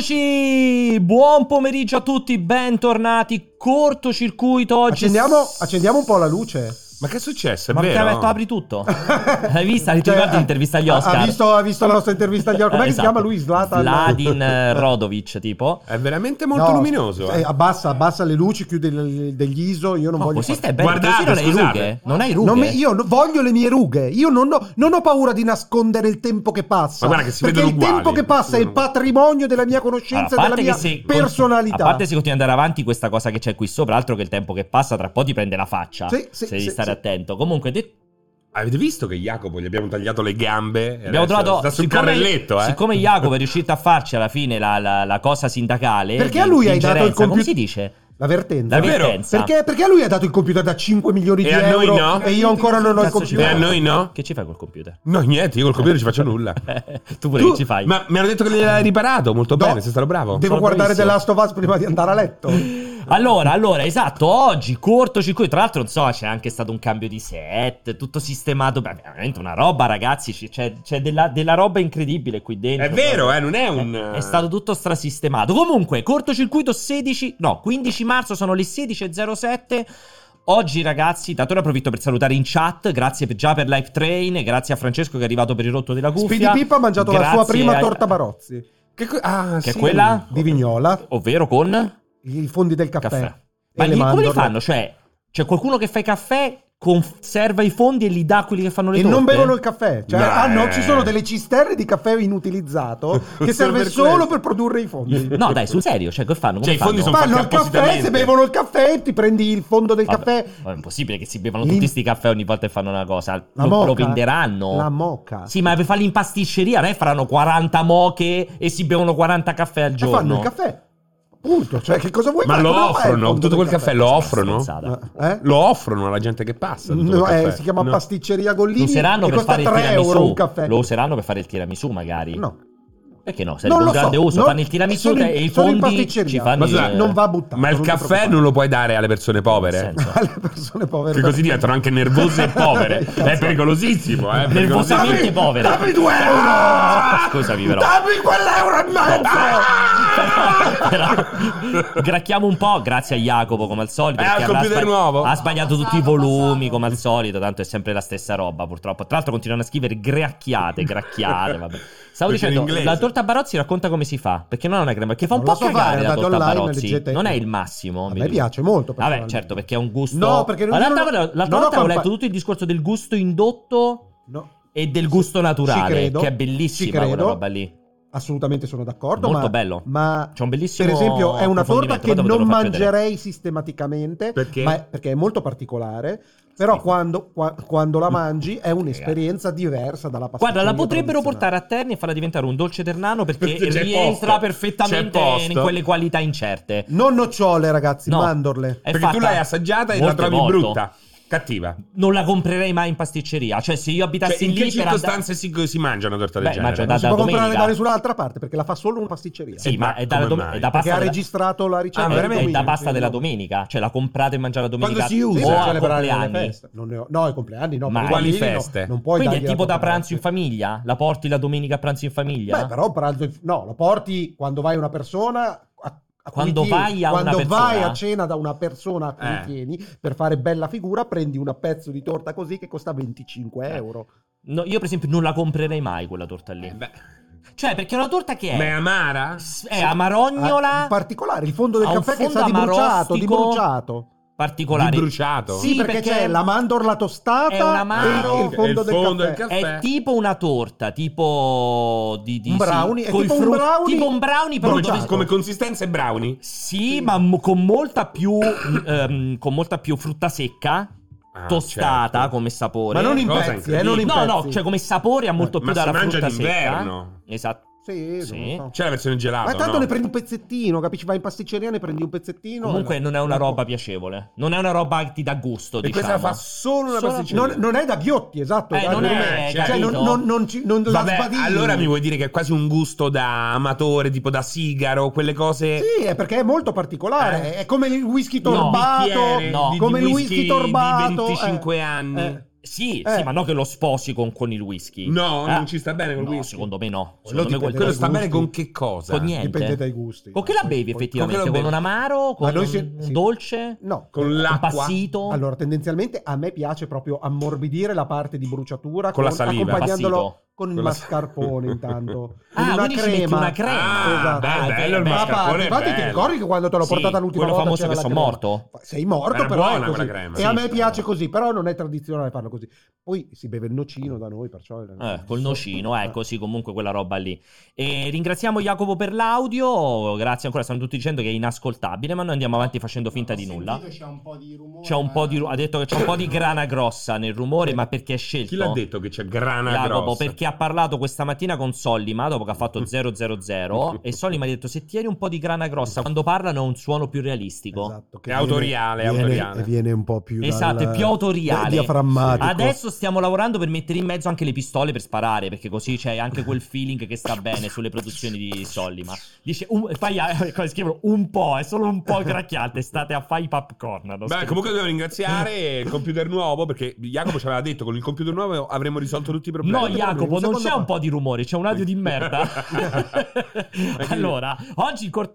Eccoci! Buon pomeriggio a tutti, bentornati. Cortocircuito oggi. Accendiamo, accendiamo un po' la luce. Ma che è successo? È Ma perché vero? hai detto apri tutto? L'hai vista? Ti ricordi l'intervista agli Cioè, Ha- Oscar? Ha visto, ha visto la nostra intervista agli Oscar. Come Eh, si esatto. chiama lui? Zlatan? Vladin eh, Rodovic, tipo. È veramente molto No. luminoso. eh. ah. Eh, abbassa, abbassa le luci, chiude le- degli ISO. Io non No, voglio. così fare- stai bene. Guardate, così non hai scusate. rughe. eh? Non hai rughe. Non mi- io no- voglio le mie rughe. Io non ho, non ho paura di nascondere il tempo che passa. Ma guarda che si perché vedono il tempo uguali. che passa è il patrimonio della mia conoscenza e Allora, a della parte mia che se- personalità. A parte se continui ad andare avanti questa cosa che c'è qui sopra, altro che il tempo che passa, tra un po' ti prende la faccia. Sì, sì, se devi sì, stare sì. attento. Comunque, detto Avete visto che Jacopo gli abbiamo tagliato le gambe? E Abbiamo adesso trovato. Sta sul siccome- carrelletto, eh. Siccome Jacopo è riuscito a farci alla fine la, la- la cosa sindacale. Perché di a lui hai dato il ingerenza, Come computer- si dice? La vertenza. La Davvero? vertenza. Perché, perché a lui ha dato il computer da 5 milioni di E a euro noi no? e io ancora non ho il Cazzo ci E Eh, a computer. noi no? Che ci fai col computer? Eh, No, niente, io col computer ci faccio nulla. tu pure Tu- che ci fai? Ma mi hanno detto che l'hai riparato molto No. bene, sei stato bravo. Devo Sono guardare The bravissimo. Last of Us prima di andare a letto. Allora, allora, esatto, oggi cortocircuito, tra l'altro non so, c'è anche stato un cambio di set, tutto sistemato, beh, veramente una roba ragazzi, ci- c'è, c'è della, della roba incredibile qui dentro. È vero, eh, non è un. È stato tutto strasistemato. Comunque, cortocircuito 16, no, 15 marzo sono le 16.07. Oggi, ragazzi, dato ne approfitto per salutare in chat. Grazie per- già per Live Train. Grazie a Francesco che è arrivato per il rotto della cuffia. Speedy Pippa ha mangiato la sua Grazie prima a- torta Barozzi. Che, co- ah, Che è sì. quella? Di Vignola, Ovvero con i fondi del caffè. caffè. E Ma le gli- come li mandorle. fanno? Cioè, c'è qualcuno che fa i caffè, conserva i fondi e li dà a quelli che fanno le E torte? non bevono il caffè. Cioè, Beh. hanno- ci sono delle cisterne di caffè inutilizzato Solo che serve per solo questo. per produrre i fondi. No, dai, sul serio, cioè, che fanno? Come Cioè, i fondi fanno? sono Fanno fatti il caffè, appositamente. se bevono il caffè ti prendi il fondo del Vabbè, caffè. vabbè, è impossibile che si bevano L'im- tutti questi caffè ogni volta che fanno una cosa. La Lo, moca. lo venderanno. La moca. Sì, ma per farli in pasticceria, non è che faranno 40 moche e si bevono 40 caffè al E fanno il giorno. caffè. Punto. Cioè, che cosa vuoi Ma fare? lo Cosa fai il offrono, fondo tutto del quel eh, caffè lo cioè, offrono? Stronzata. Eh? Lo offrono alla gente che passa. tutto quel No, eh, caffè. si chiama No. pasticceria Lo Gollini useranno e per costa fare il 3 euro un tiramisù. caffè. Lo useranno per fare il tiramisù, magari. No, Perché no? non Sarebbe un lo grande so, uso. non- Fanno il tiramisù sono in- e i sono in fondi pasticceria. ci fanno. Ma scusa, il- non va buttato. Ma il non ti caffè preoccupare. non lo puoi dare alle persone povere. Nel senso. alle persone povere. Che così diventano anche nervose e povere. È pericolosissimo, eh. pericolosissimo. Nervosamente povere. Ah, Dammi 2 euro! Scusami, però. Dammi quell'euro e mezzo! Però gracchiamo un po', grazie a Jacopo come al solito. Eh, perché al avrà computer nuovo? Ha sbagliato tutti i volumi come al solito, tanto è sempre la stessa roba purtroppo. Tra l'altro continuano a scrivere gracchiate, gracchiate, vabbè. Stavo Perché in dicendo, inglese. la torta Barozzi racconta come si fa, perché non è una crema, perché fa un Non po' la so cagare fare, la andate torta online, Barozzi, leggete- non è il massimo. A mi me dico. piace molto. Vabbè, personalmente. certo, perché è un gusto. No, perché non- Ma l'altra, non- l'altra non ho volta avevo compa- letto tutto il discorso del gusto indotto No, e del gusto naturale, credo, che è ci bellissima credo. quella roba lì. assolutamente sono d'accordo. Molto ma, bello. Ma C'è un bellissimo per esempio, è una torta approfondimento, che poi dopo te non lo faccio vedere. mangerei sistematicamente Perché? ma è- perché è molto particolare. Però Schifo. quando, qua- quando la mangi è un'esperienza diversa dalla pasticceria Mm. Guarda, la potrebbero tradizionale. portare a Terni e farla diventare un dolce ternano perché C'è rientra posto. C'è perfettamente posto. in quelle qualità incerte. Non nocciole, ragazzi, No. mandorle. È Perché tu fatta l'hai assaggiata e la molte trovi volte. brutta, cattiva. Non la comprerei mai in pasticceria. Cioè, se io abitassi Cioè, in lì che per andare. circostanze si, si mangia una torta del Beh, genere? mangia da- Non si può comprare domenica. da nessun'altra parte perché la fa solo una pasticceria. Sì, Eh, ma ma è da, come dom- mai? è Perché da pasta. ha della- registrato la ricetta. è- Ah, del veramente? è dominio, da pasta quindi della no. domenica. Cioè, la comprate e mangiate la domenica. Quando si Sì, usa? O per a celebrare le compleanni. feste. Non ne ho- no, i compleanni no. Ma per i quali bambini no, feste? non puoi Quindi è dargli la tipo da torta pranzo in Barozzi. famiglia? La porti la domenica a pranzo in famiglia? Beh, però pranzo in- no, lo porti quando vai a una persona. a- a cui Quando tieni. vai a una Quando persona. vai a cena da una persona a cui Eh. tieni per fare bella figura, prendi un pezzo di torta così che costa 25 euro. No, io, per esempio, non la comprerei mai quella torta lì. Eh, beh. Cioè, perché è una torta che Ma è è, amara? è amarognola. Ah, in particolare il fondo del ha un caffè che fondo sa di bruciato, di amarostico. bruciato. particolare. Di bruciato? Sì, Sì, perché, perché c'è la mandorla è un tostata amaro. e il fondo, E il del, fondo caffè. del caffè. È tipo una torta, tipo di, di Un brownie, sì, è coi tipo un frutti- brownie tipo un brownie però Come, dove- bruciato. come consistenza e brownie? Sì, ma mo- con molta più ehm, con molta più frutta secca, Ah, tostata certo. come sapore. Ma non in Cosa pezzi, eh, incredibile. non in No, no, pezzi. cioè come sapore ha molto più Ma si dalla mangia frutta d'inverno. secca. Esatto. Sì, Sì. non lo so. C'è la versione gelata. Ma tanto cioè, no? ne prendi un pezzettino, capisci? Vai in pasticceria, ne prendi un pezzettino. Comunque e- non è una roba piacevole. Non è una roba che ti dà gusto, E diciamo. questa la fa solo una Solo- pasticceria. Non, non è da ghiotti, esatto. Eh, non è, è, cioè, non, capito? non, non, ci, non la Vabbè, spadini. allora mi vuoi dire che è quasi un gusto da amatore, tipo da sigaro, quelle cose. Sì, è perché è molto particolare. Eh. È come il whisky No. torbato. Bicchiere no. di- di Come il whisky torbato, Di 25 eh. anni. Eh. Sì, Eh. sì, ma no che lo sposi con, con il whisky. Eh. No, Ah. non ci sta bene col No, whisky. secondo me no. Quello Secondo me dipende Quello dai sta bene gusti. con che cosa? Con niente. Cioè, Dipende dai gusti. Con che la Poi- bevi poi- effettivamente? con che Con, la bevi? un amaro? Con noi un, si- un sì. dolce? No, Con Un l'acqua. passito? allora tendenzialmente a me piace proprio ammorbidire la parte di bruciatura Con la saliva. accompagnandolo Passito. con il Con la- mascarpone intanto. Ah, Con una quindi ci metti crema. una crema. Ah, Esatto. beh, ok, bello il beh. Ma mascarpone. parte, è infatti ti bello. ricordi che quando te l'ho Sì, portata l'ultima quello volta famoso c'era che la sono crema? morto? Sei morto, Era però è buona così. quella crema. E a Sì, me sì, piace sì. così, però non è tradizionale farlo così. Poi si beve il nocino da noi, perciò... Eh, col nocino, ecco, sì, comunque quella roba lì. E ringraziamo Jacopo per l'audio. Grazie ancora, stanno tutti dicendo che è inascoltabile, ma noi andiamo avanti facendo finta di nulla. C'è un po' di rumore. eh. C'è un po' di ru- ha detto che c'è un po' di grana grossa nel rumore, ma perché è scelto? Chi l'ha detto che c'è grana Jacopo, grossa? perché ha parlato questa mattina con Sollima dopo che ha fatto 000 e Sollima ha detto se tieni un po' di grana grossa quando parlano ha un suono più realistico. Esatto, È autoriale, è viene, autoriale. e viene un po' più Esatto, dal- è più autoriale. da- diaframmatico. Adesso stiamo lavorando per mettere in mezzo anche le pistole per sparare, perché così c'è anche quel feeling che sta bene sulle produzioni di Sollima. Dice, un, fai, cosa scrivono? Un po', è solo un po' gracchiate, state a fare i popcorn. hanno Beh, scritto. comunque dobbiamo ringraziare il computer nuovo perché Jacopo ci aveva detto con il computer nuovo avremmo risolto tutti i problemi. No, Jacopo, non Secondo c'è me- un po' di rumore, c'è un audio di merda. Ma che- allora, oggi il cor-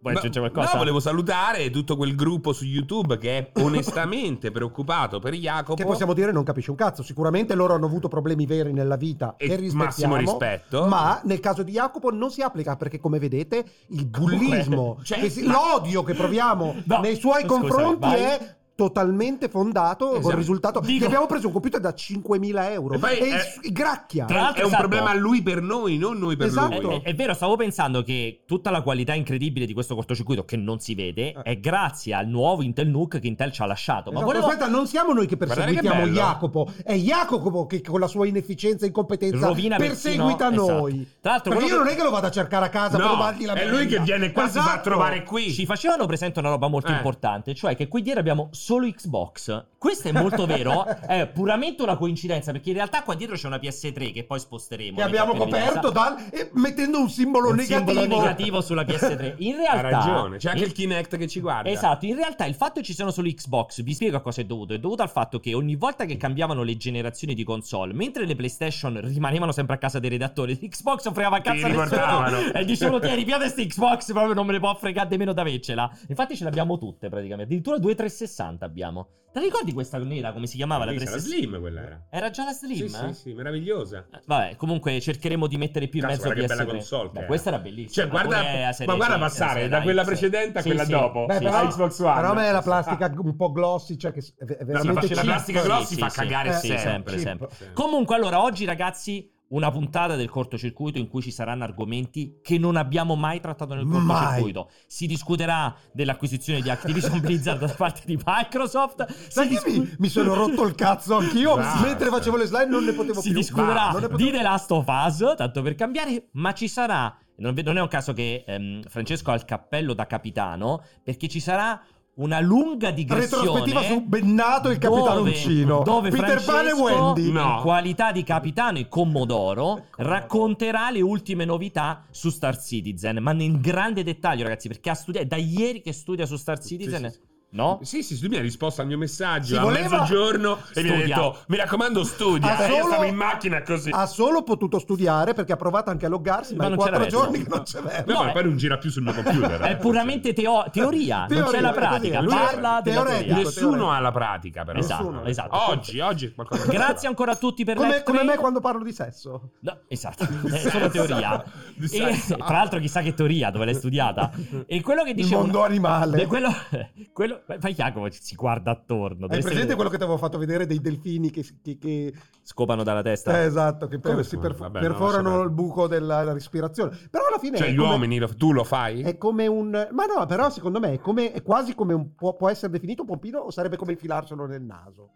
Vuoi Ma- aggiungere qualcosa? No, volevo salutare tutto quel gruppo su YouTube che è onestamente preoccupato per Jacopo. Che possiamo dire non capisce un cazzo. Sicuramente loro hanno avuto problemi veri nella vita e, e rispettiamo. massimo rispetto. Ma nel caso di Jacopo non si applica perché, come vedete, il bullismo, Cioè, che si- ma- l'odio che proviamo No, nei suoi scusami, confronti vai. è totalmente fondato Esatto. con il risultato Dico- che abbiamo preso un computer da 5.000 euro E e, poi, eh, s- gracchia. tra- è un Esatto. problema lui per noi, non noi per Esatto. lui. È, è vero, stavo pensando che tutta la qualità incredibile di questo cortocircuito che non si vede Eh. è grazie al nuovo Intel Nook che Intel ci ha lasciato. Certo, Ma Esatto, volevo Aspetta, non siamo noi che Guardate perseguitiamo che bello. Jacopo, è Jacopo che con la sua inefficienza e incompetenza Rovina perseguita persino- noi. esatto. Tra l'altro, Perché io quello non è che lo vado a cercare a casa per No, rubargli la è merenda. lui che viene qua, si fa Esatto. trovare qui. Ci facevano presente una roba molto Eh. importante, cioè che qui dietro abbiamo solo Xbox. Questo è molto vero, è puramente una coincidenza, perché in realtà qua dietro c'è una PS3 che poi sposteremo. che abbiamo nella coperto evidenza. dal- e mettendo un simbolo Un negativo. simbolo negativo sulla PS3. In realtà... Ha ragione, c'è anche in- il Kinect che ci guarda. Esatto, in realtà il fatto che ci siano solo Xbox, vi spiego a cosa è dovuto, è dovuto al fatto che ogni volta che cambiavano le generazioni di console, mentre le PlayStation rimanevano sempre a casa dei redattori, Xbox offriva Ti cazzo Eh, a riportavano. nessuno e dicevano tieni, piate sti Xbox, proprio non me ne può fregare nemmeno da avercela. Infatti ce l'abbiamo tutte praticamente, addirittura due 360 abbiamo. Te la ricordi questa nera come si chiamava la Lì sarà 360? Slim quella era. Era già la Slim? Sì, eh? sì, sì, meravigliosa. Eh, Vabbè, comunque cercheremo di mettere più in Cazzo, mezzo a PS3. guarda che bella console che Beh, è. questa era bellissima. Cioè, guarda- Pure la serie ma guarda C, la passare serie da quella X. precedente a Sì, quella sì. dopo. Beh, Sì, però, sì. Xbox One. però a me la plastica Ah. un po' glossy, cioè che s- è è La, veramente pla- la cheap. Eh, plastica glossy Sì, fa sì, Eh, cagare sì, sempre. sempre, sempre. Comunque, allora, oggi, ragazzi, una puntata del cortocircuito in cui ci saranno argomenti che non abbiamo mai trattato nel Mai. cortocircuito. Si discuterà dell'acquisizione di Activision Blizzard da parte di Microsoft. Si, Sai che discu- Esatto. mi, mi sono rotto il cazzo anch'io Basta. mentre facevo le slide non ne potevo si più. discuterà Non ne potevo- di The Last of Us, tanto per cambiare, ma ci sarà. Non, ve- non è un caso che ehm, Francesco ha il cappello da capitano, perché ci sarà una lunga digressione. Retrospettiva su Bennato e il Dove- Capitano Uncino. dove Peter Pan e Francesco- Wendy. No. in qualità di capitano e commodoro, racconterà le ultime novità su Star Citizen. Ma in grande dettaglio, ragazzi, perché ha studiato. È da ieri che studia su Star Citizen. sì, sì. No? Sì, sì, lui mi ha risposto al mio messaggio Si a voleva- mezzogiorno e mi ha Studia. detto: Mi raccomando, studia. Ha Eh, Io solo- stavo in macchina così. Ha solo potuto studiare perché ha provato anche a loggarsi, Ma ma, in non c'era quattro verso. giorni che non c'è verso. No, no, ma è- poi non gira più sul mio computer. eh. È puramente teo- teoria, non c'è Teoria, la è così, pratica. lui è Parla della teoretico. teoria. Nessuno ha la pratica, però. Esatto, Nessuno. esatto. Oggi, oggi è qualcosa. Grazie ancora a tutti per Come, Live come me Train. quando parlo di sesso. No, esatto, è solo teoria. Di E, sesso. tra l'altro, chissà che teoria, dove l'hai studiata. E quello che Il dicevo. mondo Beh, animale. quello, quello, fai Jacopo, ci- si guarda attorno. Hai dovresti presente vedere. quello che ti avevo fatto vedere dei delfini che, che- che- Scopano dalla eh, testa. esatto, che per- Come si fa? perf- Vabbè, no, perforano lascia il buco della della respirazione. Però alla fine Cioè, è gli come- Eh, uomini, lo- tu lo fai? è come un ma no, però secondo me è, come- è quasi come un può, può essere definito un pompino o sarebbe come infilarselo nel naso.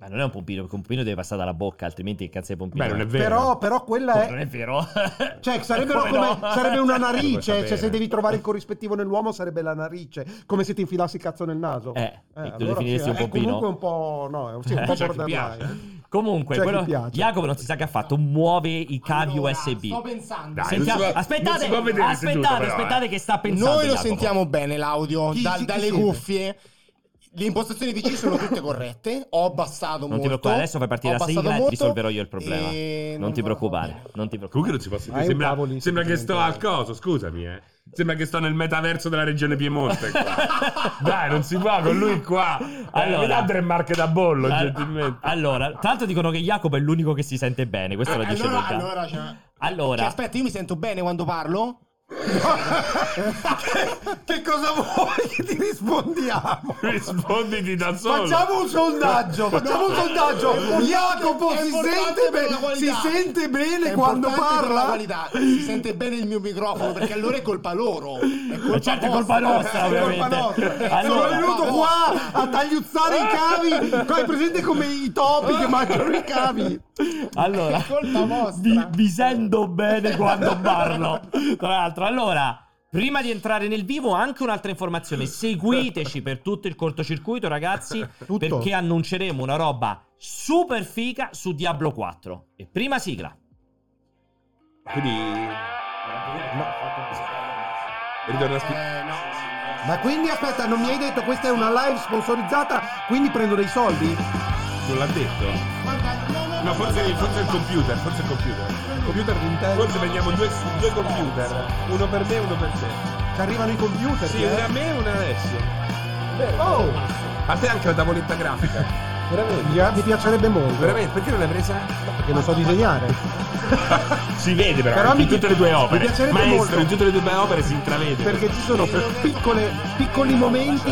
Ma non è un pompino, perché un pompino deve passare dalla bocca, altrimenti che cazzo è pompino? Eh, Beh, non è vero. Però, però quella Non è è vero. cioè, sarebbero Come come- no? sarebbe una Vuoi narice, sapere? cioè se devi trovare il corrispettivo nell'uomo sarebbe la narice, come se ti infilassi il cazzo nel naso. Eh, tu allora definiresti sì, eh, un è pompino? comunque un po' no, è sì, un Eh, po' c'è chi borderline. piace. Comunque, C'è chi quello- piace. Jacopo non si sa che ha fatto, muove i cavi Allora, USB. Sto pensando. Dai, Sentiamo- non si può- non aspettate, si può vedere aspettate, seduto, però, eh. aspettate che sta pensando. Noi lo Jacopo. sentiamo bene l'audio Chi- dal- chi- chi dalle siete? cuffie. le impostazioni PC sono tutte corrette. Ho abbassato Non molto. ti preoccupare, adesso fai partire ho la abbassato sigla e ti molto, risolverò io il problema. e Non ti preoccupare, non ti Comunque preoccupare. non si posso Ma è un Sembra, cavolo lì, sembra che sto al semplicemente. coso, scusami, eh. Sembra che sto nel metaverso della regione Piemonte. qua. Dai, non si va con lui qua. Eh, Allora, Allora. mi dà tre marche da bollo, All- gentilmente. Allora, tra l'altro dicono che Jacopo è l'unico che si sente bene, questo lo Eh, dice allora, Luca. allora, cioè- Allora. Cioè, aspetta, io mi sento bene quando parlo? che, che cosa vuoi che ti rispondiamo? Risponditi da solo. Facciamo un sondaggio, facciamo un sondaggio. Jacopo È si importante sente, per la be- si qualità. sente bene È quando importante per la parla? qualità. Si sente bene il mio microfono perché allora è colpa loro. È colpa Eh, certo, vostra. è colpa nostra, È colpa ovviamente. nostra. Allora. Sono venuto qua a tagliuzzare i cavi. Qua è presente come i topi che mangiano i cavi. Allora, È colpa vostra. vi, vi sento bene quando parlo. Tra l'altro, allora, prima di entrare nel vivo, anche un'altra informazione. Seguiteci per tutto il cortocircuito, ragazzi, Tutto. perché annunceremo una roba super figa su Diablo 4. E prima sigla. Quindi... Ritorna a spi- Eh, no. Ma quindi aspetta, non mi hai detto questa è una live sponsorizzata, quindi prendo dei soldi? Non l'ha detto. No, forse, forse il computer, forse il computer. Computer Forse prendiamo due, due computer. Uno per me e uno per te. Ci arrivano i computer. Sì, eh? una a me e una a Alessio. Oh, A te anche la tavoletta grafica. Veramente? mi- mi piacerebbe molto. Veramente? Perché non l'hai presa? Perché non so disegnare. Si vede però, Però in mi- tutte le tue mi opere. piacerebbe Maestro, molto. in tutte le tue opere si intravede. Perché ci sono piccole- piccoli momenti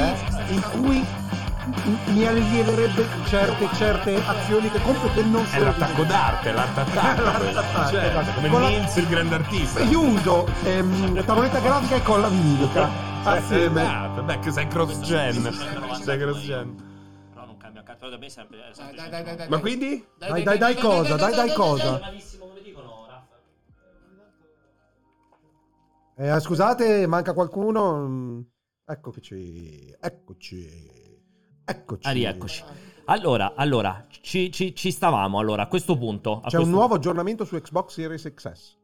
in cui m- mi allieverebbe certe, certe azioni che compio che non È sono. l'attacco d'arte, è È l'attacco. l'art attack, Cioè, esatto. come Con la- Nils, il grande artista. Io uso ehm, la tavoletta grafica e colla vinilica assieme. Esatto, Beh, che sei cross gen. Sei cross gen. Però non cambia cazzo, da me sempre. Dai, dai, dai, dai, dai. Ma quindi? Dai, dai, dai cosa, dai, dai cosa. malissimo come dicono, Raffa. Eh, scusate, manca qualcuno. Mm, Eccoci, eccoci, eccoci. Ah, rieccoci. Allora, allora, ci, ci- ci stavamo allora a questo punto. A C'è questo un nuovo aggiornamento su Xbox Series XS.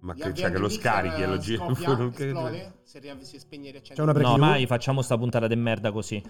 Ma che Gli c'è che lo avviamenti scarichi e lo mixer, giri scoppia, non che- esplode, se riavvi- si spegne e riaccende. C'è una break No, news? mai facciamo sta puntata di merda così.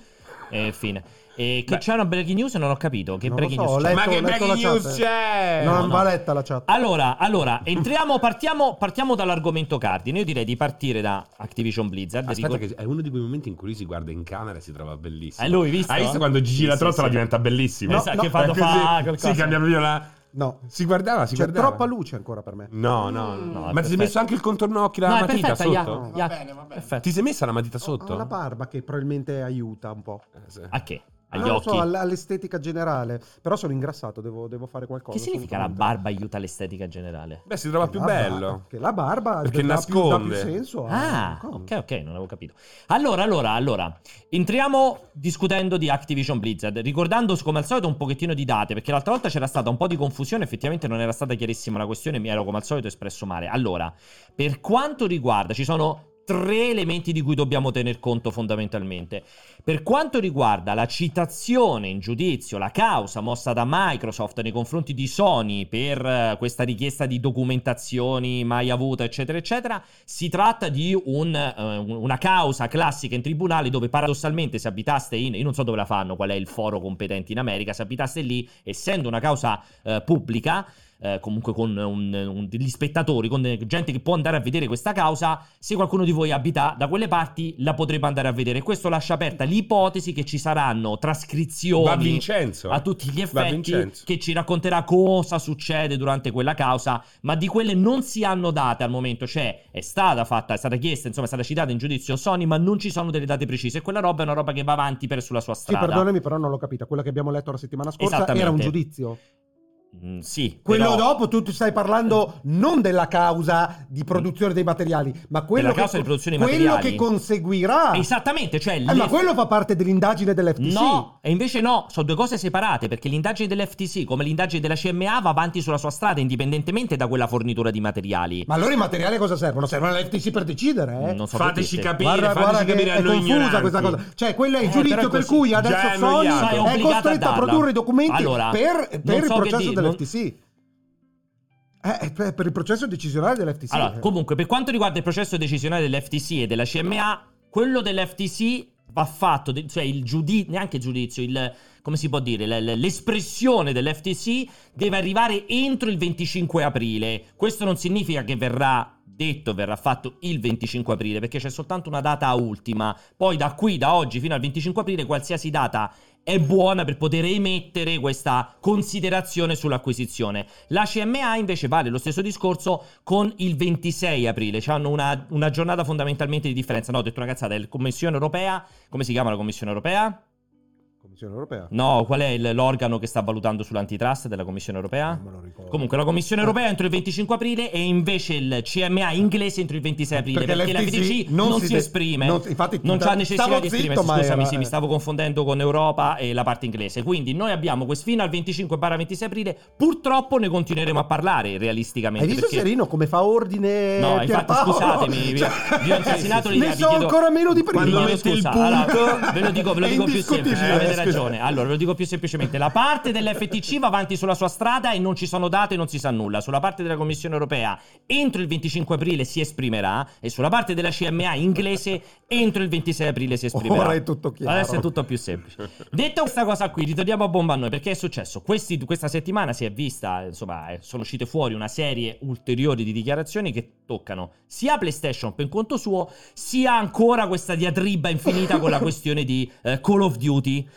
E fine. E che Beh. c'è una breaking news? Non ho capito. Che Non lo breaking so, news c'è? lei- Ma Letto- che letto breaking la chat, news eh. c'è? no, no, non va no. letta la chat. Allora, allora, entriamo, partiamo, partiamo dall'argomento cardine. Io direi di partire da Activision Blizzard. Aspetta, Ricor- che è uno di quei momenti in cui lui si guarda in camera e si trova bellissimo. Eh, lui, visto? Hai visto quando Gigi la trottola sì. diventa bellissimo? Esatto, No, che no, fanno Così- fa Sì, cambia proprio la. No, Si guardava, si c'è guardava. troppa luce ancora per me. No, no, No, è no. Ma ti sei perfetto. messo anche il contorno occhi la Mm. No, è matita perfetta, sotto? Iaco. Va Iaco. bene, va bene. Perfetto. Ti sei messa la matita Ho sotto? una barba che probabilmente aiuta un po'. Eh, sì. A che? Non Agli lo occhi? so, all- all'estetica generale. Però sono ingrassato, devo, devo fare qualcosa. che significa la assolutamente. barba aiuta l'estetica generale? Beh, si trova più La barba- bello. Eh, Che la barba Perché dà più- dà nasconde. più senso. a- Ah, come? ok, ok, non avevo capito. Allora, allora, allora, entriamo discutendo di Activision Blizzard, ricordando come al solito un pochettino di date, perché l'altra volta c'era stata un po' di confusione, effettivamente non era stata chiarissima la questione, mi ero come al solito espresso male. Allora, per quanto riguarda, ci sono tre elementi di cui dobbiamo tener conto fondamentalmente. Per quanto riguarda la citazione in giudizio, la causa mossa da Microsoft nei confronti di Sony per eh, questa richiesta di documentazioni mai avuta, eccetera, eccetera, si tratta di un, eh, una causa classica in tribunale dove paradossalmente se abitaste in, io non so dove la fanno, qual è il foro competente in America, se abitaste lì, essendo una causa eh, pubblica, eh, comunque con un- un- degli spettatori, con eh, gente che può andare a vedere questa causa, se qualcuno di voi abita da quelle parti la potrebbe andare a vedere. Questo lascia aperta l'ipotesi che ci saranno Va trascrizioni Vincenzo. a tutti gli Certo. Va effetti Vincenzo. che ci racconterà cosa succede durante quella causa, ma di quelle non si hanno date al momento, cioè è stata fatta, è stata chiesta, insomma è stata citata in giudizio Sony, ma non ci sono delle date precise. Quella roba è una roba che va avanti per sulla sua Sì, strada. perdonami, però non l'ho capita. Quella che abbiamo letto la settimana scorsa Esattamente. era un giudizio. Mm, sì, Quello però- dopo tu ti stai parlando non della causa di produzione dei materiali, ma quello, Della che, causa di produzione dei quello materiali. che conseguirà. Esattamente, cioè Eh, ma le- quello fa parte dell'indagine dell'FTC. No, e invece no, sono due cose separate perché l'indagine dell'FTC come l'indagine della CMA va avanti sulla sua strada indipendentemente da quella fornitura di materiali. Ma allora i materiali cosa servono? Servono all'FTC per decidere, eh? Non so Fateci perché. capire, Guarda, fateci guarda che capire a è noi confusa ignoranti. questa cosa. Cioè, quello è il Eh, giudizio però è per così. cui Già adesso è Sony annoiato. Sei è obbligata a costretto a darla. produrre i documenti Allora, per, per non il so che processo dire, non- dell'FTC. Eh, per, per il processo decisionale dell'FTC. Allora, comunque, per quanto riguarda il processo decisionale dell'FTC e della CMA, quello dell'FTC va fatto, de- cioè il giudizio, neanche il giudizio, il, come si può dire, l- l- l'espressione dell'FTC deve arrivare entro il 25 aprile. Questo non significa che verrà detto, verrà fatto il 25 aprile, perché c'è soltanto una data ultima. Poi da qui, da oggi fino al 25 aprile, qualsiasi data è buona per poter emettere questa considerazione sull'acquisizione. La CMA invece vale lo stesso discorso con il 26 aprile, cioè hanno una, una giornata fondamentalmente di differenza. No, ho detto una cazzata, è la Commissione Europea, come si chiama la Commissione Europea? Commissione europea. No, qual è il- l'organo che sta valutando sull'antitrust della Commissione Europea? Non me lo ricordo. Eh. Comunque la Commissione Europea entro il 25 aprile e invece il CMA inglese entro il 26 aprile perché, l'FTC non, si, de- esprime, non- infatti, non c'ha stavo necessità di zitto, esprimersi, ma scusami, era- sì, mi stavo confondendo con Europa e la parte inglese. Quindi noi abbiamo questo fino al 25-26 aprile, purtroppo ne continueremo a parlare realisticamente. Hai visto perché- Serino come fa ordine? No, infatti Pierpaolo? scusatemi, vi- vi ho insegnato l'idea, Eh, Cioè, Ne vi so chiedo- ancora meno di prima. Quando Chiedo mette il scusa, punto, allora, ve lo dico, ve lo è dico più indiscutibile. Eh, semplice, avete Scusa. ragione. Allora, ve lo dico più semplicemente. La parte dell'FTC va avanti sulla sua strada e non ci sono date, non si sa nulla. Sulla parte della Commissione Europea entro il 25 aprile si esprimerà e sulla parte della CMA inglese entro il 26 aprile si esprimerà. Ora è tutto chiaro. Adesso è tutto più semplice. Detta questa cosa qui, ritorniamo a bomba a noi perché è successo. Questi- questa settimana si è vista, insomma, eh, sono uscite fuori una serie ulteriori di dichiarazioni che toccano sia PlayStation per conto suo, sia ancora questa diatriba infinita con la questione di eh, Call of Duty.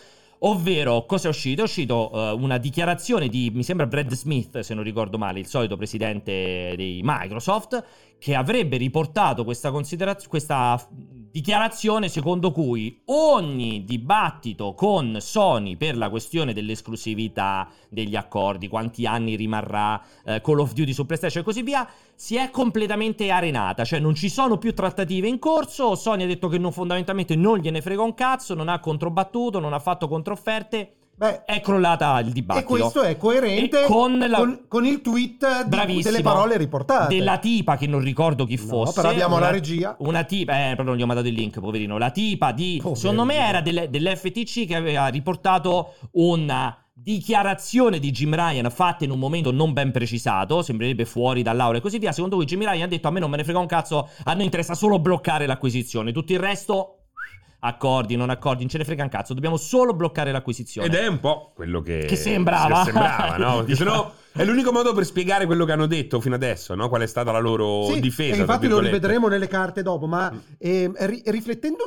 Ovvero, cosa è uscito? È uscito eh, una dichiarazione di, mi sembra, Brad Smith, se non ricordo male, il solito presidente di Microsoft, che avrebbe riportato questa, considera- questa f- dichiarazione secondo cui ogni dibattito con Sony per la questione dell'esclusività, degli accordi, quanti anni rimarrà eh, Call of Duty su PlayStation e così via, si è completamente arenata, cioè non ci sono più trattative in corso, Sony ha detto che non- fondamentalmente non gliene frega un cazzo, non ha controbattuto, non ha fatto controfferte, Beh, è crollata il e dibattito. questo è coerente eh, E con la- con- con il tweet di- Bravissimo. delle parole riportate. Della tipa che non ricordo chi No, fosse. però abbiamo una- la regia. Una tipa, eh, però non gli ho mandato il link, poverino. La tipa di, Poverino. secondo me era delle- dell'FTC che aveva riportato una dichiarazione di Jim Ryan fatta in un momento non ben precisato, sembrerebbe fuori dall'aula e così via. Secondo cui Jim Ryan ha detto a me non me ne frega un cazzo, a noi interessa solo bloccare l'acquisizione, tutto il resto accordi, non accordi, non ce ne frega un cazzo, dobbiamo solo bloccare l'acquisizione. Ed è un po' quello che, Che sembrava. che sembrava, no? Perché sennò è l'unico modo per spiegare quello che hanno detto fino adesso, no? Qual è stata la loro Sì, difesa. e tra infatti lo virgolette. Mm. rivedremo nelle carte dopo, ma ehm, ri- riflettendo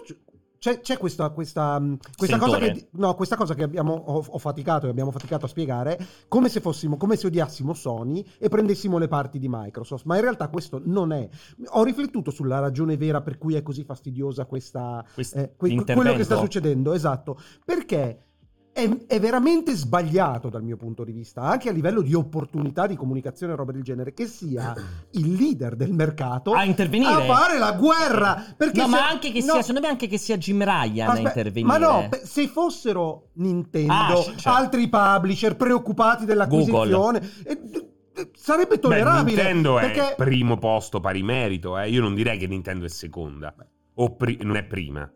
c'è, c'è questa, questa, mh, questa cosa Sentore. che, no, questa cosa che abbiamo, ho, ho faticato e abbiamo faticato a spiegare, come se fossimo, come se odiassimo Sony e prendessimo le parti di Microsoft, ma in realtà questo non è. Ho riflettuto sulla ragione vera per cui è così fastidiosa questa, Questo eh, que- quello intervento. che sta succedendo, esatto, perché è, è veramente sbagliato dal mio punto di vista, anche a livello di opportunità di comunicazione e roba del genere, che sia il leader del mercato A intervenire. a fare la guerra. Perché no, se- ma anche che no, sia, secondo me anche che sia Jim Ryan a aspe- intervenire. Ma no, pe- se fossero Nintendo, Ah, c- certo. altri publisher preoccupati dell'acquisizione, eh, d- d- sarebbe Beh, tollerabile. Nintendo perché è primo posto pari merito, eh. Io non direi che Nintendo è seconda. O pri- non è prima.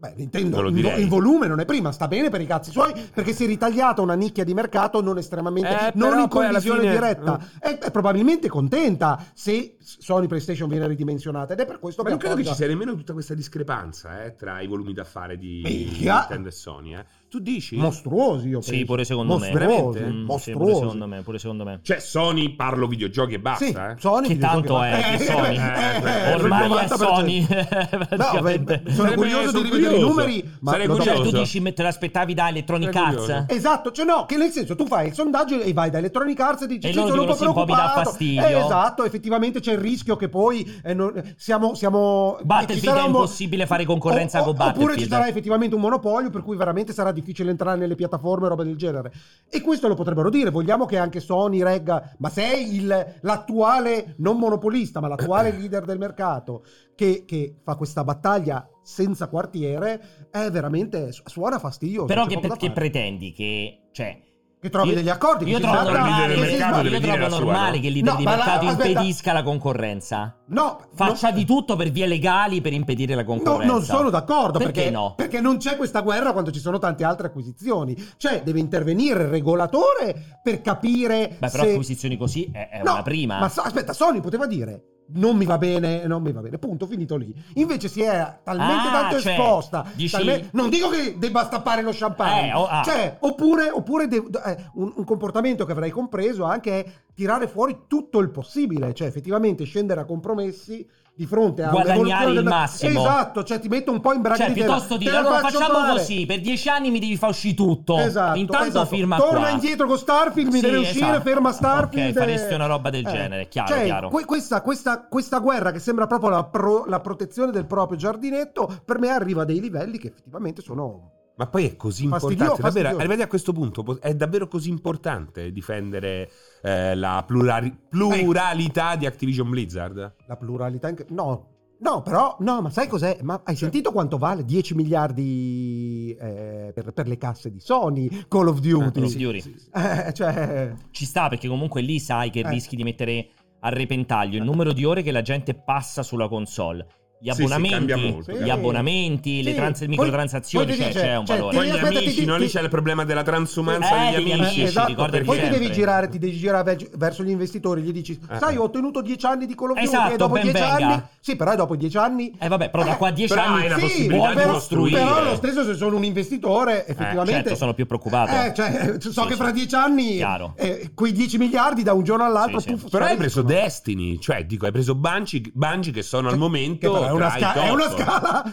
Beh, Ve Nintendo lo in, vo- direi. in volume non è prima, sta bene per i cazzi suoi perché si è ritagliata una nicchia di mercato non estremamente Eh, non però in poi alla collisione fine- eh. diretta. È, è probabilmente contenta se Sony PlayStation viene ridimensionata ed è per questo Ma che non credo che ci appoggia- sia nemmeno tutta questa discrepanza eh, tra i volumi d'affare di Minchia! Nintendo e Sony. eh. Tu dici? mostruosi, io Sì, penso. pure secondo me. Mostruosi, Veramente? Mm, sì, pure mostruosi. secondo me, pure secondo me. cioè, Sony parlo videogiochi e basta. Sì, eh. Sony Che ti dico tanto va- è, che Eh, Sony. eh, eh, Ormai è 90%. Sony. No, beh, praticamente. sono Sarebbe- curioso sono di rivedere i curioso. numeri, ma Sarei lo- curioso. Cioè, tu dici, me- te l'aspettavi da Electronic Sarei Arts? curioso. Esatto, cioè no, che nel senso tu fai il sondaggio e vai da Electronic Arts e dici E sì, loro sono un po' dicono, sì, un po' mi dà preoccupato. fastidio. Eh, esatto, effettivamente c'è il rischio che poi eh, non- siamo, siamo Battlefield ci sarà è un mo- impossibile fare concorrenza con Battlefield. Oppure ci sarà effettivamente un monopolio per cui veramente sarà difficile entrare nelle piattaforme e roba del genere. E questo lo potrebbero dire, vogliamo che anche Sony regga, ma sei il- l'attuale non monopolista, ma l'attuale leader del mercato che, che fa questa battaglia senza quartiere, è veramente su- suona fastidioso. Però c'è che, poco da che fare. pretendi? Che... Cioè, Che trovi io- degli accordi, che Ah, Io si trovo sappia- Il normale, leader del che- mercato io deve dire trovo la sua, normale no? che il leader No, di ma la- mercato aspetta. impedisca la concorrenza. No, Faccia no- di tutto per vie legali per impedire la No, concorrenza. non sono d'accordo Perché perché, no? perché non c'è questa guerra quando ci sono tante altre acquisizioni. Cioè, deve intervenire il regolatore per capire Beh, però se acquisizioni così è, è No, una prima. Ma so- aspetta, Sony poteva dire non mi va bene, non mi va bene, punto, finito lì. Invece si è talmente Ah, tanto cioè, esposta, dici- talme- non dico che debba stappare lo champagne, Eh, oh, ah. cioè, oppure, oppure de- eh, un, un comportamento che avrei compreso anche è tirare fuori tutto il possibile, cioè effettivamente scendere a compromessi di fronte a Guadagnare un'evoluzione il del- massimo. Esatto, cioè ti metto un po' in braccio Cioè, di tela, piuttosto te dire, la allora faccio facciamo male. così, per dieci anni mi devi far uscire tutto. Esatto, Intanto esatto. firma Torna qua. indietro con Starfield, mi Sì, deve uscire, esatto. ferma Starfield. Ok, faresti eh. una roba del genere, chiaro, Cioè, chiaro. que- questa, questa- questa guerra che sembra proprio la, pro- la protezione del proprio giardinetto, per me arriva a dei livelli che effettivamente sono... Ma poi è così Fastidioso, importante. Davvero, fastidioso. arrivati a questo punto, po- è davvero così importante difendere eh, la plurali- pluralità di Activision Blizzard? La pluralità... anche- No, no, però... No, ma sai cos'è? Ma hai sentito quanto vale 10 miliardi eh, per, per le casse di Sony, Call of Duty? Call of Duty. Eh, cioè... Ci sta perché comunque lì sai che Eh. rischi di mettere a repentaglio il numero di ore che la gente passa sulla console. Gli Sì, sì, abbonamenti, cambia molto, gli cambia. abbonamenti, le Sì. trans- Poi- microtransazioni, poi ti cioè, dice, c'è un cioè, valore. ti- Poi gli aspetta, amici, ti- no? Lì ti- c'è il problema della transumanza Eh, degli degli amici. amici, sì, esatto, ricordati poi ti sempre. Eh, devi girare, ti devi girare ve- verso gli investitori, gli dici, sai, ho ottenuto 10 anni di Call of Duty Esatto, e dopo ben 10 venga. anni... Sì, però dopo 10 anni Eh vabbè, Ah, però da qua a dieci però anni hai la puoi possibilità di però, costruire. però lo stesso se sono un investitore, effettivamente... certo, sono più preoccupato. Eh, cioè, so Sì, che sì. fra dieci anni Chiaro. eh, quei 10 miliardi da un giorno all'altro... Sì, sì. puff, Però hai preso spariscono. Destiny, cioè dico, hai preso Bungie, Bungie che sono al Cioè, Che momento. però è, una tra i sca- top. è una scala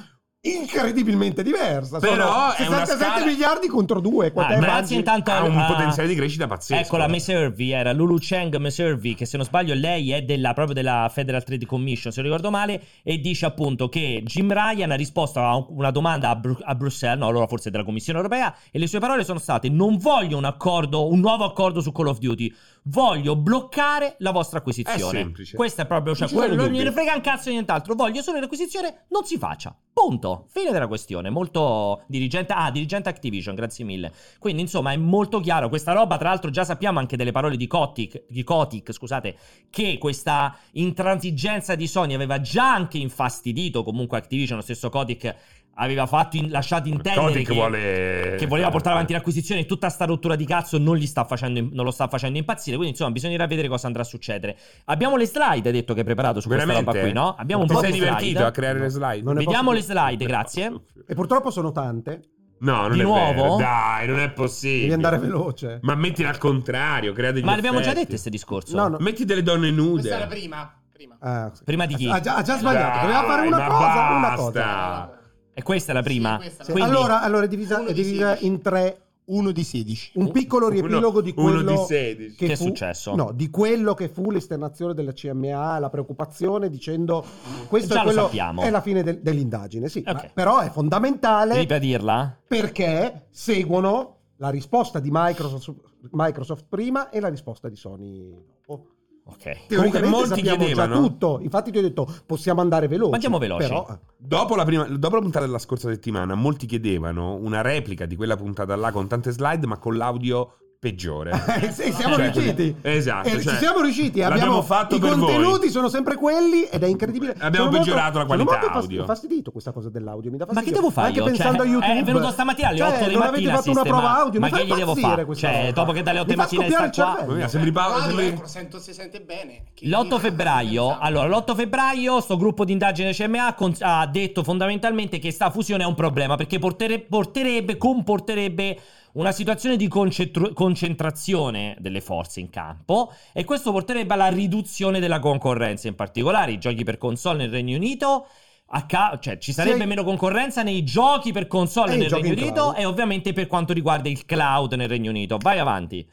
incredibilmente diversa. Sono Però è una 67 scala- miliardi contro 2. Ah, grazie intanto ha un a- potenziale di crescita pazzesco. eh. Ecco la Meservi era Lulu Cheng Meservi che se non sbaglio lei è della, proprio della Federal Trade Commission se non ricordo male e dice appunto che Jim Ryan ha risposto a una domanda a, Bru- a Bruxelles, no allora forse della Commissione Europea e le sue parole sono state non voglio un accordo, un nuovo accordo su Call of Duty voglio bloccare la vostra acquisizione. È semplice. Questa è proprio, cioè, Non ci sono quello non dubbi. gliene frega un cazzo di nient'altro. Voglio solo che l'acquisizione non si faccia. Punto. Fine della questione. Molto dirigente. Ah, dirigente Activision, grazie mille. Quindi, insomma, è molto chiaro. Questa roba, tra l'altro, già sappiamo anche delle parole di Kotick, di Kotick, scusate, che questa intransigenza di Sony aveva già anche infastidito. Comunque, Activision, lo stesso Kotick, aveva fatto in- lasciato intendere. Kotick che- vuole... Ah, che voleva portare avanti eh. l'acquisizione e tutta sta rottura di cazzo non, gli sta facendo, non lo sta facendo impazzire. Quindi, insomma, bisognerà vedere cosa andrà a succedere. Abbiamo le slide, hai detto che hai preparato su Veramente? questa roba qui, no? Abbiamo un Ti po' sei di divertito slide. a creare le slide? Non ne Vediamo le posso- slide, grazie. E purtroppo sono tante. No, non Di è nuovo? vero. Dai, non è possibile. Devi andare veloce. Ma mettila al contrario, crea degli Ma l'abbiamo già effetti. detto questo discorso? No, no. Metti delle donne Questa era nude. prima. Prima. Ah, sì. Prima di chi? Ha già, ha già sbagliato. Dai, Doveva fare una ma cosa, una basta. cosa. E questa è la prima. Sì, questa è Sì, la Quindi- allora, allora è divisa, Uno è di divisa sedici. in tre. 1 di 16. Un piccolo riepilogo di uno quello di 16. Che è fu- successo? No, di quello che fu l'esternazione della CMA, la preoccupazione dicendo questo Già è lo quello sappiamo. è la fine del- dell'indagine, sì, Ok. ma- però è fondamentale Ripetirla? perché seguono la risposta di Microsoft, su- Microsoft prima e la risposta di Sony dopo. Ok. Comunque Teoricamente molti sappiamo chiedevano. già tutto, infatti ti ho detto possiamo andare veloci. Andiamo veloci. Però, eh, Dopo la, prima- dopo la puntata della scorsa settimana, molti chiedevano una replica di quella puntata là con tante slide, ma con l'audio peggiore. Eh, sì, siamo Cioè, riusciti. Esatto. Eh, cioè, ci siamo riusciti. l'abbiamo Abbiamo fatto I per voi. contenuti sono sempre quelli ed è incredibile. Abbiamo Sono molto- peggiorato la qualità sono molto audio. Sono infastidito questa cosa dell'audio. Mi dà Ma che fastidio. devo fare Anche io? pensando Cioè, a YouTube. È venuto stamattina alle Cioè, 8 di non mattina. avete fatto una sistema- prova audio. Ma mi fa che gli devo impazzire fare? questa Cioè, cosa. dopo che dalle 8 Mi di fa mattina scoppiare sta il qua. cervello. Mamma mia, sembri Paolo, Radio, sembri- ecco, sento- si sente bene. Che- L'8 febbraio, Pensavo. allora, l'8 febbraio, sto gruppo di indagine CMA con- ha detto fondamentalmente che sta fusione è un problema perché portere- porterebbe, comporterebbe una situazione di concentru- concentrazione delle forze in campo e questo porterebbe alla riduzione della concorrenza, in particolare i giochi per console nel Regno Unito. a ca- cioè, ci sarebbe Sì. meno concorrenza nei giochi per console E i nel giochi Regno in Unito cloud. e ovviamente per quanto riguarda il cloud nel Regno Unito. Vai avanti.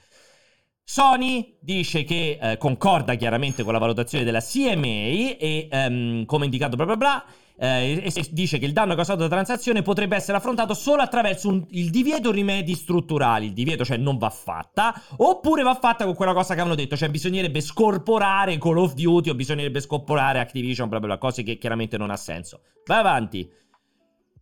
Sony dice che eh, concorda chiaramente con la valutazione della CMA e ehm, come indicato bla bla bla eh, e- e dice che il danno causato dalla transazione potrebbe essere affrontato solo attraverso un- il divieto rimedi strutturali, il divieto cioè non va fatta oppure va fatta con quella cosa che hanno detto, cioè bisognerebbe scorporare Call of Duty o bisognerebbe scorporare Activision bla bla bla, cose che chiaramente non ha senso. Vai avanti.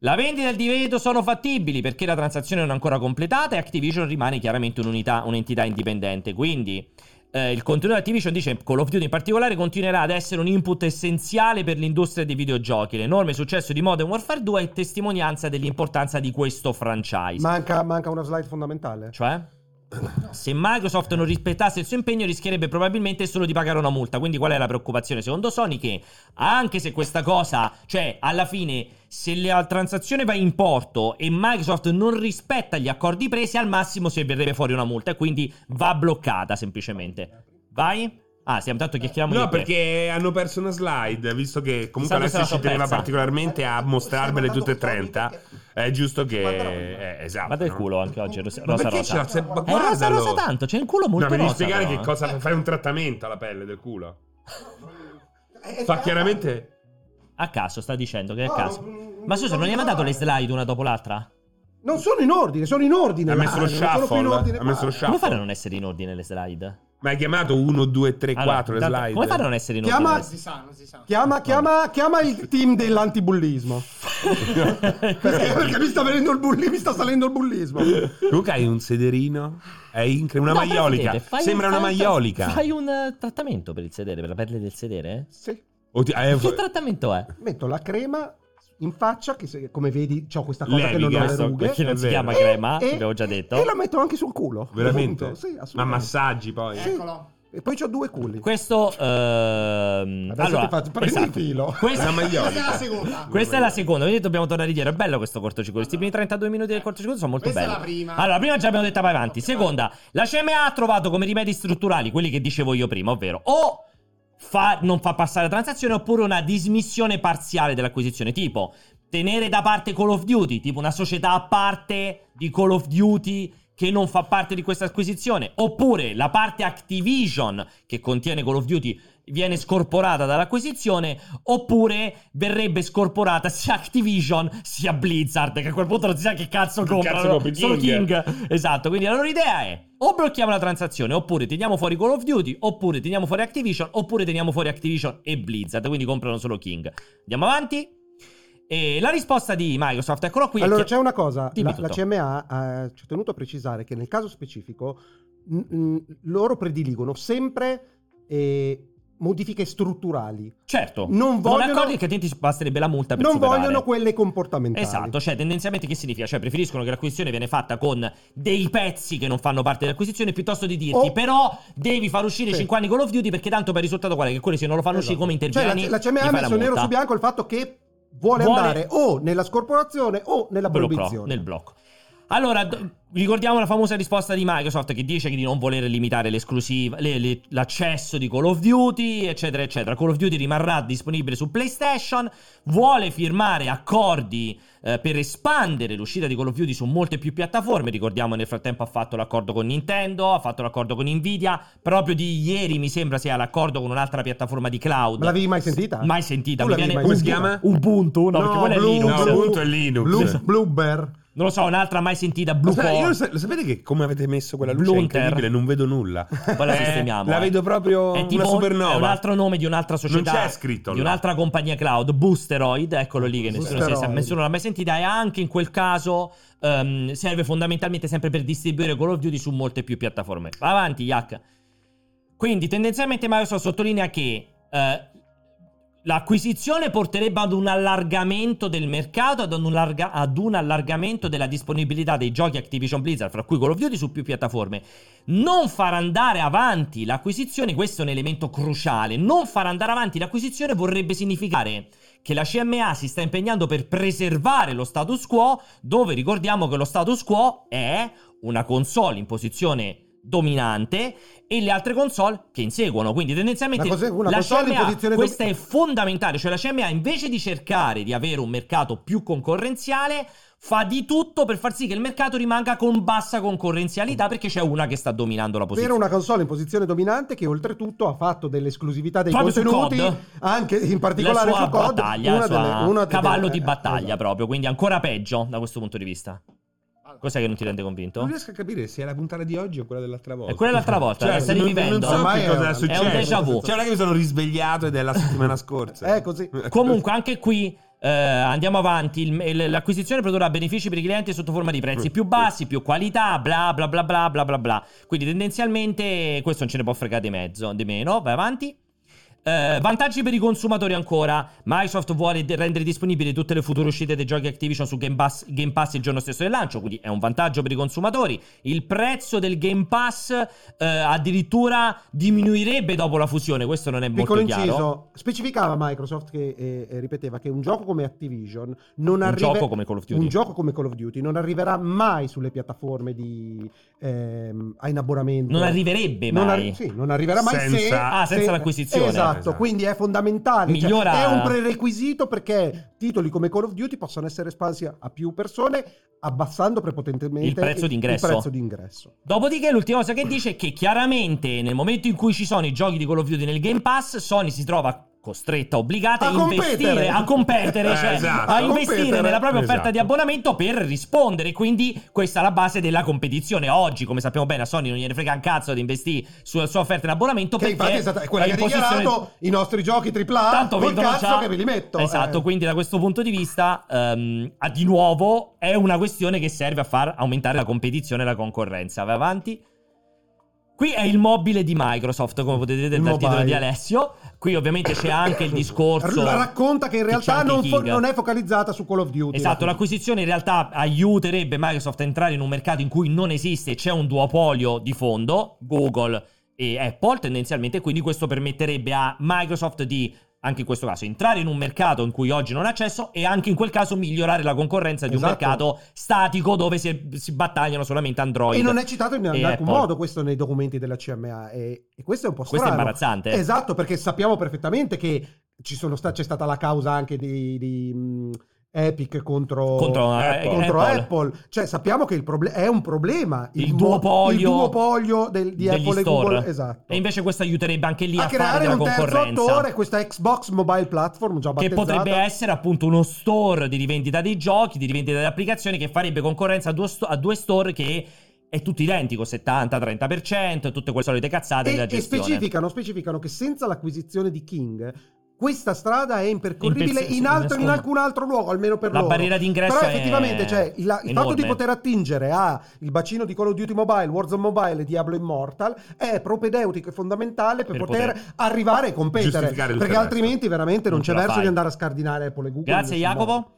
La vendita e il divieto sono fattibili perché la transazione non è ancora completata e Activision rimane chiaramente un'unità, un'entità indipendente. Quindi eh, il contenuto di Activision dice Call of Duty in particolare continuerà ad essere un input essenziale per l'industria dei videogiochi. L'enorme successo di Modern Warfare 2 è testimonianza dell'importanza di questo franchise. Manca, manca una slide fondamentale. Cioè? Se Microsoft non rispettasse il suo impegno rischierebbe probabilmente solo di pagare una multa. Quindi qual è la preoccupazione secondo Sony? Che anche se questa cosa, cioè alla fine se la transazione va in porto e Microsoft non rispetta gli accordi presi, al massimo se verrebbe fuori una multa e quindi va bloccata semplicemente. Vai? Ah, stiamo tanto chiacchieriamo No, io e te. perché hanno perso una slide, visto che comunque Chissà Alessia cosa ci l'hanno teneva persa. particolarmente Cioè, a mostrarmele Siamo tutte e andato fuori 30. È giusto che... eh, esatto. Vado il no? culo anche oggi, Rosa Ma Rosa. perché ce l'ha? rosa. se- ma È rosa guardalo. rosa tanto, c'è il culo No, molto mi devi rosa. spiegare però, che eh. cosa... Fai un trattamento alla pelle del culo. Eh, Fa eh, chiaramente... A caso, sta dicendo che è a no, caso. non- Ma scusa, non gli hai so- mandato le slide una dopo l'altra? Non sono in ordine, sono in ordine. Ha ma messo lo non sono più in shuffle. ordine, Ha messo lo ma- Come fare a shuffle. non essere in ordine le slide? Ma hai chiamato 1, 2, 3, Allora, 4 le intanto, slide. Come fare a non essere in Chiama- ordine? si sa, non si sa. Chiama, chiama, chiama il team dell'antibullismo. perché, perché mi sta venendo il bulli- mi sta salendo il bullismo. Luca hai un sederino? È incre- una No, però maiolica. sedere, fai un- Sembra una fai un- maiolica. Fai un eh, trattamento per il sedere, per la pelle del sedere? Sì. O ti- eh, Che trattamento è? Metto la crema in faccia, che se- come vedi ho questa cosa Leviga, che non ho le questo- rughe. Perché non si vero. chiama E- crema, e- l'abbiamo già detto. E la metto anche sul culo. veramente? Punto. Sì, Ma assolutamente. massaggi poi. Sì. Eccolo. E poi ho due culi. Questo... ehm, Adesso allora, ti faccio- prendi esatto. il filo. Questo- Una Questa è la maiolica. seconda. Questa è la seconda, quindi dobbiamo tornare indietro. È bello questo cortocircuito. Questi primi 32 minuti del cortocircuito sono molto Questa è belli. la prima. Allora, prima già abbiamo detto vai avanti. Seconda, la CMA ha trovato come rimedi strutturali quelli che dicevo io prima, ovvero o fa- non fa passare la transazione oppure una dismissione parziale dell'acquisizione, tipo tenere da parte Call of Duty, tipo una società a parte di Call of Duty che non fa parte di questa acquisizione, oppure la parte Activision che contiene Call of Duty viene scorporata dall'acquisizione, oppure verrebbe scorporata sia Activision sia Blizzard, che a quel punto non si sa che cazzo Che cazzo comprano, compri, eh. solo King. King. Esatto, quindi la loro idea è o blocchiamo la transazione, oppure teniamo fuori Call of Duty, oppure teniamo fuori Activision, oppure teniamo fuori Activision e Blizzard, quindi comprano solo King. Andiamo avanti. E la risposta di Microsoft, eccolo qui. è Allora che- c'è una cosa, Dimmi la, la tutto. CMA ha- eh, ci ha tenuto a precisare che nel caso specifico mh, mh, loro prediligono sempre eh, modifiche strutturali, Certo, Non con vogliono- accordi che ti basterebbe la multa per non superare. vogliono quelle comportamentali. Esatto, cioè tendenzialmente che significa? Cioè preferiscono che l'acquisizione viene fatta con dei pezzi che non fanno parte dell'acquisizione piuttosto di dirti O- però devi far uscire Oh. Sì. 5 anni Call of Duty perché tanto per il risultato qual è? Che quelli se non lo fanno uscire come intervieni Cioè, la, la gli CMA ha fai la messo nero multa. su bianco il fatto che vuole, Vuole- andare o nella scorporazione o nella Blocco, proibizione. nel blocco. Allora, d- ricordiamo la famosa risposta di Microsoft che dice che di non voler limitare l'esclusiva, le- le- l'accesso di Call of Duty, eccetera, eccetera. Call of Duty rimarrà disponibile su PlayStation, vuole firmare accordi eh, per espandere l'uscita di Call of Duty su molte più piattaforme. Ricordiamo nel frattempo ha fatto l'accordo con Nintendo, ha fatto l'accordo con Nvidia, proprio di ieri mi sembra sia l'accordo con un'altra piattaforma di cloud. Ma l'avevi mai sentita? Mai sentita, Tu mi l'avevi viene- mai Come si sentita? chiama? Ubuntu, no, perché quella è Blue- Linux. No, Ubuntu è Linux. Blue- Blue Bear. Non lo so, un'altra mai sentita, Blue Aspetta, io Core. lo sa- lo sapete che come avete messo quella luce Blunter. è incredibile, non vedo nulla. Poi la sistemiamo. La eh. vedo proprio È tipo una supernova. È un altro nome di un'altra società. Non c'è scritto Di là. un'altra compagnia cloud, Boosteroid, eccolo lì che nessuno, si è- Boosteroid. nessuno l'ha mai sentita. E anche in quel caso ehm, serve fondamentalmente sempre per distribuire Call of Duty su molte più piattaforme. Va avanti, Yak. Quindi tendenzialmente Microsoft sottolinea che eh, l'acquisizione porterebbe ad un allargamento del mercato, ad un, larga- ad un allargamento della disponibilità dei giochi Activision Blizzard, fra cui Call of Duty, su più piattaforme. Non far andare avanti l'acquisizione, questo è un elemento cruciale, non far andare avanti l'acquisizione vorrebbe significare che la CMA si sta impegnando per preservare lo status quo, dove ricordiamo che lo status quo è una console in posizione dominante e le altre console che inseguono. Quindi tendenzialmente Una cos'è? Una console in CMA posizione domi- questa è fondamentale, cioè la CMA invece di cercare di avere un mercato più concorrenziale fa di tutto per far sì che il mercato rimanga con bassa concorrenzialità perché c'è una che sta dominando la Per posizione. una console in posizione dominante che oltretutto ha fatto dell'esclusività dei Proprio su contenuti, COD. anche in La particolare sua su COD, battaglia, una il suo delle- una delle- cavallo eh, di battaglia esatto. proprio, quindi ancora peggio da questo punto di vista. Cos'è che non ti rende convinto? Non riesco a capire se è la puntata di oggi o quella dell'altra volta. È quella dell'altra volta, Cioè, la stai Cioè, non- rivivendo. Non so Ormai che è cosa un- è, è un successo. déjà vu. Cioè, non è che mi sono risvegliato ed è la settimana scorsa. Eh, così. Comunque, anche qui. eh, andiamo avanti, Il- il- l'acquisizione produrrà benefici per i clienti sotto forma di prezzi più bassi, più qualità, bla bla bla bla bla bla bla. Quindi tendenzialmente questo non ce ne può fregare di mezzo, di meno, vai avanti. Eh, vantaggi per i consumatori ancora. Microsoft vuole de- rendere disponibili tutte le future uscite dei giochi Activision su Game Pass, Game Pass il giorno stesso del lancio, quindi è un vantaggio per i consumatori. Il prezzo del Game Pass eh, addirittura diminuirebbe dopo la fusione, questo non è Piccolo molto chiaro. inciso, specificava Microsoft che eh, eh, ripeteva che un gioco come Activision non Un arriva gioco come Call of Duty. un gioco come Call of Duty non arriverà mai sulle piattaforme di ehm, a in abbonamento. Non arriverebbe mai. Non arri- sì, non arriverà mai Senza- se, Ah, senza se- l'acquisizione. Esatto, Esatto. quindi è fondamentale. cioè, Migliora- è un prerequisito perché titoli come Call of Duty possono essere espansi a- a più persone, abbassando prepotentemente Il prezzo d'ingresso. prezzo d'ingresso. Dopodiché l'ultima cosa che dice è che chiaramente nel momento in cui ci sono i giochi di Call of Duty nel Game Pass, Sony si trova costretta, obbligata A a, investire, competere. a competere, Eh, cioè esatto. a A investire competere. nella propria offerta Esatto. di abbonamento per rispondere. Quindi questa è la base della competizione. Oggi, come sappiamo bene, a Sony non gliene frega un cazzo di investire sulla sua offerta di abbonamento Che infatti Ecco perché è stata è quella è che ha in posizione- dichiarato i nostri giochi AAA. Tanto col vendono cazzo già- che ve li metto. Esatto, eh. quindi da questo punto di vista, ehm, ah, di nuovo, è una questione che serve a far aumentare la competizione e la concorrenza. Vai avanti. Qui è il mobile di Microsoft, come potete vedere Il dal mobile. titolo di Alessio. Qui ovviamente c'è anche il discorso... La racconta che in realtà di Chunky non, fo- King. non è focalizzata su Call of Duty. Esatto, la l'acquisizione in realtà aiuterebbe Microsoft a entrare in un mercato in cui non esiste e c'è un duopolio di fondo, Google e Apple tendenzialmente, quindi questo permetterebbe a Microsoft di, anche in questo caso, entrare in un mercato in cui oggi non ha accesso e anche in quel caso migliorare la concorrenza di un Esatto. mercato statico dove si, si battagliano solamente Android. E non è citato in, e in alcun Apple. modo questo nei documenti della CMA. E, e questo è un po' Questo è strano. imbarazzante. Esatto, perché sappiamo perfettamente che ci sono sta- c'è stata la causa anche di, di, mh, Epic contro, Contro, eh, Apple. contro Apple. Apple. Cioè, sappiamo che il proble- è un problema. Il mo- duopolio il duopolio del- di degli Apple e store. Google. Esatto. E invece questo aiuterebbe anche lì a, a fare creare della un terzo concorrenza. attore, questa Xbox Mobile Platform già Che battezzata. potrebbe essere appunto uno store di rivendita dei giochi, di rivendita delle applicazioni che farebbe concorrenza a due, sto- a due store che è tutto identico, 70-30%, tutte quelle solite cazzate e, della e gestione. specificano, specificano che senza l'acquisizione di King questa strada è impercorribile Imperse- in, altro- in nascondo. alcun altro luogo, almeno per La loro. barriera d'ingresso Però è effettivamente cioè, il, il fatto enorme. di poter attingere al bacino di Call of Duty Mobile, Warzone Mobile e Diablo Immortal è propedeutico e fondamentale per, Per poter, poter arrivare e competere. giustificare il Perché resto. altrimenti veramente non, Non c'è ce la verso fai. di andare a scardinare Apple e Google. Grazie in nessun Jacopo. modo.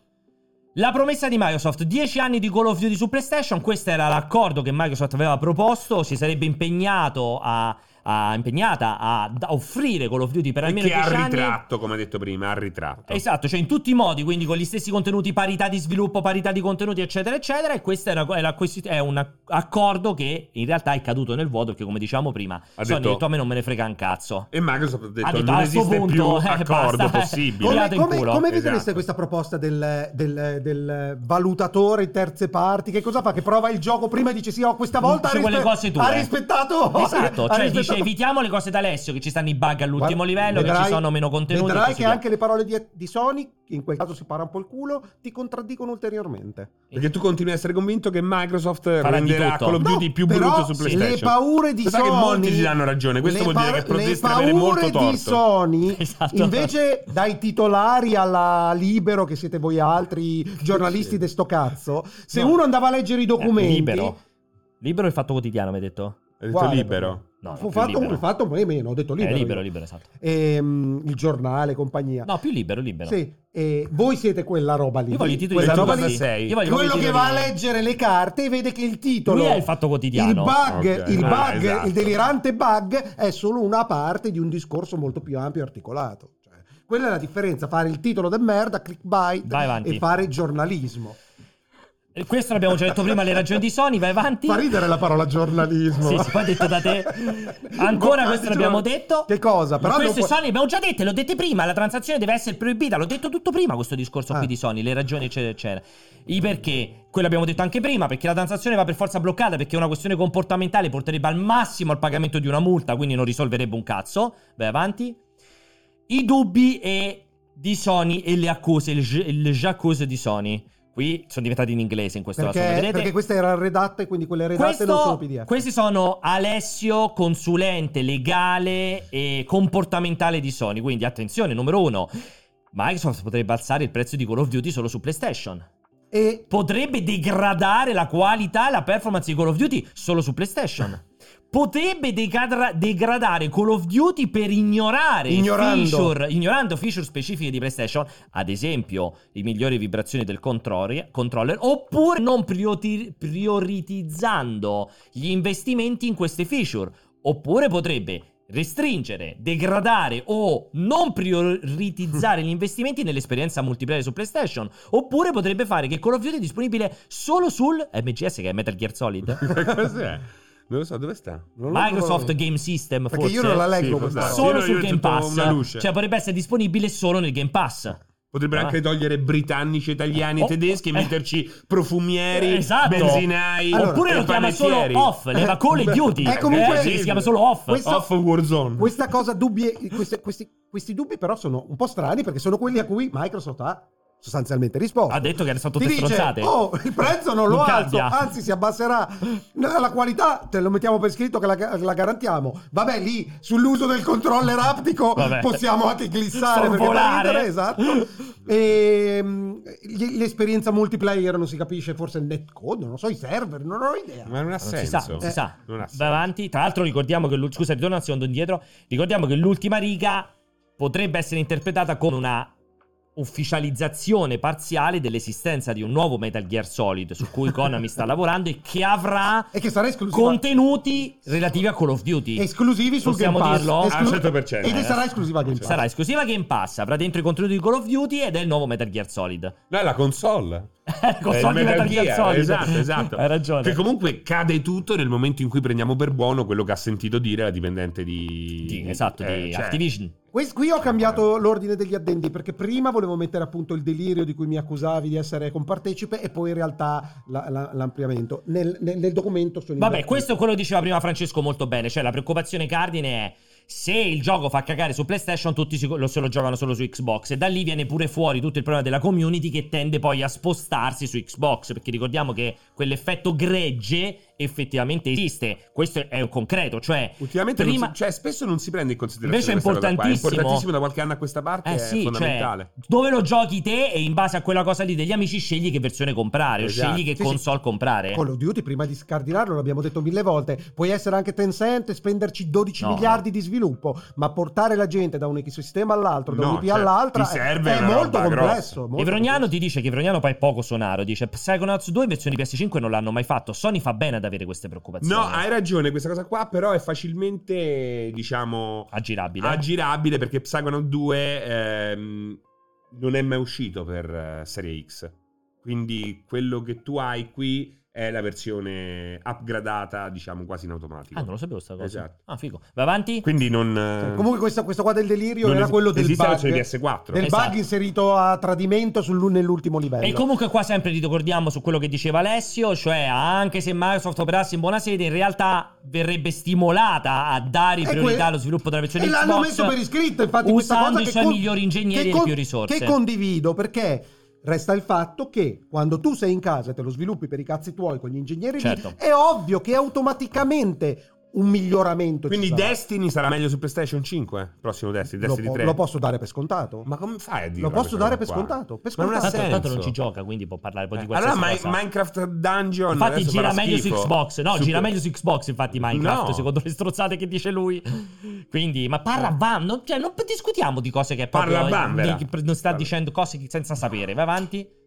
La promessa di Microsoft, 10 anni di Call of Duty su PlayStation, questo era l'accordo che Microsoft aveva proposto, si sarebbe impegnato a, a- impegnata a, da- offrire Call of Duty per almeno che ha 10 il anni. ritratto, come ha detto prima, ha il ritratto. Certo. Esatto, cioè in tutti i modi, quindi con gli stessi contenuti, parità di sviluppo, parità di contenuti, eccetera, eccetera. E questo era- è, la questi- è un accordo che in realtà è caduto nel vuoto, perché come dicevamo prima, Ha Sony detto- ha detto a me non me ne frega un cazzo. E Microsoft ha detto, Ha detto, non "A sto esiste più punto, eh, accordo basta." possibile. Come- Come, Tirato in come, culo. come vedreste Esatto. questa proposta del, del- del valutatore terze parti? Che cosa fa? Che prova il gioco prima e dice sì, oh, questa volta Dice ha, quelle cose tue. ha rispettato. eh. Esatto, ha cioè rispettato- dice evitiamo le cose da Alessio, che ci stanno i bug Guarda, all'ultimo livello, che vedrai- ci sono meno contenuti. e Vedrai così che via. anche le parole di, di Sony, che in quel caso si para un po' il culo, ti contraddicono ulteriormente. Perché tu continui a essere convinto che Microsoft di renderà tutto. Call of Duty No, più però brutto su PlayStation. Le paure di Lo sai Sony. che molti ti danno ragione. Questo le vuol dire pau- che potresti le avere molto paure torto. di Sony, Esatto. invece dai titolari alla libero che siete voi altri giornalisti de sto cazzo, se No. uno andava a leggere i documenti, Eh, libero. Libero il fatto quotidiano, mi hai detto? Hai detto Guarda, libero. No, fu più fatto, libero. fu fatto eh, meno, ho detto Eh, libero. libero, io. libero, esatto. Ehm, il giornale, compagnia. No, più libero, libero. Sì, eh, voi siete quella roba lì. Io voglio i titoli Quella di roba Esatto, lì. giornali. sei. Io voglio Quello proprio i che titoli va a di- leggere le carte e vede che il titolo Lui è il fatto quotidiano. il bug, Ok, il, ah, bug esatto. il delirante bug è solo una parte di un discorso molto più ampio e articolato. Cioè, quella è la differenza, fare il titolo del merda, clickbait Vai avanti. e fare giornalismo. Eh, Questo l'abbiamo già detto prima, le ragioni di Sony, vai avanti. Fa ridere la parola giornalismo. Sì, sì, poi detto da te. Ancora questo l'abbiamo l'abbiamo detto. Boh, Che cosa? Però non queste può- Sony le abbiamo già dette, l'ho detto prima, la transazione deve essere proibita, l'ho detto tutto prima questo discorso Ah. qui di Sony, le ragioni eccetera eccetera. I perché, quello abbiamo detto anche prima, perché la transazione va per forza bloccata, perché è una questione comportamentale, porterebbe al massimo al pagamento di una multa, quindi non risolverebbe un cazzo. Vai avanti. I dubbi e di Sony e le accuse, il, j- il j'accuse di Sony. Qui sono diventati in inglese in questo caso, come perché, vedete. perché questa era redatta e quindi quelle redatte Questo- non sono PDF. questi sono Alessio, consulente legale e comportamentale di Sony. Quindi attenzione, numero uno, Microsoft potrebbe alzare il prezzo di Call of Duty solo su PlayStation. E Potrebbe degradare la qualità e la performance di Call of Duty solo su PlayStation. potrebbe degadra- degradare Call of Duty per ignorare Ignorando. feature, ignorando feature specifiche di PlayStation, ad esempio le migliori vibrazioni del controlli- controller, oppure non prioti- prioritizzando gli investimenti in queste feature, oppure potrebbe restringere, degradare o non prioritizzare gli investimenti nell'esperienza multiplayer su PlayStation, oppure potrebbe fare che Call of Duty è disponibile solo sul MGS che è Metal Gear Solid. Cos'è? Non lo so, dove sta? Non lo Microsoft trovo. Game System Perché forse io non la Sì, leggo può questa stare. roba. Io- solo io sul ho Game detto una Pass luce. cioè potrebbe essere disponibile solo nel Game Pass Potrebbero Ah. anche togliere britannici, italiani, Oh, tedeschi e eh. metterci profumieri, Eh, esatto. benzinai. Allora, oppure e lo chiama solo panettieri. off leva Call of Duty Eh, comunque- Eh, sì, si chiama solo off Questo- Off Warzone. Questa cosa dubbi, queste- questi, questi dubbi però sono un po' strani perché sono quelli a cui Microsoft ha sostanzialmente risposto. ha detto che erano state Ti tutte dice, stronzate oh, il prezzo non lo Non alzo, cambia." anzi si abbasserà. No, La qualità te lo mettiamo per scritto che la, la garantiamo. Vabbè, lì sull'uso del controller aptico Vabbè. possiamo anche glissare perché fa Sorvolare. ridere, esatto. E, mm, gli- l'esperienza multiplayer non si capisce, forse il netcode, non so, i server, non ho idea. Ma non ha non senso. si sa, non si Eh, sa. non ha Va senso. avanti. Tra l'altro, ricordiamo che l'ul- scusa, ritorno un secondo indietro. Ricordiamo che l'ultima riga potrebbe essere interpretata come una ufficializzazione parziale dell'esistenza di un nuovo Metal Gear Solid su cui Konami sta lavorando e che avrà E che sarà esclusiva. contenuti relativi a Call of Duty. esclusivi sul Possiamo Game Pass. dirlo? Al Esclu- 100%, Ed eh. sarà esclusiva Game Pass. Sarà esclusiva Game Pass, avrà dentro i contenuti di Call of Duty ed è il nuovo Metal Gear Solid. No, è la console. Ecco, È il so che Metal Gear Solid. Esatto, esatto. Hai ragione. Che comunque cade tutto nel momento in cui prendiamo per buono quello che ha sentito dire la dipendente di... Sì, esatto, eh, di cioè, Activision. Quest- qui ho cambiato l'ordine degli addendi perché prima volevo mettere appunto il delirio di cui mi accusavi di essere compartecipe e poi in realtà la- la- l'ampliamento. Nel, nel- nel documento sono Vabbè, invertiti. questo è quello che diceva prima Francesco molto bene. Cioè, la preoccupazione cardine è se il gioco fa cagare su PlayStation, tutti si- lo, se lo giocano solo su Xbox. E da lì viene pure fuori tutto il problema della community che tende poi a spostarsi su Xbox. Perché ricordiamo che quell'effetto gregge effettivamente esiste. Questo è un concreto. Cioè, Ultimamente non Prima- si- cioè, spesso non si prende in considerazione Invece è questa cosa qua. importantissimo. È importantissimo da qualche anno a questa parte, Eh è sì, fondamentale. cioè, dove lo giochi te e in base a quella cosa lì degli amici scegli che versione comprare Esatto. o scegli che Sì, sì. console comprare. Call of Duty prima di scardinarlo l'abbiamo detto mille volte puoi essere anche Tencent e spenderci 12 No, miliardi di sviluppo ma portare la gente da un ecosistema all'altro da No, un IP certo, all'altra ti è- serve è, una molto roba complesso grossa. molto E Vrognano ti dice che Vrognano poi è poco sonaro. Dice Psychonauts 2 versione PS5 non l'hanno mai fatto. Sony fa bene ad avere queste preoccupazioni. No, hai ragione, questa cosa qua però è facilmente, diciamo, Aggirabile. aggirabile perché Psychonaut 2 ehm, non è mai uscito per eh, Serie X. Quindi quello che tu hai qui è la versione upgradata, diciamo, quasi in automatico. ah, non lo sapevo sta cosa. Esatto. Ah, figo. Va avanti. Quindi non... complesso. eh, comunque questo, questo qua del delirio non era es- quello del esiste la bug versione PS4. del Esatto. bug inserito a tradimento sull'un- nell'ultimo livello E comunque qua sempre ricordiamo su quello che diceva Alessio, cioè anche se Microsoft operasse in buona sede, in realtà verrebbe stimolata a dare E priorità Eh, que- allo sviluppo della versione e Xbox. l'hanno messo per iscritto infatti questa usando cosa i che suoi con- migliori ingegneri che e le con- più risorse. che condivido perché resta il fatto che quando tu sei in casa e te lo sviluppi per i cazzi tuoi con gli ingegneri lì, Certo. è ovvio che automaticamente un miglioramento ci Quindi sarà. Destiny sarà meglio su PlayStation 5? Prossimo Destiny, lo, Destiny po- 3. lo posso dare per scontato Ma come fai a dire? Lo posso dare per scontato, per Ma non ha tanto, scontato. senso. tanto non ci gioca, quindi può parlare poi di Eh, qualsiasi allora, Mi- cosa. Minecraft Dungeon. Infatti adesso gira farà meglio schifo. su Xbox. No, Su- gira meglio su Xbox, infatti, Minecraft, No. secondo le strozzate che dice lui. Quindi, ma parla bam, non, cioè, non discutiamo di cose che Eh. Parla proprio- bambera. di- che non sta Parla. dicendo cose che- senza sapere. Vai avanti.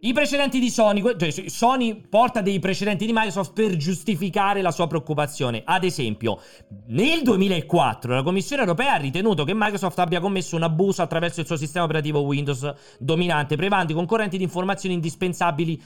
I precedenti di Sony, que- cioè Sony porta dei precedenti di Microsoft per giustificare la sua preoccupazione. Ad esempio, nel 2004 la Commissione europea ha ritenuto che Microsoft abbia commesso un abuso attraverso il suo sistema operativo Windows dominante, privando i concorrenti di informazioni indispensabili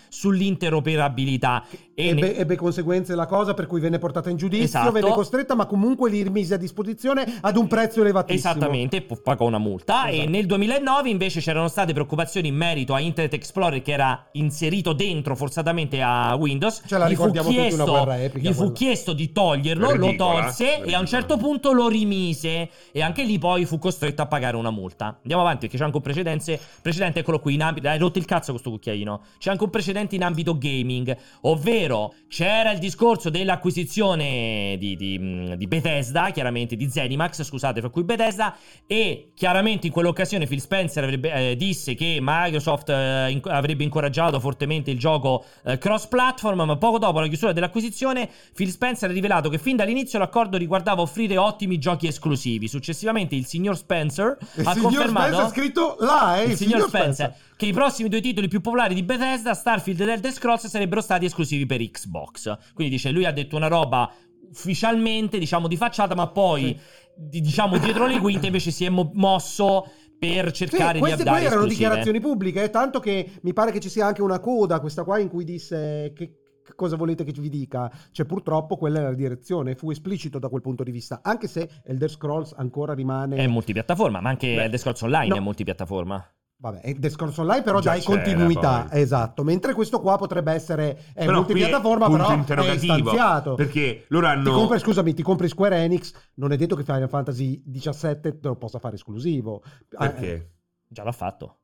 sull'interoperabilità. E ne- Ebbe, ebbe conseguenze la cosa per cui venne portata in giudizio, Esatto. venne costretta, ma comunque li rimise a disposizione ad un prezzo elevatissimo. Esattamente, p- pagò una multa. E Esatto. nel 2009 invece c'erano state preoccupazioni in merito a Internet Explorer che era inserito dentro forzatamente a Windows. Ce la Gli fu ricordiamo tutti, una chiesto- guerra epica Gli fu quella. chiesto di toglierlo, lo Ridicola, tolse e a un ridicola. certo punto lo rimise. E anche lì poi fu costretto a pagare una multa. Andiamo avanti perché c'è anche un precedente. Precedente, eccolo qui. In ambito, hai rotto il cazzo con questo cucchiaino. C'è anche un precedente in ambito gaming. Ovvero c'era il discorso dell'acquisizione di, di, mh, di Bethesda, chiaramente di Zenimax, scusate, fra cui Bethesda, e chiaramente in quell'occasione Phil Spencer avrebbe, eh, disse che Microsoft eh, in- avrebbe incoraggiato fortemente il gioco eh, cross-platform, ma poco dopo la chiusura dell'acquisizione, Phil Spencer ha rivelato che fin dall'inizio l'accordo riguardava offrire ottimi giochi esclusivi. Successivamente il signor Spencer Il ha signor confermato Spencer è scritto là, eh, il signor Spencer, che i prossimi due titoli più popolari di Bethesda, Starfield ed Elder Scrolls, sarebbero stati esclusivi per Xbox. Quindi dice, lui ha detto una roba ufficialmente, diciamo, di facciata, ma poi, di- diciamo, dietro le quinte invece si è mo- mosso per Sì, cercare di queste dare poi erano esclusive. dichiarazioni pubbliche, eh, tanto che mi pare che ci sia anche una coda, questa qua, in cui disse che che cosa volete che vi dica. Cioè, purtroppo quella era la direzione, fu esplicito da quel punto di vista, anche se Elder Scrolls ancora rimane... È multipiattaforma, ma anche Beh, Elder Scrolls Online no. è multipiattaforma. Vabbè, è discorso online però Già dai c'era, continuità, poi. esatto, mentre questo qua potrebbe essere Però qui è è multipiattaforma punto però è interrogativo, stanziato. Perché loro Ti hanno... compri, scusami, ti compri Square Enix, non è detto che Final Fantasy 17 te lo possa fare esclusivo. Eh, Perché? Già l'ha fatto.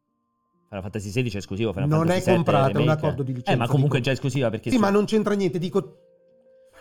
Final Fantasy XVI è esclusivo, Final Non Fantasy è VII comprata, è un remake. accordo di licenza, Eh, ma comunque è dico. già esclusiva perché... Sì, su- ma non c'entra niente, dico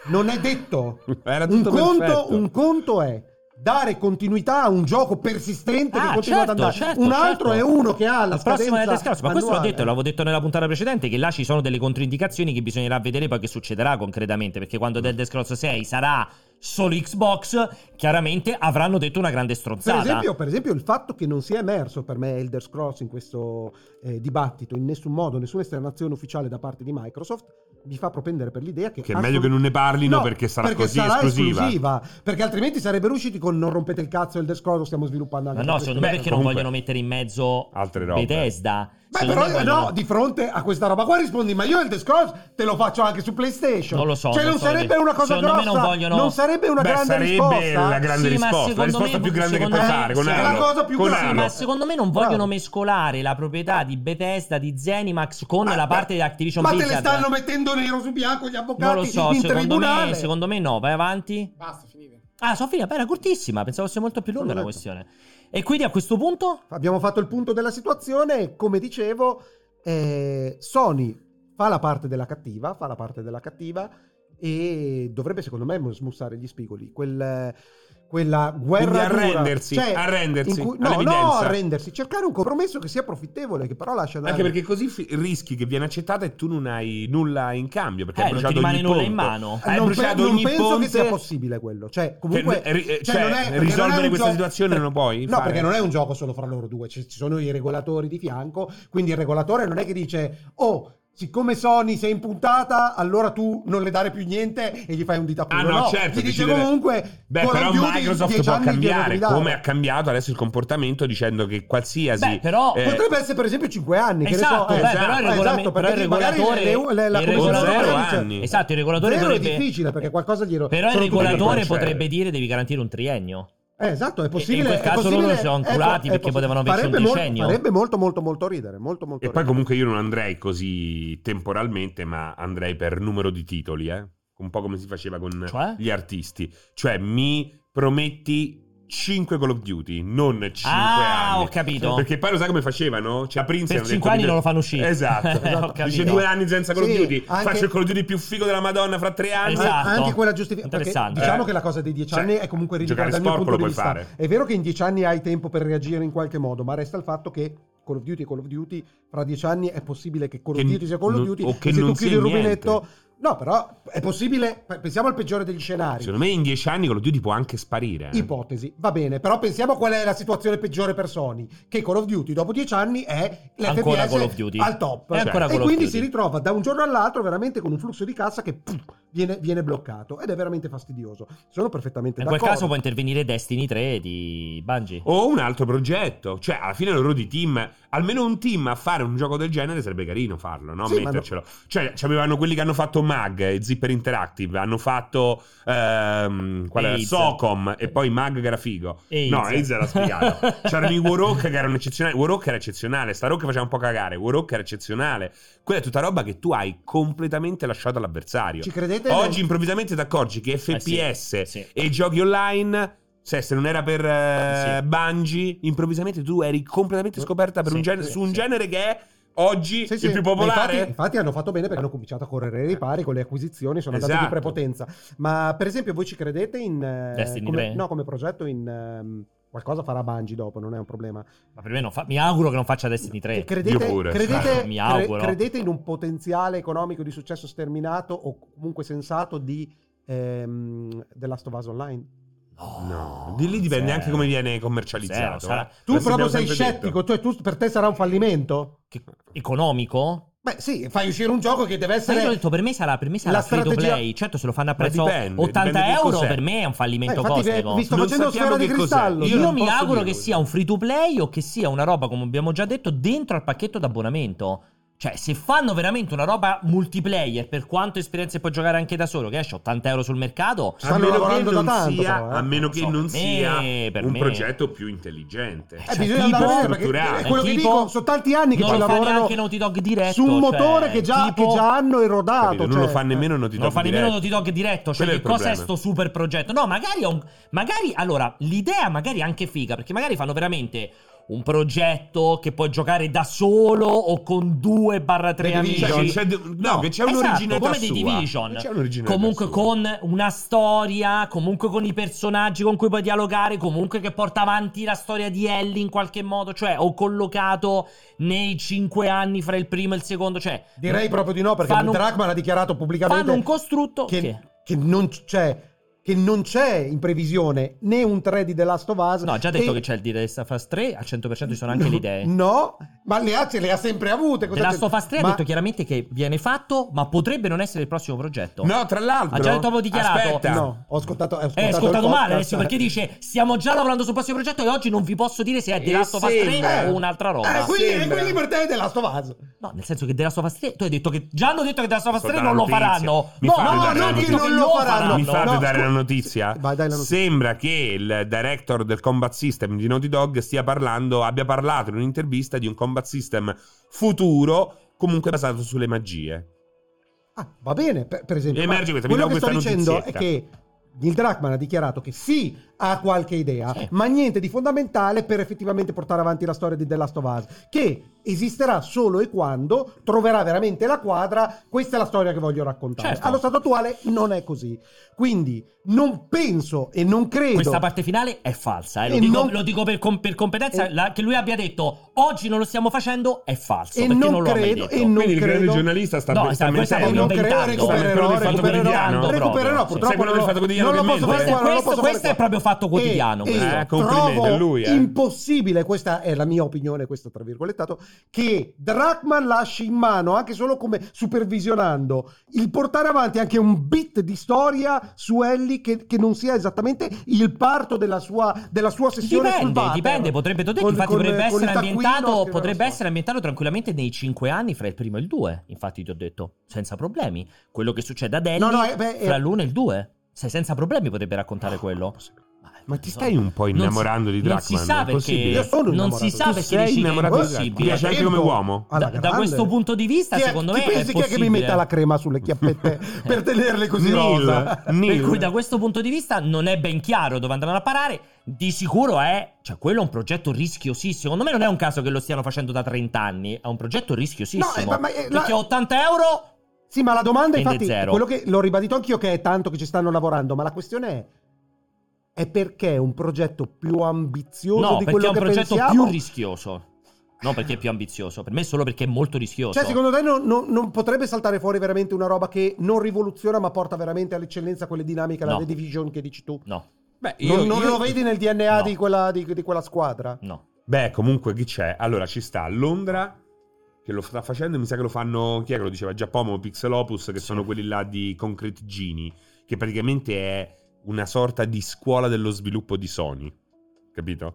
non è detto. Era un, tutto conto, perfetto. un conto è dare continuità a un gioco persistente Ah, che continua certo, ad andare. certo, un altro certo. è uno che ha la Il prossimo è scadenza Elder Scrolls, ma questo l'ho annuale. detto, l'avevo detto nella puntata precedente, che là ci sono delle controindicazioni che bisognerà vedere poi che succederà concretamente, perché quando The Elder Scrolls 6 sarà solo Xbox, chiaramente avranno detto una grande Per stronzata. esempio, per esempio il fatto che non sia emerso per me Elder Scrolls in questo eh, dibattito in nessun modo, nessuna esternazione ufficiale da parte di Microsoft mi fa propendere per l'idea che... Che è meglio che non ne parlino perché sarà così sarà esclusiva. Perché altrimenti sarebbero usciti con non rompete il cazzo Elder Scrolls, lo stiamo sviluppando anche ma per no, questo secondo me mezzo. perché comunque- non vogliono mettere in mezzo Altre robe. Bethesda. Beh, Secondo però me io- vogliono- no, di fronte a questa roba qua rispondi, ma io Elder Scrolls te lo faccio anche su PlayStation. Non lo so, Cioè, non non, so sarebbe perché. una cosa Secondo me grossa. non vogliono- sarebbe una Beh, grande sarebbe risposta. la grande Sì, ma risposta, la secondo risposta me- più grande che secondo puoi me- fare. Con sì, è la Arlo, cosa più con grande. Sì, Arlo. ma secondo me non Bravo. vogliono mescolare la proprietà di Bethesda, di Zenimax con Ah, la beh, parte di Activision Ma te le Blizzard. stanno mettendo nero su bianco gli non avvocati lo so, in secondo tribunale. me, secondo me no, vai avanti. Basta, finite. Ah, sono finita, beh, era cortissima, pensavo fosse molto più lunga la Sono questione. E quindi a questo punto Abbiamo fatto il punto della situazione. Come dicevo, eh, Sony fa la parte della cattiva, fa la parte della cattiva e dovrebbe, secondo me, smussare gli spigoli. Quel- quella Quindi guerra dura. arrendersi, Cioè, arrendersi in cui- no, all'evidenza. no, arrendersi, cercare un compromesso che sia profittevole, che però lascia dare- Anche perché così fi- rischi che viene accettata e tu non hai nulla in cambio. Perché hai eh, non ti bruciato rimane ogni Eh, nulla ponte. in mano. Hai non, pe- bruciato non ogni penso ponte. che sia possibile quello. Cioè, comunque, Che- eh, ri- eh, cioè, cioè, non è- perché risolvere non è un questa gio- situazione non lo puoi No, fare. perché non è un gioco solo fra loro due, ci, ci sono i regolatori di fianco. Quindi il regolatore non è che dice, oh. Siccome Sony sei in puntata, allora tu non le dare più niente e gli fai un ditapulo. Ah, no, certo, Gli dice decidere- comunque. Beh, Call of però Duty, Microsoft 10 può anni glielo cambiare devi dare. come ha cambiato adesso il comportamento dicendo che qualsiasi. Beh, però- eh, Potrebbe essere per esempio 5 anni. che ne so, Esatto, eh, beh, però il eh, regola- esatto, però il perché magari regolatore, le- le- la Commissione il regolatore- europea Zero dice- anni. Esatto, il regolatore Zero dovrebbe è difficile perché qualcosa glielo Però il sono tutti regolatore cioè- potrebbe dire devi garantire un triennio. Eh, esatto, è possibile. in quel è caso loro possibile- si sono ecco, inculati è perché possi- potevano averci un farebbe mol- decennio. Farebbe molto, molto, molto ridere. Molto, molto E poi ridere. comunque io non andrei così temporalmente, ma andrei per numero di titoli, eh? Un po' come si faceva con Cioè? gli artisti. Cioè, mi prometti 5 Call of Duty, non 5 Ah, anni. ho capito. Perché poi lo sai come facevano? Cioè, a Prince Per hanno 5 detto, anni dice- non lo fanno uscire. Esatto, Eh, ho esatto. capito. Dice due anni senza Call Sì, of Duty, anche- faccio il Call of Duty più figo della Madonna fra tre anni. Esatto. Anche quella giustificazione. Interessante. Diciamo Eh. che la cosa dei dieci Cioè, anni è comunque ridicata giocare dal mio sporco punto di lo vista. puoi fare. È vero che in dieci anni hai tempo per reagire in qualche modo, ma resta il fatto che Call of Duty è Call of Duty. Fra dieci anni è possibile che Call of Che- Duty sia Call of non- Duty. o e che se tu non chiudi sia il niente. rubinetto. No, però è possibile. Pensiamo al peggiore degli scenari. Secondo me in 10 anni Call of Duty può anche sparire. eh. Ipotesi, va bene, però pensiamo qual è la situazione peggiore per Sony, che Call of Duty dopo dieci anni è l'FPS Ancora Call of Duty. al top. È ancora e Call of quindi Duty. si ritrova da un giorno all'altro veramente con un flusso di cassa che pff, viene, viene bloccato ed è veramente fastidioso. Sono perfettamente In quel d'accordo. caso può intervenire Destiny 3 di Bungie. O un altro progetto. Cioè, alla fine loro di team, almeno un team a fare un gioco del genere sarebbe carino farlo, no? Sì, ma no. Mettercelo. Cioè, c'avevano quelli che hanno fatto Mag e Zipper Interactive, hanno fatto ehm, qual era? Aids. Socom e poi Mag che era figo. Aids. No, Aids era spiegato. C'erano i Warhawk che erano eccezionali. Warhawk era eccezionale, Starhawk faceva un po' cagare, Warhawk era eccezionale. Quella è tutta roba che tu hai completamente lasciato all'avversario. Ci credete? Oggi improvvisamente ti accorgi che Eh sì, FPS sì. e i giochi online. Cioè, Se, se non era per eh, Sì. Mm. Bungie, improvvisamente tu eri completamente scoperta per Sì, un genere- sì, su un sì. genere che è oggi Sì, il sì, più ma popolare. Infatti, infatti hanno fatto bene perché hanno cominciato a correre ai ripari con le acquisizioni, sono andati di Esatto. prepotenza. Ma per esempio voi ci credete in... eh, Destiny come, tre? no, come progetto in... ehm, Qualcosa farà Bungie dopo, non è un problema. Ma per me non fa... mi auguro che non faccia Destiny 3. E Credete, Io pure. credete- Mi cre- auguro. credete in un potenziale economico di successo sterminato o comunque sensato di ehm, The Last of Us Online? No, di lì dipende zero. anche come viene commercializzato. Zero, sarà- eh. Tu Questo proprio abbiamo sei sempre scettico, detto. cioè tu, per te sarà un fallimento? Che- Economico? Beh sì, fai uscire un gioco che deve Ma io Eh, essere... ti ho detto, per me sarà, per me sarà La free to strategia- play. Certo, se lo fanno a prezzo dipende, 80 dipende che euro, cos'è. per me è un Eh, fallimento infatti ve- cosmico. vi sto Non facendo sappiamo sfera di che cos'è. cristallo. Io, Io non mi posso auguro che dirlo. sia un free to play o che sia una roba, come abbiamo già detto, dentro al pacchetto d'abbonamento. Cioè, se fanno veramente una roba multiplayer, per quanto esperienze puoi giocare anche da solo, che esce 80 euro sul mercato, Stanno a meno che lavorando da non tanto, sia, però, eh. a meno che So, non per me, sia per un me. progetto più intelligente. Eh, Cioè, bisogna andare tipo- a vedere perché strutturale. è quello che Tipo- dico, sono tanti anni che non ci lo fa lavorano neanche Naughty Dog diretto, su un cioè, motore che, già, tipo- che già hanno erodato. Capito? non cioè, lo fa nemmeno Naughty eh. Non Dog lo fa nemmeno diretto. Naughty Dog diretto. Cioè, Quello è che il cos'è problema. sto super progetto? No, magari è un. Magari. Allora, l'idea magari è anche figa, perché magari fanno veramente. Un progetto che puoi giocare da solo o con due barra tre The amici. Division, Cioè, c'è de- no, che c'è esatto, un'originalità come dei sua. Division. C'è un'originalità comunque sua. con una storia, comunque con i personaggi con cui puoi dialogare, comunque che porta avanti la storia di Ellie in qualche modo, cioè ho collocato nei cinque anni fra il primo e il secondo, cioè Direi proprio di no, perché Fanno un- Drachman ha dichiarato pubblicamente fanno un costrutto che, che- che non c'è che non c'è in previsione né un 3 di The Last of Us No, ha già detto Esatto. e- che c'è il dire Last of Us 3, al 100% ci sono anche No, le idee. No, ma le ha, ce le ha sempre avute. The cosa Last c'è? of Us 3 Ma- ha detto chiaramente che viene fatto, ma potrebbe non essere il prossimo progetto. No, tra l'altro. Ha già proprio dichiarato. Aspetta. No, ho ascoltato, ho ascoltato, Eh, il ascoltato podcast. male adesso perché dice stiamo già lavorando sul prossimo progetto e oggi non vi posso dire se è The E Last of Us 3 sembra- o un'altra roba. Eh, quindi, Sembra. quindi per te è The Last of Us. No, nel senso che The Last of Us 3 tu hai detto che già hanno detto che The Last of Us Sto 3 dando non lo notizia. faranno. Mi no, fate no, dare la hanno detto notizia. che non lo faranno. Mi fate No, dare scu- la notizia? Vai, dai la notizia. Sembra che il director del combat system di Naughty Dog stia parlando, abbia parlato in un'intervista di un combat system futuro, comunque basato sulle magie. Ah, va bene, per, per esempio. ma Emerge questa, mi quello do che sto questa dicendo è notizietta. che Neil Druckmann ha dichiarato che sì, ha qualche idea, Sì. ma niente di fondamentale per effettivamente portare avanti la storia di The Last of Us, che esisterà solo e quando troverà veramente la quadra, questa è la storia che voglio raccontare. Certo. Allo stato attuale non è così. Quindi non penso e non credo... Questa parte finale è falsa, eh, lo, E dico, non- lo dico per, com- per competenza. E- la- che lui abbia detto oggi non lo stiamo facendo è falso. E perché non non, lo ha mai credo- detto. e non Quindi il grande credo- giornalista sta, No, sta sta- questa E è mentendo. non Sta credo, inventando. recupererò, Sta inventando del recupererò, quotidiano, recupererò, proprio. purtroppo Sì, quello del non lo- Fatto Quotidiano non lo di posso Mente. fare qua, non lo Questo- posso questo fare è qua. proprio Fatto Quotidiano, E, questo. e Eh, complimenti trovo a lui, eh. impossibile, questa è la mia opinione, questa tra virgolettato, che Drachman lasci in mano, anche solo come supervisionando, il portare avanti anche un bit di storia su Ellie che, che non sia esattamente il parto della sua, della sua sessione sul Dipende, water. dipende, potrebbe, t'ho detto, Con- infatti con- potrebbe, con il essere, taccuino, ambientato, scriveva potrebbe la sua. essere ambientato tranquillamente nei 5 anni fra il primo e il 2, infatti ti ho detto, senza problemi. Quello che succede ad Ellie No, no, eh, beh, eh, fra l'1 e il 2, se senza problemi potrebbe raccontare quello. Eh, Ma ti stai un po' Non si- innamorando di non si Drachman? sa È possibile? perché- Io sono non innamorato. si sa Tu perché sei dici che è innamorato di impossibile. Dracula. Piace anche come Tempo uomo? alla Da- da grande. questo punto di vista, Chi è- secondo chi me, è pensi chi è che mi possibile. metta la crema sulle chiappette per tenerle così Neil, rosa? Neil. Per cui da questo punto di vista non è ben chiaro dove andranno a parare. Di sicuro è. Cioè, quello è un progetto rischiosissimo. Secondo me non è un caso che lo stiano facendo da 30 anni. È un progetto rischiosissimo. No, eh, ma- ma- eh, la- Perché 80 euro. Sì, ma la domanda, Quindi infatti, zero. quello che l'ho ribadito anch'io che è tanto che ci stanno lavorando, ma la questione è è perché è un progetto più ambizioso No, di perché quello è un che progetto pensiamo? più rischioso. No, perché è più ambizioso. Per me è solo perché è molto rischioso. Cioè, secondo te non, non- non potrebbe saltare fuori veramente una roba che non rivoluziona, ma porta veramente all'eccellenza quelle dinamiche, la No. The Division che dici tu? No, Beh, non non lo vedi nel DNA No. di, quella, di- di quella squadra? no. Beh, comunque chi c'è? Allora ci sta a Londra che lo sta facendo, mi sa che lo fanno, chi è che lo diceva? Giappomo, Pixelopus, che sono quelli là di Concrete Genie, che praticamente è una sorta di scuola dello sviluppo di Sony, capito?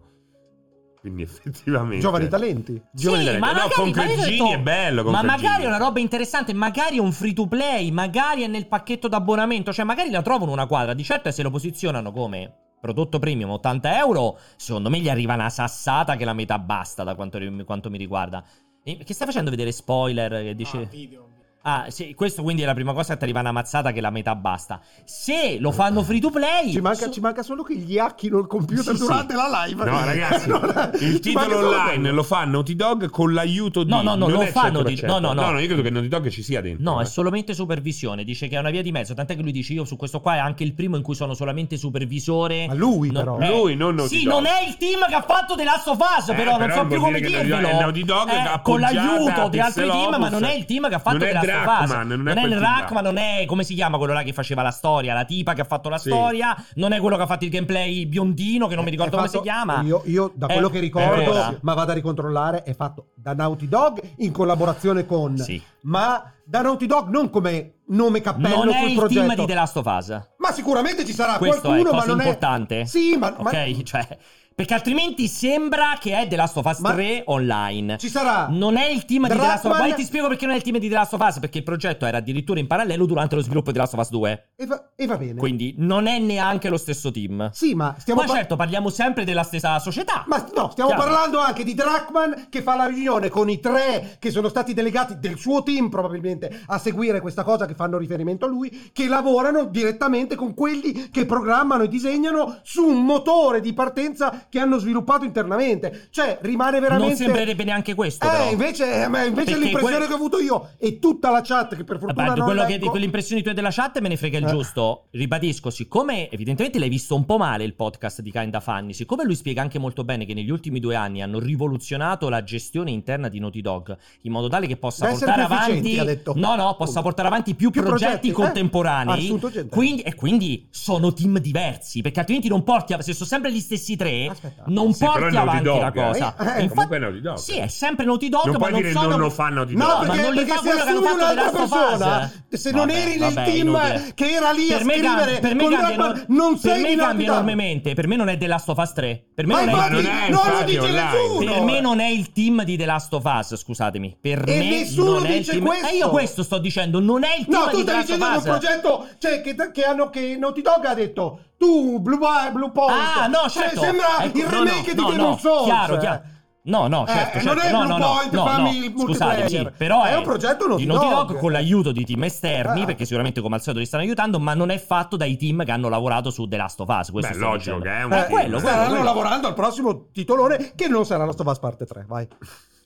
Quindi effettivamente... Giovani talenti. Giovani Sì, talenti. ma no, magari- Concrete magari ho Genie detto- è bello. Ma Concrete magari Genie. è una roba interessante, magari è un free to play, magari è nel pacchetto d'abbonamento, cioè magari la trovano una quadra. Di certo, se lo posizionano come prodotto premium 80 euro, secondo me gli arriva una sassata che la metà basta da quanto, ri- quanto mi riguarda. E che stai facendo vedere spoiler? Che dice... video. Ah, sì, questo quindi è la prima cosa che ti arriva una mazzata che la metà basta. Se lo fanno free to play, Ci manca, su- ci manca solo che gli hacchino il computer Sì, sì. durante la live. No, ragazzi, Non- il ci manca titolo solo online quello. lo fa Naughty Dog con l'aiuto di No, no, no, non lo è fa 100%. Naughty- no, no, no. io credo che Naughty Dog ci sia dentro. No, eh. è solamente supervisione. Dice che è una via di mezzo. Tant'è che lui dice: Io su questo qua è anche il primo in cui sono solamente supervisore. Ma lui, No, però. eh, Lui, non Naughty Sì, Dog. non è il team che ha fatto The Last of Us, Eh, però non so vuol più dire come che Naughty Dog- dirvelo. è Naughty Dog che Eh, appoggiata con l'aiuto a di altri team, Pixelopus. ma non è il team che ha fatto Non è The Last of Us. Drachman, non è Non è quel il team là. Rackman, non è come si chiama quello là che faceva la storia, la tipa che ha fatto la Sì. storia, non è quello che ha fatto il gameplay il biondino, che non mi ricordo È come fatto- si chiama. Io, io da Eh, quello che ricordo, era. ma vado a ricontrollare, è fatto da Naughty Dog in collaborazione con. Sì. Ma da Naughty Dog non come nome cappello Non è sul il progetto. team di The Last of Us. Ma sicuramente ci sarà Questo qualcuno, è ma cosa non importante. è. Sì, ma, ma- Ok, cioè. Perché altrimenti sembra che è The Last of Us Ma- 3 online. ci sarà. Non è il team di The Last of Us. Druckmann- Poi ti spiego perché non è il team di The Last of Us. Perché il progetto era addirittura in parallelo durante lo sviluppo di The Last of Us 2. E va, e va bene. Quindi non è neanche lo stesso team. Sì, ma stiamo Ma par- certo, parliamo sempre della stessa società. Ma no, stiamo Chiaro. parlando anche di Drachman che fa la riunione con i tre che sono stati delegati del suo team probabilmente a seguire questa cosa che fanno riferimento a lui, che lavorano direttamente con quelli che programmano e disegnano su un motore di partenza che hanno sviluppato internamente. Cioè rimane veramente... Non sembrerebbe neanche questo, Eh, però. invece, eh, ma invece Perché l'impressione quel- che ho avuto io e tutta la chat che per fortuna... Vabbè, di, non quello che, leggo- di quell'impressione tue della chat me ne frega il Eh. giusto. Ribadisco, siccome evidentemente l'hai visto un po' male il podcast di Kinda Fanny, siccome lui spiega anche molto bene che negli ultimi due anni hanno rivoluzionato la gestione interna di Naughty Dog in modo tale che possa Da essere portare più efficienti, avanti. ha detto. No, no, possa Appunto. portare avanti più, Più progetti, progetti, eh. contemporanei. Assunto gente. Quindi- e quindi sono team diversi. Perché altrimenti non porti. a- Se sono sempre gli stessi tre, Aspetta. non Sì, però è porti Naughty avanti Dog, la eh. cosa. Eh, eh, Infatti- comunque è Naughty Dog. Sì, è sempre Naughty Dog, Non ma puoi non dire sono. non lo fa Naughty No, Dog. ma perché, non li perché fa se quello che hanno assumi fatto un'altra The Last of Us. persona, se non Vabbè, eri nel vabbè, team inutile. che era lì a Per me scrivere cambia- per me con cambia Druckmann, enor- non sei Per di me cambia Naughty Dog. enormemente. Per me non è The Last of Us 3. Per me Ma non è- infatti, non non, è, lo infatti, dice online. nessuno! per me non è il team di The Last of Us, scusatemi. Per E me nessuno non è il dice team. questo. Eh, io questo sto dicendo, non è il team No, tu di The stai Last dicendo of che Us. un progetto cioè, che, che, hanno, che Naughty Dog ha detto tu, Blue, Bar- Blue Point. Ah, no, Cioè, certo. sembra Ecco, il no, remake no, no, di no, Demon's Souls. chiaro, eh. chiaro. No, no, Eh, certo, eh, certo. non è no, Blue no, no, Point, no, fammi no, il Scusate, sì, multiplayer. però È è, un progetto di Naughty Naughty Dog, Dog. con l'aiuto di team esterni, Ah. perché sicuramente come al solito li stanno aiutando, ma non è fatto dai team che hanno lavorato su The Last of Us, questo Beh, sto logico dicendo. che è un Eh, team. quello, quello, Staranno quello. lavorando al prossimo titolone che non sarà la Stovaz parte 3, vai.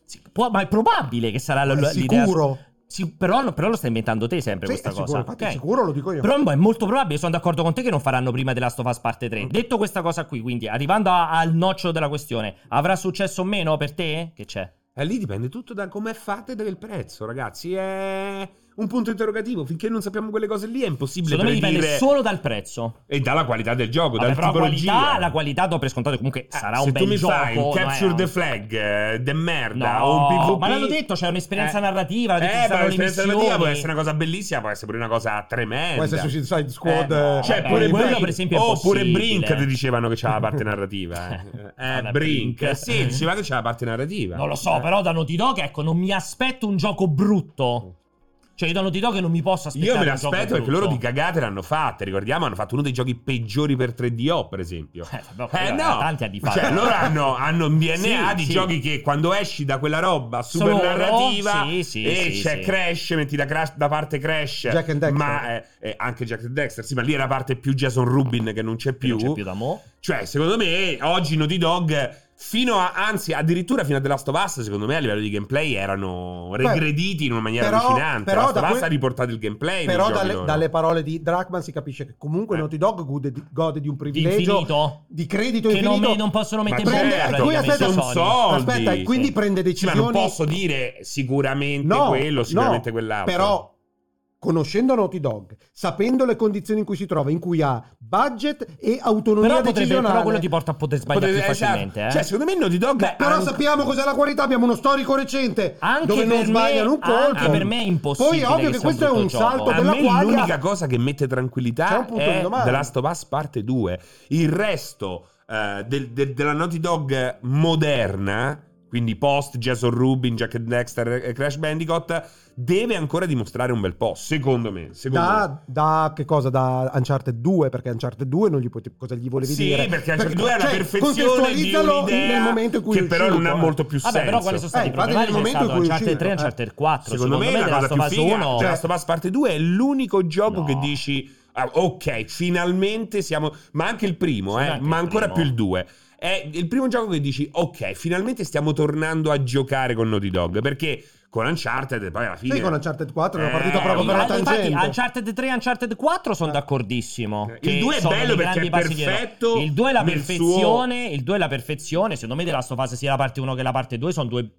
Sì, può- ma è probabile che sarà l- È l'idea Eh, sicuro. Sì, però, però lo stai inventando te sempre Sì, questa è sicuro, cosa. infatti, ok? è sicuro, lo dico io. Però è molto probabile, sono d'accordo con te che non faranno prima The Last of Us parte Mm. 3. Detto questa cosa qui, quindi arrivando a- al nocciolo della questione, avrà successo o meno per te? Che c'è? Eh, lì dipende tutto da com'è fatta e dal prezzo, ragazzi. È un punto interrogativo. Finché non sappiamo quelle cose lì è impossibile Secondo me dipende predire. solo dal prezzo. E dalla qualità del gioco, Vabbè, dalla però la tipologia. qualità, la qualità do per scontato che comunque Eh, sarà se un tu bel mi gioco. fai un no, eh, Capture è- the Flag eh, de merda No, o un PvP ma l'hanno detto, c'è un'esperienza narrativa, l'ha detto, ci eh, saranno ma le l'esperienza narrativa può missioni. essere una cosa bellissima può essere pure una cosa tremenda Può essere Suicide Squad. Eh, no. eh, cioè Vabbè, pure quello Brink, per esempio è oh, pure possibile. Brink ti dicevano che c'era la parte narrativa eh, Eh, Brink Vabbè, Brink. Eh. sì diceva che c'era la parte narrativa Non lo so, però da Naughty Dog, ecco, non mi aspetto un gioco brutto. Cioè, io da Naughty Dog non mi posso aspettare. Io me un gioco l'aspetto perché brutto. loro di cagate l'hanno fatte. Ricordiamo, hanno fatto uno dei giochi peggiori per 3DO, per esempio. Eh, vabbè, quello era tanti anni fa. Cioè, loro hanno, hanno un DNA Sì, di sì. giochi che quando esci da quella roba super Solo- narrativa sì, sì, e sì, c'è sì. Crash, metti da, Crash- da parte Crash, Jack and Dexter. ma eh, eh, anche Jack and Dexter, sì, ma lì è la parte più Jason Rubin che non c'è Che più. Non c'è più da mo. Cioè, secondo me, oggi Naughty Dog. Fino a, anzi, addirittura fino a The Last of Us, secondo me, a livello di gameplay erano regrediti in una maniera però- allucinante. però The Last da of Us que- ha riportato il gameplay. nei Però giochi dalle, loro. dalle parole di Drachman si capisce che comunque Eh. Naughty Dog gode di, gode di un Di privilegio infinito. di credito Che non, infinito. me- non possono Ma mettere in prende- bocca eh, qui praticamente aspetta, Sony. so- soldi, Aspetta, e quindi sì. prende Sì, ma decisioni. non posso dire sicuramente no, quello, sicuramente no, quell'altro. Però conoscendo Naughty Dog, sapendo le condizioni in cui si trova, in cui ha budget e autonomia Però, potrebbe, decisionale. però quello ti porta a poter sbagliare Potete- più esatto. facilmente. Eh. Cioè, secondo me Naughty Dog Beh, però anche- sappiamo cos'è la qualità, abbiamo uno storico recente Anche dove non per me- sbagliano un colpo. anche per me è impossibile Poi è ovvio che che sia un questo è brutto un gioco. salto A a della me quadra. l'unica cosa che mette C'è tranquillità un punto di è domanda. The Last of Us parte 2. Il resto eh, del- del- della Naughty Dog moderna quindi Post, Jason Rubin, Jack and Dexter e Crash Bandicoot, deve ancora dimostrare un bel po', secondo me. Secondo me. Da, da che cosa? Da Uncharted 2, perché Uncharted 2 non gli pote- cosa gli volevi sì, dire? perché Uncharted 2 è la cioè, perfezione di contestualizzalo un'idea nel momento in cui che è però non uscito, ha eh. molto più Vabbè, senso. però quali sono stati Eh, i infatti, problematici? nel C'è momento stato in cui Uncharted 3 uscirà, eh. Uncharted 4. Secondo me la The cosa Last più of Us figa, Cioè, 1 The Last of Us Parte 2 è l'unico gioco No. che dici "Ah, ok, finalmente siamo ma anche il primo, Sì, eh, anche ma il ancora primo. più il 2. È il primo gioco che dici ok, finalmente stiamo tornando a giocare con Naughty Dog, perché con Uncharted poi alla fine Sì, con Uncharted 4 era Eh, partito proprio per la Infatti, tangente. infatti, Uncharted 3 e Uncharted 4 sono d'accordissimo. Il che due è sono bello dei perché grandi è passi dietro. perfetto Il 2 è la nel perfezione. Il 2 è la perfezione. Secondo me, The Last of Us, sia la parte 1 che la parte 2 sono due.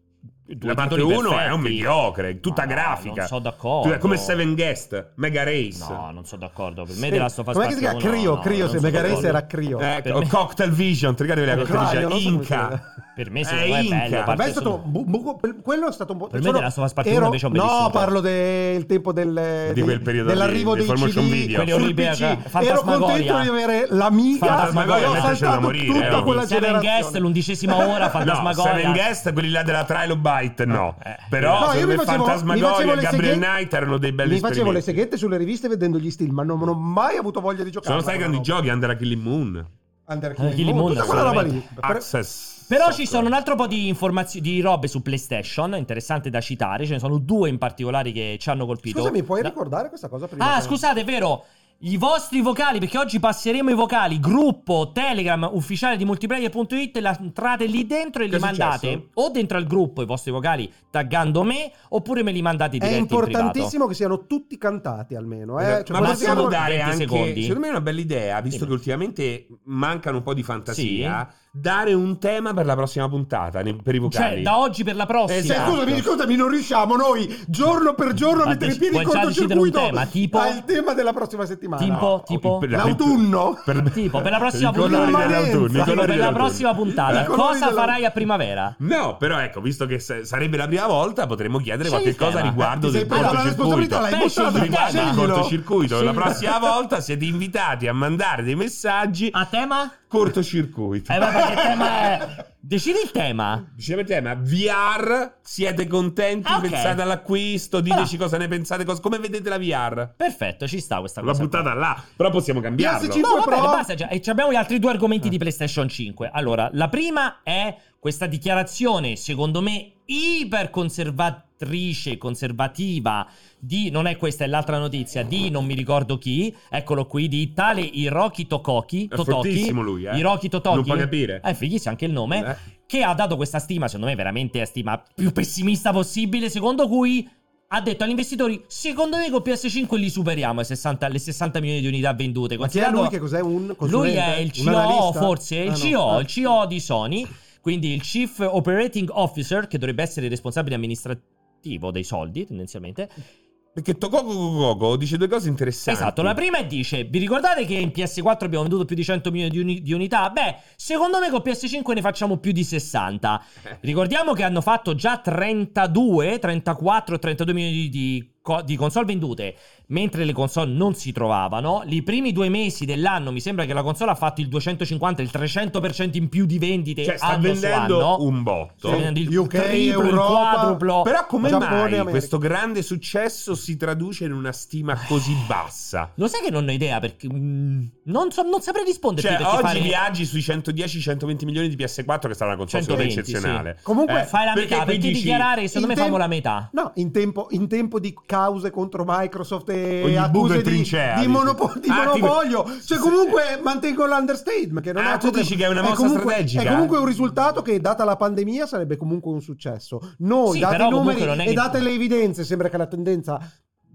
due la parte titoli 1 è un perfetti. mediocre, tutta Ma no, grafica. Non sono d'accordo. Tu- è come Seven Guest, Mega Race. No, non sono d'accordo. Per me, Sì. The Last of Us. Com'è che si chiama? parte uno, Crio, no, Crio, non Eh, se sono Mega Race d'accordo. era Crio. Ecco, per me- Cioè, Cocktail Vision, ti ricordavi la Eh, Cocktail Vision? Crio, non so come si Inca. chiama. Per me, Eh, secondo me, è Inca. Per bello. Per me parte è stato un bu- bu- bu- quello è stato un po'. Per me sono- The Last of Us Part uno invece è un bellissimo No, gioco. parlo del tempo del, Di dei- quel periodo lì, dell'arrivo dei dei CD formation video. Quelli sul orribili, PC. eh, Ero Fantasmagoria. contento di avere l'amica, ma Fantasmagoria, ho mi piaceva da saltato morire, tutta eh, quella Seven generazione. Guest, l'undicesima ora, No, Fantasmagoria. Seven Guest, quelli là della Trilobite, no. Eh. Però No, io secondo me mi facevo- mi Fantasmagoria facevo e le Gabriel seghe- Knight erano dei belli Mi facevo le esperimenti. seghette sulle riviste vedendo gli still, ma non, non ho mai avuto voglia di giocare. Sono stati grandi giochi, Under a Killing Moon, Under Under Eh, Killing Killing Moon, Moon, tutta quella roba lì. Per- Access. Però Soccer. ci sono un altro po' di informazioni di robe su PlayStation, interessante da citare, ce ne sono due in particolare che ci hanno colpito. Scusami, puoi Da- ricordare questa cosa prima? Ah, che- scusate, è vero. I vostri vocali, perché oggi passeremo i vocali, gruppo Telegram ufficiale di multiplayer.it, la- entrate lì dentro e Che li è mandate successo? o dentro al gruppo i vostri vocali taggando me oppure me li mandate È diretti in privato. importantissimo che siano tutti cantati almeno. Eh? Cioè, ma non possiamo possiamo siamo- dare 20 anche, secondi? secondo me è una bella idea, visto Dimmi. che ultimamente mancano un po' di fantasia, dare un tema per la prossima puntata, ne- per i vocali. Cioè, da oggi per la prossima. Eh, Cioè, scusami, scusami, non riusciamo noi giorno per giorno a Ma mettere i dec- piedi in puoi già decidere un cortocircuito tema, tipo- al Ah, tema della prossima settimana. Eh, Tipo- No, tipo- Oh, per- L'autunno? per- Tipo, per la prossima I colori puntata. dell'autunno, i Tipo, colori per la dell'autunno. prossima puntata, Eh. cosa Colori della- farai a primavera? No, però ecco, visto che se- sarebbe la prima volta, potremmo chiedere Scegli qualche il cosa tema. riguardo Ti sei del presa la responsabilità, cortocircuito. l'hai Beh, buttata. cioè, scegli il Riguardo il Sceglilo. cortocircuito, la Sceglilo. prossima volta siete invitati a mandare dei messaggi A tema? cortocircuito. Ah. Eh vabbè, che tema è? Decidi il tema. Diceva il tema VR, siete contenti? Ah, ok. Pensate all'acquisto, diteci cosa ne pensate, cosa- come vedete la VR. Perfetto, ci sta questa L'ho cosa. qua. buttata là, però possiamo cambiarlo. Piacici- No, va Però- bene, basta già. E ci abbiamo gli altri due Eh. argomenti di PlayStation 5. Allora, la prima è questa dichiarazione, secondo me, iperconservatrice, conservativa di, non è questa, è l'altra notizia, di non mi ricordo chi, eccolo qui, di tale Hiroki Tokoki, È Totoki, fortissimo lui, eh. Hiroki Totoki. Non può capire. Eh, fighissimo anche il nome Eh. che ha dato questa stima, secondo me veramente è stima più pessimista possibile, secondo cui ha detto agli investitori, secondo me con PS5 li superiamo ai 60 le 60 milioni di unità vendute. Ma chi è Considerando- lui che cos'è un Lui consulente? è il Un CO, analista? forse, il Ah, no. CO, Ah. il CO di Sony, quindi il Chief Operating Officer, che dovrebbe essere il responsabile amministrativo dei soldi, tendenzialmente. Perché Tococo Cococo dice due cose interessanti. Esatto, la prima è dice, vi ricordate che in PS4 abbiamo venduto più di 100 milioni di, uni- di unità? Beh, secondo me con PS5 ne facciamo più di 60. Ricordiamo che hanno fatto già 32, 34, 32 milioni di, di co- di console vendute, mentre le console non si trovavano. I primi due mesi dell'anno mi sembra che la console ha fatto il 250, il 300% in più di vendite Cioè, sta anno su anno. vendendo un botto. Sta vendendo il UK, triplo, Europa, il quadruplo. Però come Giappone, mai America. questo grande successo si traduce in una stima così bassa? Lo sai che non ho idea perché mm, non, so- non saprei risponderti Cioè, perché oggi fare- viaggi sui 110-120 milioni di PS4, che sarà una console 120, eccezionale. Comunque Eh, fai la perché metà, qui perché dici- dichiarare, secondo me in tem- famo la metà. No, in tempo, in tempo di cause contro Microsoft e Ogni buco accuse è di, trincea, di dici. monopo- di Ah, tipo- monopolio. Cioè, comunque mantengo l'understatement. Che non Ah, è un tu problema. dici che è una mossa comunque, strategica? È comunque un risultato che, data la pandemia, sarebbe comunque un successo. Noi, Sì, dati però i comunque numeri non è e che- date le evidenze, sembra che la tendenza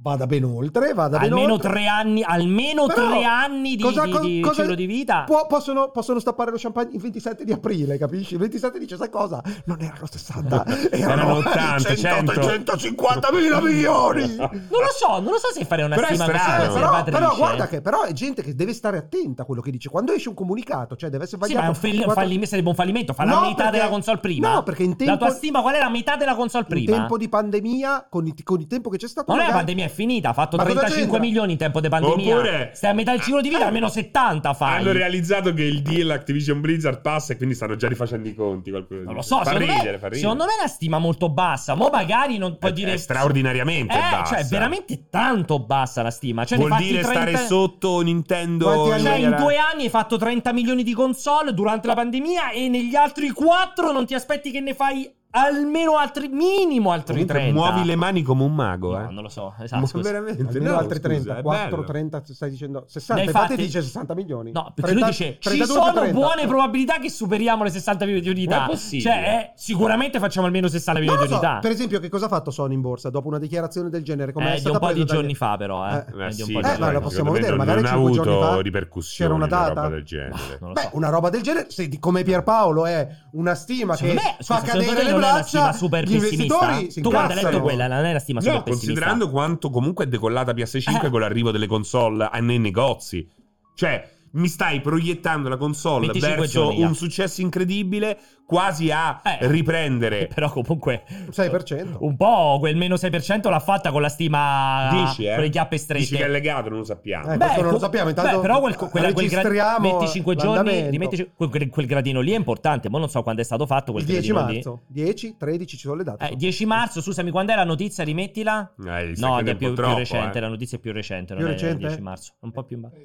vada ben oltre. Vada ben Almeno oltre. tre anni, almeno Però, tre anni di, cosa- di- co- di cosa- ciclo di vita. Può- possono, possono stappare lo champagne il 27 di aprile, capisci? Il 27 dice, sai cosa? Non erano 60, Erano 80, 100. 150 mila milioni. Non lo so, non lo so se fare una Però è stima così strano. Eh, però, conservatrice. però guarda che però è gente che deve stare attenta a quello che dice quando esce un comunicato cioè deve essere Sì, ma è vagliato un fel- quando- fallimento, sarebbe un fallimento. Fa la No, metà perché- della console prima. no perché in La tempo tua stima qual è la metà della console in prima? tempo di pandemia con, i- con il tempo che c'è stato Ma non è la magari- pandemia, è finita, ha fatto Ma cosa 35 c'entra? milioni in tempo di pandemia. Oppure- eh, Stai a metà del ciclo di vita, Ah, almeno 70 fai. Hanno realizzato che il deal Activision Blizzard passa e quindi stanno già rifacendo i conti. Qualcuno Non dice. lo so, fa secondo, ridere, me, fa ridere. secondo me è una stima molto bassa. Mo magari non puoi È- dire... è straordinariamente Eh, bassa. cioè veramente tanto bassa la stima. Cioè, ne Vuol fatti dire 30 stare sotto Nintendo. Quanti in anni- Cioè, in maniera- due anni hai fatto 30 milioni di console durante la pandemia e negli altri quattro non ti aspetti che ne fai almeno altri, minimo altri Comunque 30. muovi le mani come un mago, No, eh. non lo so, Ma esatto. scusa. veramente, Almeno no, altri scusa, 30, è 4, bello. 30, stai dicendo 60. Ne hai infatti, fatti- dice 60 milioni. No, perché lui dice ci 32, sono 30. buone probabilità che superiamo le 60 milioni di unità. Non è possibile. Cioè, eh, sicuramente facciamo almeno 60 Non milioni lo di so, unità. per esempio, che cosa ha fatto Sony in borsa dopo una dichiarazione del genere? Come Eh, è di stata un po' di presa dagli- giorni fa, però. Eh, Eh, È di sì, un po' di Eh, giorni ma fa. la possiamo secondo me vedere, non- magari non ha cinque avuto giorni fa ripercussioni c'era una roba data. del genere. Eh, Non lo Beh, so. una roba del genere, se di- come Pierpaolo è una stima Secondo che me, fa scusa, secondo cadere te le non è una braccia, stima super gli pessimista? investitori si Tu guarda, hai letto incazzano. quella, non è una stima super No, pessimista. Cioè, considerando quanto comunque è decollata PS5 Eh. con l'arrivo delle console a- nei negozi. Cioè, mi stai proiettando la console 25 verso giorni, un yeah. successo incredibile, quasi a Eh. riprendere. Però comunque 6%. un po' quel meno 6% l'ha fatta con la stima Dici, eh? con le chiappe strette. Dici che è legato, non lo sappiamo. Eh, Beh, questo non lo co- sappiamo, intanto beh, però quel, quella- quel gra- registriamo 25 giorni, l'andamento. di 25 quel, quel- quel gradino lì è importante, ma non so quando è stato fatto quel Il 10 gradino lì. marzo, 10, 13 ci sono le date. Eh, 10 marzo, scusami, quando è la notizia? Rimettila. Eh, sta No, chiedendo è un po' più, più troppo, recente, eh. la notizia è più recente, Più non è il recente? 10 marzo, un po' più in basso.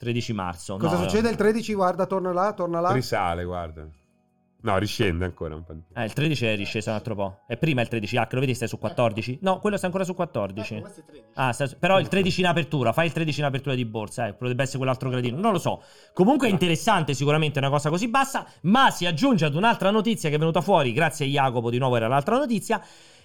13 marzo. Cosa no, succede il 13? Guarda, torna là, torna là. Risale, guarda. No, riscende ancora un po'. di- Eh, il 13 è risceso un altro po'. E prima il 13H, lo vedi stai su 14? No, quello sta ancora su 14. Ah, sta- però il 13 in apertura, fai il 13 in apertura di borsa, eh, potrebbe essere quell'altro gradino, non lo so. Comunque è interessante sicuramente una cosa così bassa, ma si aggiunge ad un'altra notizia che è venuta fuori, grazie a Jacopo di nuovo era l'altra notizia,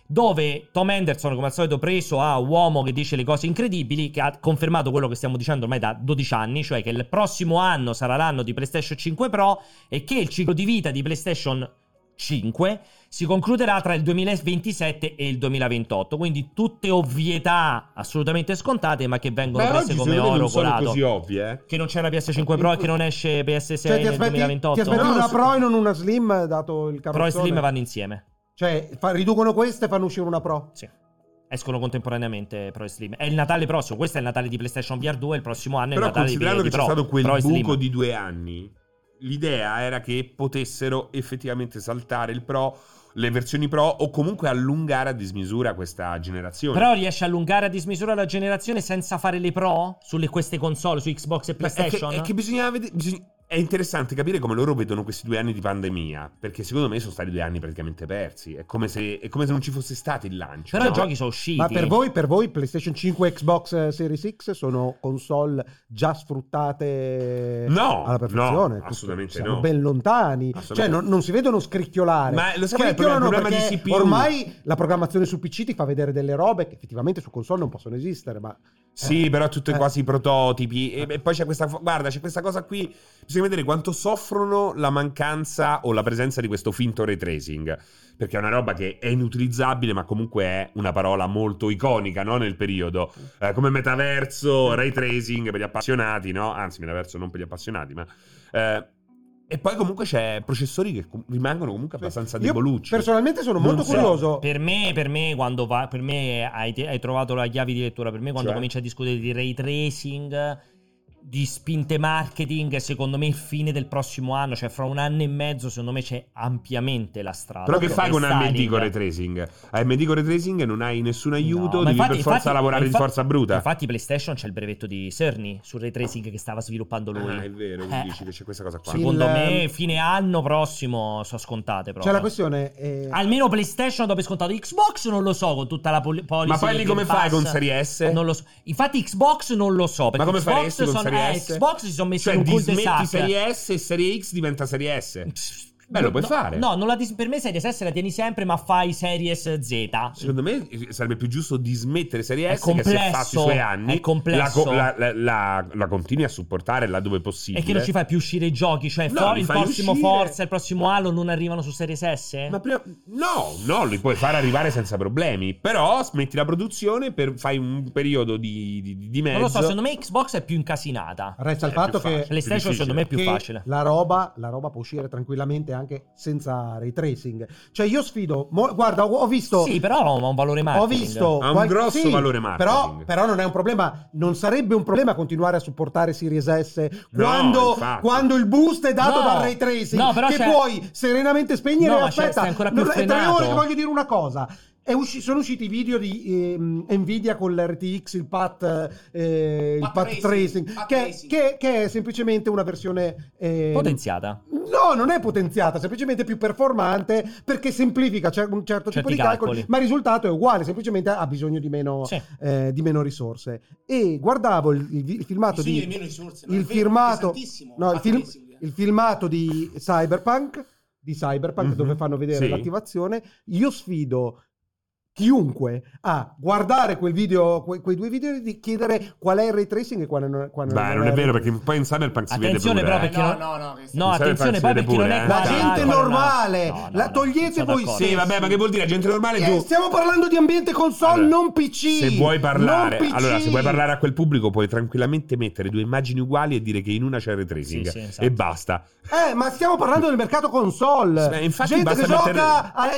dove Tom Henderson, come al solito preso a uomo che dice le cose incredibili, che ha confermato quello che stiamo dicendo ormai da 12 anni, cioè che il prossimo anno sarà l'anno di PlayStation 5 Pro e che il ciclo di vita di PlayStation 5 si concluderà tra il 2027 e il 2028. Quindi tutte ovvietà assolutamente scontate, ma che vengono Beh, prese oggi Boh, come secondo me oro non sono colato. così ovvie, eh. Che non c'è la PS5 Pro e che non esce PS6 Cioè, ti nel aspetti, ti 2028. aspetti No, una su- Pro e non una Slim, dato il Pro e carrozzone? Slim vanno insieme. Cioè, fa- riducono queste e fanno uscire una Pro. Sì. Escono contemporaneamente Pro e Slim. È il Natale prossimo. Questo è il Natale di PlayStation VR 2. Il prossimo anno è il Però Natale di, considerando di che c'è Pro. stato quel Pro e Slim. buco di due anni, l'idea era che potessero effettivamente saltare il Pro, le versioni Pro o comunque allungare a dismisura questa generazione. Però riesce a allungare a dismisura la generazione senza fare le Pro sulle queste console, su Xbox e Ma è che, PlayStation? è che bisognava vedere... bisogna- È interessante capire come loro vedono questi due anni di pandemia, perché secondo me sono stati due anni praticamente persi. È come se, è come se non ci fosse stato il lancio. Cioè, Però no? i giochi sono usciti. Ma per voi, per voi PlayStation 5 e Xbox eh, Series X sono console già sfruttate No, alla perfezione? no, assolutamente Siamo no. ben lontani. Assolutamente. Cioè, non, non si vedono scricchiolare. Ma lo sai qual è il Scricchiolano problema? Il problema perché di CPU. Ormai la programmazione su PC ti fa vedere delle robe che effettivamente su console non possono esistere, ma Sì, però tutte Eh. quasi prototipi. E, e poi c'è questa. fo- Guarda, c'è questa cosa qui. Bisogna vedere quanto soffrono la mancanza o la presenza di questo finto ray tracing. Perché è una roba che è inutilizzabile, ma comunque è una parola molto iconica no? nel periodo. Eh, come metaverso, ray tracing per gli appassionati, no? Anzi, metaverso non per gli appassionati, ma. eh, e poi comunque c'è processori che com- rimangono comunque abbastanza Io debolucci. Personalmente sono Non molto so. curioso. Per me, per me, quando va, per me hai, hai trovato la chiave di lettura. Per me, quando Cioè? comincia a discutere di ray tracing, di spinte marketing, secondo me il fine del prossimo anno, cioè fra un anno e mezzo, secondo me c'è ampiamente la strada. Però che fai con AMD Styling. con ray tracing? AMD con ray tracing non hai nessun aiuto, No, ma devi infatti- per forza infatti- lavorare infa- di forza bruta. Infatti, PlayStation c'è il brevetto di Cerny sul ray tracing che stava sviluppando lui. Ah, è vero, Eh. quindi dici che c'è questa cosa qua. Sì. Secondo Il- ehm, me, fine anno prossimo, sono scontate proprio. C'è Cioè, la questione. eh, Almeno PlayStation dopo è scontato. Xbox non lo so con tutta la pol- policy. Ma poi lì del come Game fai Pass. con Serie S? Non lo so. Infatti Xbox non lo so. Ma Perché come Xbox, faresti con sono- Serie eh, S? Xbox si sono messi cioè, in un cul de dismetti Serie S e Serie X diventa Serie S. Beh, lo puoi fare. No, non la dis- per me Series S la tieni sempre, ma fai Series Z. Secondo me eh, sarebbe più giusto dismettere Serie È S che se fa i complesso, suoi anni è La, complesso. co- la- la- la- la continui a supportare là dove è possibile. E che non ci fai più uscire i giochi. Cioè, No, for- li il fai prossimo uscire. Forza, il prossimo Halo non arrivano su Series S? Ma prima- No, no, li puoi far arrivare senza problemi. Però smetti la produzione, per- fai un periodo di, di, di mezzo. non lo so, secondo me Xbox è più incasinata. Resta il È fatto più che, facile. PlayStation difficile. secondo me è più che facile. La, roba, la roba può uscire tranquillamente anche senza ray tracing. Cioè io sfido, mo- guarda, ho ho visto Sì, però ha un valore ho marketing. visto Ha un grosso valore marketing. Però, però non è un problema. Non sarebbe un problema continuare a supportare Series S quando, infatti. quando il boost è dato No, dal ray tracing. no, però che c'è- puoi serenamente spegnere No, e ma c'è- aspetta. sei ancora più No, è tre frenato. ore che voglio dire una cosa. È usci- sono usciti i video di ehm, Nvidia con l'RTX, il path, eh, il Path path tracing, tracing, path che, tracing. Che, che è semplicemente una versione ehm, Potenziata. No, non è potenziata, semplicemente più performante perché semplifica cer- un certo tipo Certi di calcoli, calcoli. ma il risultato è uguale, semplicemente ha bisogno di meno, Sì. eh, di meno risorse. E guardavo il, il vi- il filmato Bisogna di di meno risorse. il firmato, no, il, film- film il filmato di Cyberpunk, di Cyberpunk Mhm. dove fanno vedere Sì. l'attivazione, io sfido chiunque a guardare quel video, que- quei due video e di chiedere qual è il ray tracing e quale non, quale Beh, non il è ray vero tracing. perché poi in Cyberpunk si vede Attenzione, pure. però, eh. perché- No, no, no. che- No, Mi sa che attenzione farsi poi vedere perché non pure, è eh. La Dai, gente quadrata, normale, no, no, la no, togliete sono voi d'accordo. stessi. Sì, vabbè, ma che vuol dire? Gente normale Eh, tu. stiamo parlando di ambiente console, Allora, non PC. Se vuoi parlare, non PC. allora, se vuoi parlare a quel pubblico, puoi tranquillamente mettere due immagini uguali e dire che in una c'è il ray tracing. Sì, sì, esatto. E basta. Eh, ma stiamo parlando del mercato console. Beh, infatti Gente basta che gioca mettere- a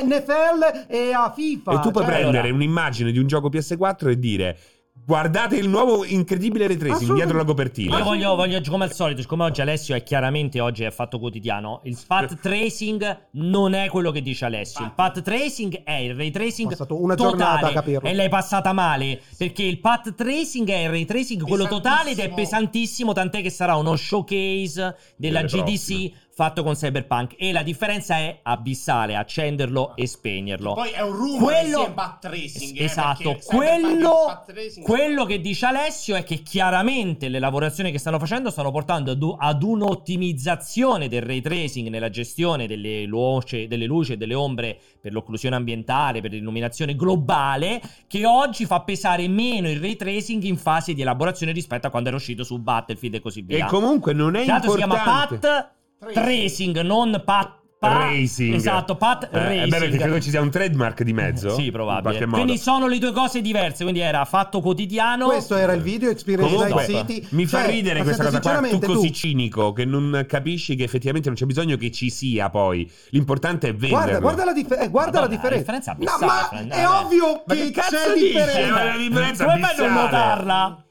NFL e a FIFA. e tu puoi Cioè, prendere allora- un'immagine di un gioco PS4 e dire. Guardate il nuovo incredibile ray tracing Assolutamente. dietro la copertina. Io voglio, voglio, come al solito, siccome oggi Alessio è chiaramente oggi è fatto quotidiano, il path tracing non è quello che dice Alessio. Il path tracing è il ray Ho tracing passato una totale giornata a capirlo. e l'hai passata male perché il path tracing è il ray tracing quello totale ed è pesantissimo tant'è che sarà uno showcase della Delle GDC prossime. fatto con Cyberpunk e la differenza è abissale accenderlo e spegnerlo Poi è un rumore quello che sia path tracing, eh, esatto perché Cyberpunk quello, è path tracing. quello che dice Alessio è che chiaramente le lavorazioni che stanno facendo stanno portando ad, u- ad un'ottimizzazione del ray tracing nella gestione delle luce, delle luci e delle ombre per l'occlusione ambientale per l'illuminazione globale che oggi fa pesare meno il ray tracing in fase di elaborazione rispetto a quando era uscito su Battlefield e così E via comunque non è Tra l'altro si chiama importante. Pat Tracing non Pat pa- Racing. esatto Pat Eh, eh, Racing beh, perché credo ci sia un trademark di mezzo. sì, In probabile. qualche modo. Quindi sono le due cose diverse. Quindi era fatto quotidiano. Questo era il video Experience Comunque, Night City. mi fa Cioè, ridere ma questa senti, cosa qua, tu sinceramente, così cinico che non capisci che effettivamente non c'è bisogno che ci sia poi, l'importante è Guarda, venderlo. guarda la, dif- eh, guarda la Madonna, la differenza. differenza è No, abissale, ma Fran, è vabbè. ovvio eh, Ma che, che c'è cazzo dici? differenza. Ma la differenza Come fai a non abissale. notarla?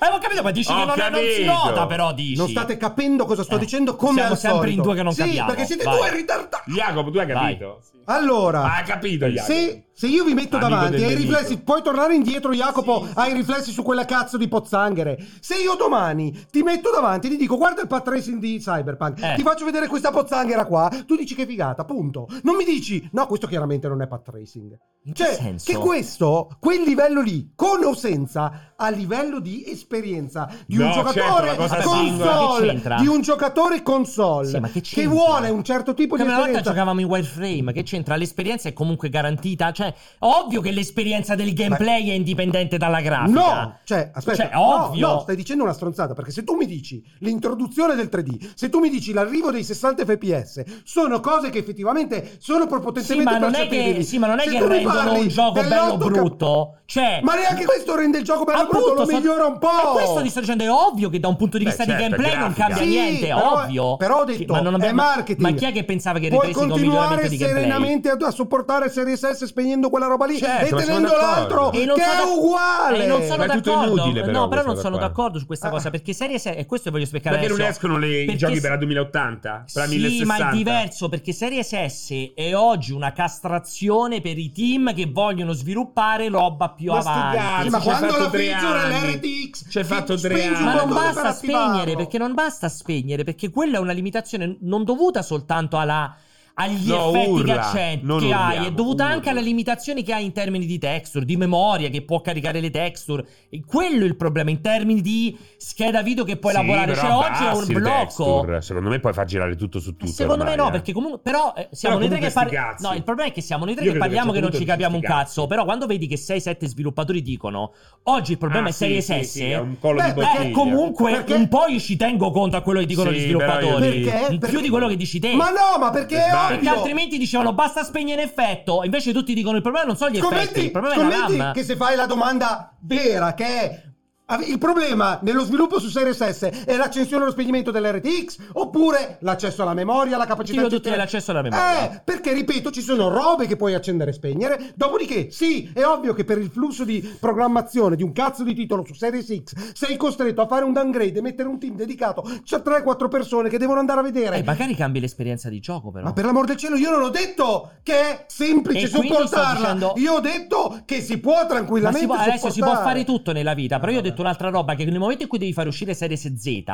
Eh, ho capito, ma dici Ho che non, è- non si capito. nota, però dici. Non state capendo cosa sto Eh, dicendo come siamo al sempre solito. in due che non sì, capiamo. perché siete Vai. due ritardati. Jacopo, tu hai capito? Allora, Ah, Hai capito, Jacopo? Se, se io vi metto Amico davanti del ai nemico. riflessi, puoi tornare indietro, Jacopo, Sì, sì. ai riflessi su quella cazzo di pozzanghere. Se io domani ti metto davanti e ti dico guarda il path tracing di Cyberpunk, Eh. ti faccio vedere questa pozzanghera qua, tu dici che figata, punto. Non mi dici no, questo chiaramente non è path tracing. In che Cioè, senso? che questo, quel livello lì, con o senza, a livello di esperienza di un No, certo, giocatore la cosa singola. Che console, c'entra? di un giocatore console Sì, ma che c'entra? vuole un certo tipo Come di una volta esperienza. giocavamo in wireframe, che c'entra? L'esperienza è comunque garantita. Cioè, ovvio che l'esperienza del gameplay è indipendente dalla grafica. No, cioè, aspetta, Cioè, no, ovvio. no, stai dicendo una stronzata perché se tu mi dici l'introduzione del 3D, se tu mi dici l'arrivo dei 60 fps, sono cose che effettivamente sono Sì prepotentemente ma, non è percepibili. che, sì, ma non è Se che tu mi rendono parli un gioco bello dell'8K brutto. Cioè, Ma neanche questo rende il gioco bello brutto, lo so- migliora un po'. Ma questo ti sto dicendo, è ovvio che da un punto di Beh, vista di certo, gameplay non grafica. cambia Sì, niente, è però- ovvio. Però ho Che- detto, ma non abbiamo- è marketing. Ma chi è che pensava che il Puoi retracing è un miglioramento continuare di gameplay? serenamente a, a supportare Series S spegnendo quella roba lì Certo, e ma sono tenendo d'accordo. l'altro E che non è sono- uguale. E non sono Ma è tutto d'accordo. inutile, però, no, però non questa sono qua. d'accordo su questa Ah. cosa. Perché Series S- e questo voglio spiegare Perché non adesso. escono le- i Perché giochi se- per la 2080? Per la sì, 1060? ma è diverso perché Series S è oggi una castrazione per i team che vogliono sviluppare roba più Ma sti avanti. cazzi, Sì, ma Ci hai quando fatto la tre feature è anni. l'RTX Ci hai fatto tre anni. Ma non Come basta spegnere, perché non basta spegnere, perché quella è una limitazione non dovuta soltanto alla- agli No, effetti che, urla, accen- non che urliamo, hai, è dovuta urla. anche alla limitazione che hai in termini di texture, di memoria che può caricare le texture. E quello è il problema in termini di scheda video che puoi Sì, lavorare. però Cioè, oggi è un abbassi le blocco. texture. Secondo me puoi far girare tutto su tutto. Secondo me ormai, no, eh. perché comunque. Però eh, siamo Però noi tre che comunque parliamo. sti cazzi. No, il problema è che siamo noi tre Io che credo che parliamo a che un non ci certo punto capiamo un sti cazzi. cazzo. Però quando vedi che 6-7 sviluppatori dicono oggi il problema Ah, è sì, Series sì, S. sì, è un collo Beh, di beh, Beh, bottiglia. comunque Perché- un po' io ci tengo conto a quello che dicono gli Sì, però io sviluppatori. dico- Perché? In più Perché- di quello che dici te. Ma no, ma perché è Sbagli. perché ovvio. altrimenti dicevano basta spegnere effetto. Invece tutti dicono il problema non sono gli effetti, Scommetti, il problema è la scommetti RAM. che se fai la domanda vera che è Ave- Il problema nello sviluppo su Series S è l'accensione e lo spegnimento dell'RTX oppure l'accesso alla memoria, la capacità Io di ho detto l'accesso alla memoria. Eh, perché ripeto, ci sono robe che puoi accendere e spegnere. Dopodiché, sì, è ovvio che per il flusso di programmazione di un cazzo di titolo su Series X sei costretto a fare un downgrade e mettere un team dedicato. C'è 3-4 persone che devono andare a vedere. E Eh, magari cambi l'esperienza di gioco, però. Ma per l'amor del cielo, io non ho detto che è semplice E quindi sopportarla. sto dicendo- Io ho detto che si può Ma tranquillamente si può- adesso si può sopportare. fare tutto nella vita, Eh, però io ho detto un'altra roba, che nel momento in cui devi fare uscire Series Z,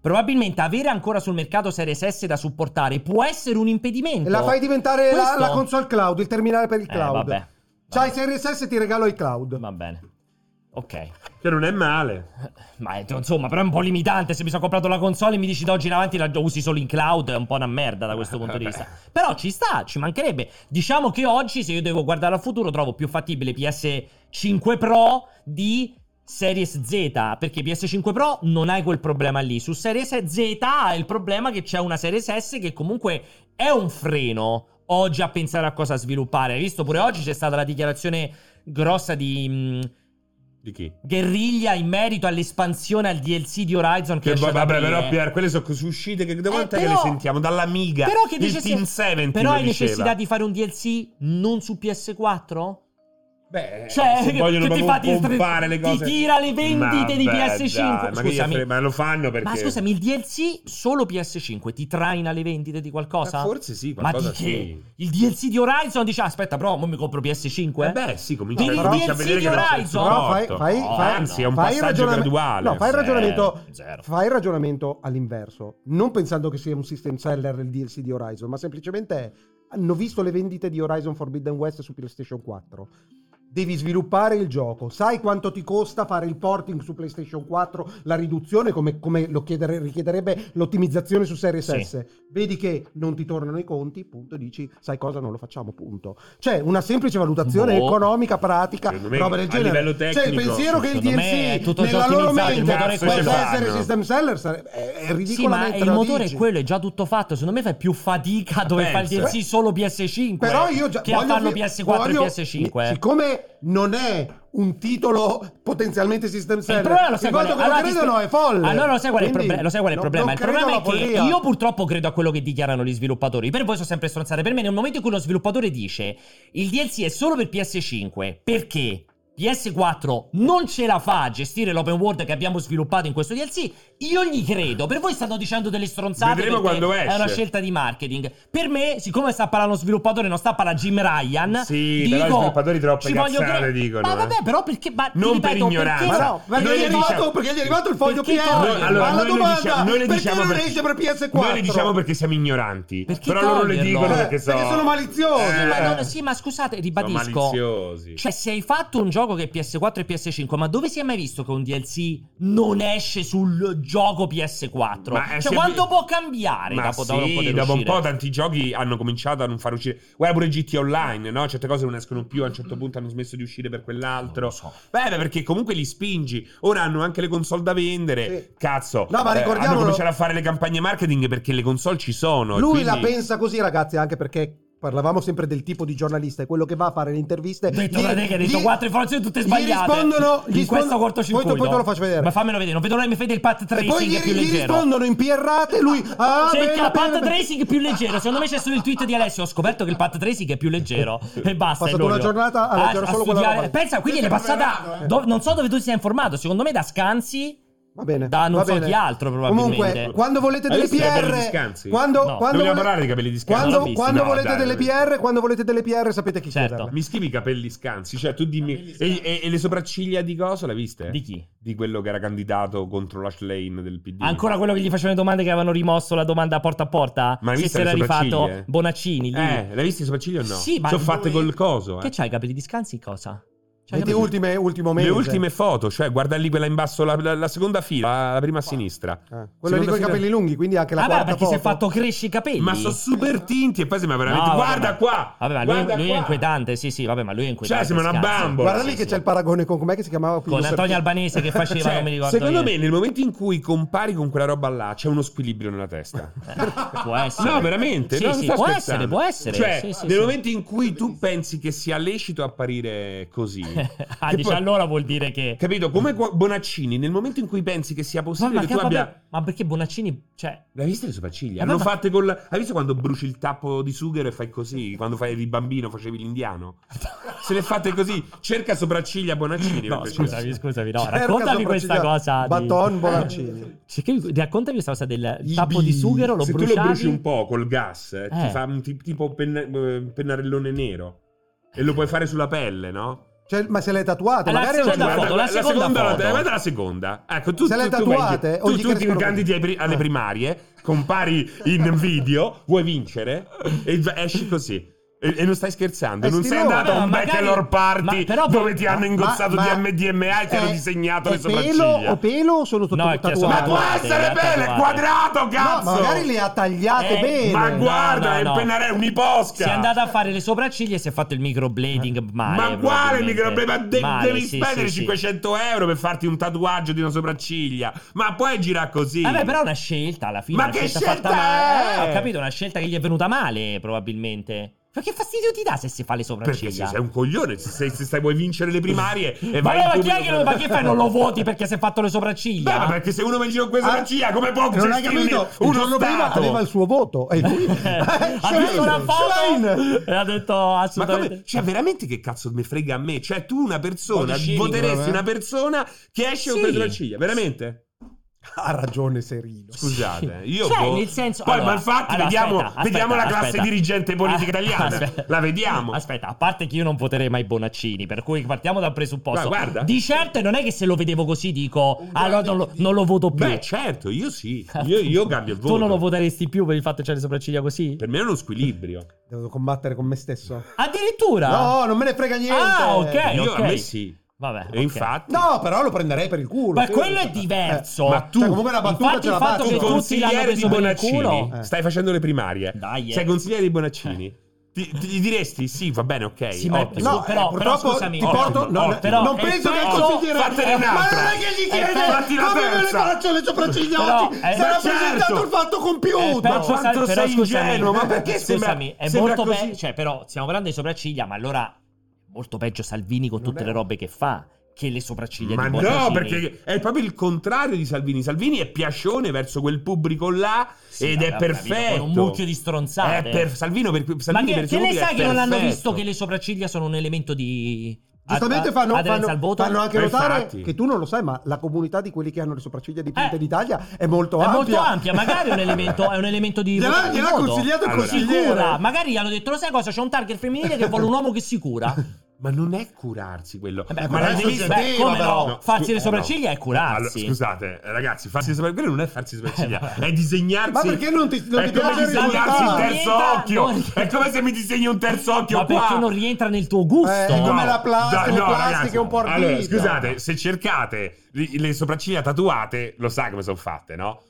probabilmente avere ancora sul mercato Series S da supportare può essere un impedimento. La fai diventare la, Questo- la console cloud, il terminale per il Eh, cloud. vabbè. C'hai Series S e ti regalo i cloud. Va bene. Ok. Che non è male. Ma è- insomma, però è un po' limitante. Se mi sono comprato la console e mi dici da oggi in avanti la usi solo in cloud, è un po' una merda da questo punto di vista. Però ci sta, ci mancherebbe. Diciamo che oggi, se io devo guardare al futuro, trovo più fattibile PS5 Pro di Series Z. Perché PS5 Pro non hai quel problema lì. Su Series Z hai il problema che c'è una Series S che comunque è un freno. Oggi a pensare a cosa sviluppare. Hai visto pure oggi c'è stata la dichiarazione grossa di. mm, Di chi? guerriglia in merito all'espansione al DLC di Horizon che, Che esce va- ad vabbè, aprile. però Pier, quelle sono cose uscite che da Eh, quant'è però- che le sentiamo? Dall'amiga. Però che del dice se- Team 70 Però lo hai diceva. necessità di fare un DLC non su PS4? Beh, Cioè, se vogliono che ti proprio fate il tre- pompare le ti cose. tira le vendite di Vabbè, PS5. dai, ma, che gli Scusami. fre- ma lo fanno perché Ma scusami, il DLC solo PS5 ti traina le vendite di qualcosa? Ma forse sì, Ma qualcosa di che? sì. Il DLC di Horizon dice "Ah, aspetta, però, mo mi compro PS5? Eh beh, sì, comincia, Vedi il comincia a DLC vedere di che non c'è il Horizon? Però fai, supporto. Oh, fai- No, fai- anzi, è un fai passaggio ragionam- graduale. No, fai il Zero, ragionamento, eh, zero. fai il ragionamento all'inverso, non pensando che sia un system seller il DLC di Horizon, ma semplicemente è, hanno visto le vendite di Horizon Forbidden West su PlayStation 4. Devi sviluppare il gioco, sai quanto ti costa fare il porting su PlayStation 4, la riduzione come, come lo chiedere- richiederebbe l'ottimizzazione su Series Sì. S. Vedi che non ti tornano i conti, punto, dici sai cosa non lo facciamo, punto. Cioè una semplice valutazione Boh. economica, pratica, Secondo me, roba del a genere. livello cioè il tecnico, pensiero che il secondo me è DLC tutto già nella loro ottimizzato, il mente motore è quello. possa essere Fanno. system seller sare- è, è Sì, ma ridicolamente il lo motore dici. è quello, è già tutto fatto. Secondo me fai più fatica dove fai il Pensa. DLC solo PS5. Però io già che a voglio farlo fi- PS4 voglio- e PS5. eh. Siccome non è un titolo potenzialmente system Il seller, problema lo sai il qual è? fatto che lo Allora ti credono spe- è folle. Allora lo sai qual è Quindi il, problema? lo sai qual è il non- problema? non Il problema è credo alla che follia. io purtroppo credo a quello che dichiarano gli sviluppatori. Per voi sono sempre stronzate. Per me nel momento in cui lo sviluppatore dice il DLC è solo per PS5 perché PS4 non ce la fa a gestire l'open world che abbiamo sviluppato in questo DLC, io gli credo. Per voi stanno dicendo delle stronzate Vedremo perché quando esce. è una scelta di marketing. Per me, siccome sta parlando lo sviluppatore, non sta parlando Jim Ryan, Sì, dico, però gli sviluppatori troppe ci voglio cazzate cre- dicono, Ma eh. vabbè, però perché ma ti Non per ripeto, ignoranza. Ma perché- no, perché Noi gli, è le arrivato, diciamo- perché gli è arrivato il foglio Perché PR torna? Noi- allora, alla noi le domanda diciamo- noi le perché diciamo non perché- esce per PS4 Noi le diciamo perché siamo ignoranti. Perché però loro le toglierlo? dicono Eh, perché, so- perché sono maliziosi. Eh, Ma non- sì, ma scusate, sono ribadisco. maliziosi. Cioè, se hai fatto un gioco che è PS4 e PS5, ma dove si è mai visto che un DLC non esce sul gioco PS4? Ma, eh, si cioè, è quanto vi- può cambiare Ma dopo, sì, dopo poter dopo un uscire? po' tanti giochi hanno cominciato a non far uscire. Guarda pure GT Online, no? Certe cose non escono più, a un certo punto hanno smesso di uscire per Non lo quell'altro. so. Beh, beh, perché comunque li spingi. Ora hanno anche le console da vendere. Sì. Cazzo. No, ma eh, ricordiamolo- hanno cominciato a fare le campagne marketing perché le console ci sono. e Lui quindi- la pensa così, ragazzi, anche perché parlavamo sempre del tipo di giornalista, è quello che va a fare le interviste. Detto Gli- da te che hai detto gli- quattro informazioni tutte gli sbagliate. rispondono- in gli questo rispondo- cortocircuito. poi- poi te lo faccio vedere. Ma fammelo vedere, non vedo l'ora che mi fai del path E tracing poi gli, più gli leggero. rispondono in pirrate, lui... Ah, C'è bene, Cioè, il bene, path bene. tracing più leggero. Secondo me c'è solo il tweet di Alessio. Ho scoperto che il path tracing è più leggero. E basta. Ho passato è una l'olio. giornata a leggere solo quella studiare. roba lì. Pensa, quindi l'hai Questo è passata. preparato, eh. do- non so dove tu ti sei informato. Secondo me da Scanzi. Va bene. Da non Eh, va so bene. chi altro, probabilmente. Comunque, quando volete Hai delle visto i capelli di PR, Scanzi? quando, No. quando, Dobbiamo vole- parlare dei capelli di Scanzi. quando, Non l'ho visto. quando No, volete dai, delle non l'ho PR, quando volete delle PR, sapete chi Certo. chiederle. Mi scrivi i capelli scansi, cioè tu dimmi. E, e- e le sopracciglia di cosa la viste? Di chi? Di quello che era candidato contro l'Ash Lane del PD. Ancora quello che gli facevano le domande che avevano rimosso la domanda porta a porta? Ma hai se visto se le l'ha rifatto sopracciglia? Bonaccini lì. Eh, l'hai visto i sopracciglia o no? Sì, ma Sono fatte lui- col coso. Eh. Che c'hai i capelli di Scanzi? Cosa? C'hai i Le capelli- ultime, ultimo Le mese. ultime foto, cioè guarda lì quella in basso, la, la- la seconda fila, la, la prima a sinistra. Eh, quello lì Seconda con i fila- capelli lunghi, quindi anche la Ah, beh, quarta perché si è foto. fatto cresci i capelli. Ma sono super tinti e poi sembra veramente... No, vabbè, guarda ma- qua! Vabbè, ma guarda lui, lui è qua! Cioè, inquietante. Sì, sì, vabbè, ma lui è inquietante. sembra una Scanzi. bambola. Guarda lì che c'è il paragone con com'è che si chiamava Con Antonio Albanese che faceva, Cioè, non mi ricordo. secondo chi. me nel momento in cui compari con quella roba là c'è uno squilibrio nella testa. Può essere. No, veramente? Sì, no, non sì, sto può scherzando. essere, può essere. Cioè, Sì, sì, nel sì. momento in cui tu pensi che sia lecito apparire così, anni. ah, Che dice poi- allora vuol dire che... Capito? Come Gua- Bonaccini, nel momento in cui pensi che sia Ma, possibile ma che che- tu vabbè, abbia... ma perché Bonaccini... Cioè... L'hai visto le sopracciglia? Eh, ma- Hanno ma- fatte col... Hai visto quando bruci il tappo di sughero e fai così? Quando fai il bambino facevi l'indiano? Se le fate così, cerca sopracciglia Bonaccini. No, per scusami, piacere. scusami, no, Cerca raccontami sopracciglia- questa cosa. Baton di... Bonaccini. Cioè, che- raccontami questa cosa del I tappo bi- di sughero, lo Se bruciavi. tu lo bruci un po' col gas, eh, Eh. ti fa un ti- tipo pen- eh, pennarellone nero. E lo puoi fare sulla pelle, no? Cioè, ma se le tatuate, Alla magari seconda non- foto, la seconda foto. eh, guarda la seconda. Ecco, tu, Se le tu- tu vai- tatuate o tu, gli tu ti crescono- candidi ai pri- alle Eh. primarie, compari in video, vuoi vincere e v- esci così. E, e non stai scherzando, Eh, non sì, sei no, andato a vabbè, un ma magari- bachelor party ma però- dove ti hanno ma- eh, ingozzato Ma- di MDMA e ti hanno è- disegnato è le Pelo, sopracciglia. o pelo o sono sotto No, è che sono Ma tatuate? può Guardate, essere guardate, belle, guardate. quadrato, No, cazzo! ma magari le ha tagliate Eh, bene. Ma No, guarda, no, è no. penare- è un'iposca! Si è andata a fare le sopracciglia e si è fatto il microblading male. Eh. Ma quale probabilmente. microblema? De- Male, devi sì, spendere sì, sì. 500 euro per farti un tatuaggio di una sopracciglia. Ma puoi girare così. Vabbè, Eh però è una scelta alla fine. Ma una che scelta fatta male. è? Eh, Ho capito, una scelta che gli è venuta male, probabilmente. Ma che fastidio ti dà se si fa le sopracciglia? Perché se sei un coglione, se, sei- se stai, vuoi vincere le primarie e Ma, vai no, in ma chi pubblico- è che lo- ma che fai? Non lo voti perché si è fatto le sopracciglia? Beh, ma perché se uno va in giro con questa Ah, sopracciglia, come può Non gestirne hai capito? Il uno giorno prima stato? aveva il suo voto. E lui... Eh, ha Schlein, visto una Schlein. foto e ha detto Ma assolutamente. come? Cioè, veramente che cazzo me frega a me? Cioè, tu una persona, Body shaming, voteresti proprio, eh? una persona che esce con Sì. le sopracciglia, veramente? Ha ragione Serino. Scusate, io Cioè, boh- nel senso- Poi, allora, ma infatti, allora, vediamo, aspetta, vediamo la aspetta, classe aspetta. dirigente politica Ah, italiana. aspetta. La vediamo. Aspetta, a parte che io non voterei mai Bonaccini, per cui partiamo dal presupposto. Ma guarda. Di certo non è che se lo vedevo così dico, Un allora grande non lo, PD. non lo voto più. Beh, certo, io sì. Io, io cambio il voto. Tu non lo voteresti più per il fatto che c'hai le sopracciglia così? Per me è uno squilibrio. Devo combattere con me stesso. Addirittura? No, non me ne frega niente. Ah, ok. io ok. a me sì. Vabbè. E ok. infatti. No, però lo prenderei per il culo. Ma sì. quello è diverso. Eh, Ma tu- cioè, comunque la battuta Infatti ce la il fatto faccio. che Tu tutti l'hanno consigliere di preso per il Bonaccini, culo. Eh. stai facendo le primarie. Dai, eh. Sei consigliere di Bonaccini. Ti, ti- gli diresti sì, va bene, ok. Sì, ma- ottimo. no, eh, però- però purtroppo scusami, ti ottimo, porto. no, no, ottimo. non Eh, penso che il però- consigliere. fatene un altro. Ma non è che gli chiede Eh, fatti la come me le terza. faccio le sopracciglia Però, oggi. eh, Sarà certo. presentato il fatto Eh, compiuto. però, oh, quanto scusa- però sei scusami, ingenuo, ma perché sembra- scusami, è sembra molto così? peggio. Cioè, però, stiamo parlando di sopracciglia, ma allora è molto peggio Salvini con Non tutte è- le robe che fa che le sopracciglia Ma di no, Bonaccini. perché è proprio il contrario di Salvini. Salvini è piacione verso quel pubblico là Sì, ed vabbè, è ho capito, perfetto. Con un mucchio di stronzate. È per Salvino per ma Salvini che, per che ne Salvini sai è che non hanno perfetto. visto che le sopracciglia sono un elemento di. Giustamente ad- fanno, aderenza al fanno, voto? fanno anche Ma notare infatti. che tu non lo sai, ma la comunità di quelli che hanno le sopracciglia dipinte Eh. in Italia è molto è ampia. molto ampia, magari è un elemento, è un elemento di. Gliel'ha, di gliel'ha modo. consigliato il Allora. consigliere. Sicura, magari gli hanno detto: Lo sai cosa? C'è un target femminile che vuole un uomo che si cura. Ma non è curarsi quello. Vabbè, ma ma adesso devi- si beh, attiva, come però. no? No, Farsi scu- le sopracciglia è curarsi. Allora, scusate, eh, ragazzi, farsi le sopracciglia non è farsi le Eh, sopracciglia, è disegnarsi. Ma perché non ti- non è ti piace come il disegnarsi il risultato? terzo Niente, occhio. non- È come se mi disegni un terzo occhio Ma qua. perché non rientra nel tuo gusto? Eh, No, come la plastica, dai, le no, plastiche ragazzi. un po' ardite. Allora, scusate, se cercate li- le sopracciglia tatuate, lo sai come sono fatte, no?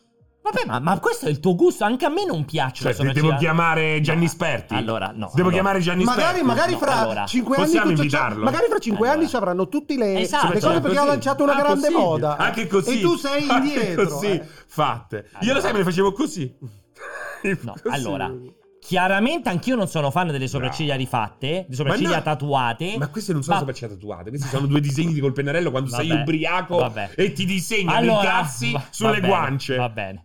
Vabbè, ma, ma questo è il tuo gusto. Anche a me non Cioè, piacciono le se devo sopracciglia. chiamare Gianni No, Sperti. allora, no, Devo allora. chiamare Gianni Magari, Sperti. magari No, fra allora. 5 Possiamo anni, invitarlo? Eh, magari fra 5 Allora. anni ci avranno tutte le, Esatto. Ah, le cose perché Così. ha lanciato una Ah, grande possibile. moda. Anche così. E tu sei Anche indietro. Così, eh. fatte. Io lo Allora. sai, me le facevo così. No, Così. allora. Chiaramente anch'io non sono fan delle sopracciglia rifatte, di sopracciglia Ma no. tatuate. Ma queste non sono Ma- sopracciglia tatuate, questi sono due disegni di col pennarello quando sei Vabbè, ubriaco vabbè. e ti disegni i cazzi va- sulle va bene, guance. Va bene.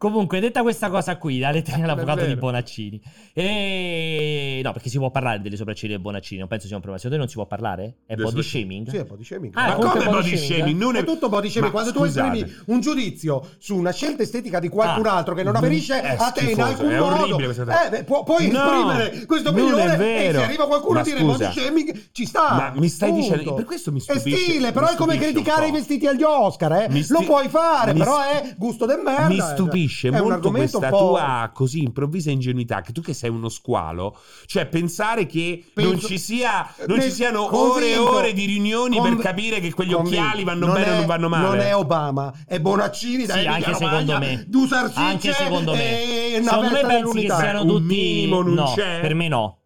Comunque, detta questa cosa qui, la lettera all'avvocato di vero. Bonaccini. E... No, perché si può parlare delle sopracciglia di Bonaccini, non penso sia un problema. Secondo te non si può parlare? È Delle body sopracciglia- shaming? Sì, è body shaming. eh? Ah, Ma comunque come body body shaming, shaming? Non È è tutto body shaming. Ma Quando tu scusate. esprimi un giudizio su una scelta estetica di qualcun Ah, altro che non afferisce è a te in schifoso, alcun è orribile modo, questa cosa. eh, beh, pu- puoi No, esprimere questo non è opinione e vero. se arriva qualcuno Ma a dire scusa. body shaming ci sta. Ma mi stai punto. dicendo- per questo mi È stupisce- stile, mi però è come stupisce un criticare po'. i vestiti agli Oscar, eh. Mi sti- Lo puoi fare, mi però st- è gusto del merda. Mi eh. stupisce È un molto argomento questa un po'- tua così improvvisa ingenuità, che tu che sei uno squalo, cioè pensare che Penso- non ci, sia, non Ne- ci siano ore e convinto. ore di riunioni Conv- per capire che quegli convinto. occhiali vanno Non bene è- o non vanno male. Non è Obama, è Bonaccini da Sì, Emilia anche Romagna, secondo me. Du Sarsice Anche certo. secondo Eh, me. e eh, una Secondo me festa pensi che dell'unità. siano Un tutti minimo non no, c'è? per me no.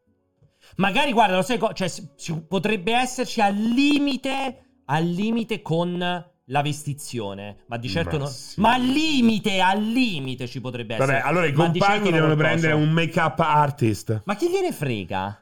Magari guarda, lo sai co- cioè, si- si- potrebbe esserci al limite al limite con la vestizione, ma di certo Ma non... sì. Ma al limite, al limite ci potrebbe essere. Vabbè, allora i Ma di certo compagni non devono qualcosa. prendere un make-up artist. Eh. Ma chi gliene frega?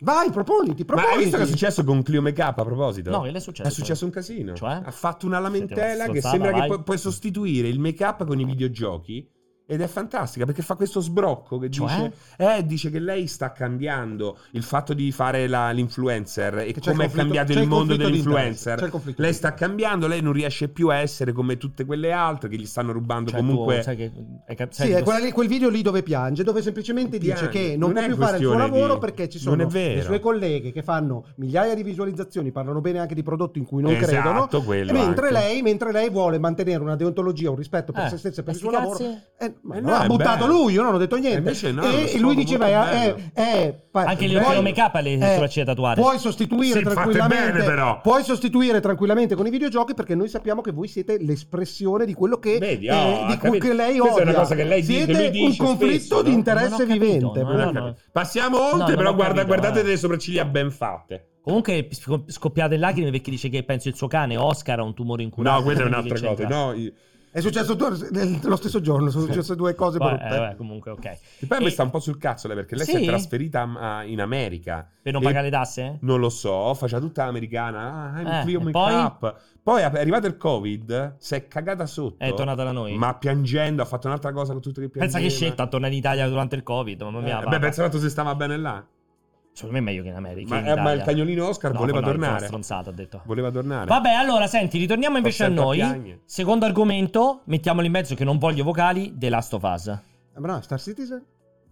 Vai, proponiti, Ma proponiti. hai visto che è successo con Clio Make Up a proposito? No, che le è successo? È successo un casino. Cioè? Ha fatto una lamentela Senti, che sforzata, sembra che vai. pu- puoi sostituire il make up con i videogiochi. Ed è fantastica perché fa questo sbrocco che Cioè? dice, eh, dice che lei sta cambiando il fatto di fare la- l'influencer e Che come c'è il è conflitto- cambiato c'è il il mondo conflitto di dell'influencer. interesse, c'è il conflitto lei di sta interesse. cambiando, lei non riesce più a essere come tutte quelle altre che gli stanno rubando Cioè, comunque. tu sai che- hai Eh, cap- sai Sì, che- è quella lì- quel video lì dove piange, dove semplicemente dice Piange. che non, Non è può più fare il suo questione lavoro di- perché ci non sono è vero. le sue colleghe che fanno migliaia di visualizzazioni, parlano bene anche di prodotti in cui non Esatto, credono. quello e mentre, anche. lei, mentre lei vuole mantenere una deontologia, un rispetto per Eh, se stessa e ma per il suo sti lavoro, cazzi? eh, ma Eh no, no, ha è buttato bello. Eh, lui, io non ho detto niente. invece no, è uno e, e lui scopo diceva: molto eh, bello. eh, eh, pa- Anche le bello, occhiali make-up alle- sulla cena tatuate. Puoi sostituire Sì, fate tranquillamente, bene, però. puoi sostituire tranquillamente con i videogiochi perché noi sappiamo che voi siete l'espressione di quello che, Vedi, eh, oh, ha di cui capito. che lei odia. Questa è una cosa che lei dice, siete lui dice un conflitto spesso, di no? Non ho interesse capito, vivente. no, Non no, ho no. capito. Passiamo oltre, non però ho guarda- capito, guardate eh. delle sopracciglia ben fatte. Comunque sp- scoppiate in lacrime perché dice che penso il suo cane Oscar ha un tumore incurato. No, quella è quindi che un'altra cosa. c'entra? No, io- È successo due, nel- lo stesso giorno, sono successe due cose Vabbè, brutte. eh, vabbè, comunque ok. Che poi a me E- sta un po' sul cazzo lei, perché lei si Sì? è trasferita a- a- in America. Per non E- pagare le tasse? Non lo so, faceva tutta l'americana. Ah, I'm Eh, Clio e Make poi? Up. Poi è arrivato il Covid, si è cagata sotto. È tornata da noi. Ma piangendo, ha fatto un'altra cosa con tutte che piangeva. Pensa che scelta torna in Italia durante il Covid, mamma mia. Eh, va- beh, pensa tanto se stava bene là. Secondo me è meglio che in America. Ma, che in eh, ma Italia. il cagnolino Oscar No, voleva no, è una tornare. stronzata, ha detto. Voleva tornare. Vabbè, allora senti, ritorniamo invece a sempre a noi. piagne. Secondo argomento, mettiamolo in mezzo che non voglio vocali, The Last of Us. Eh, Ma no, Star Citizen?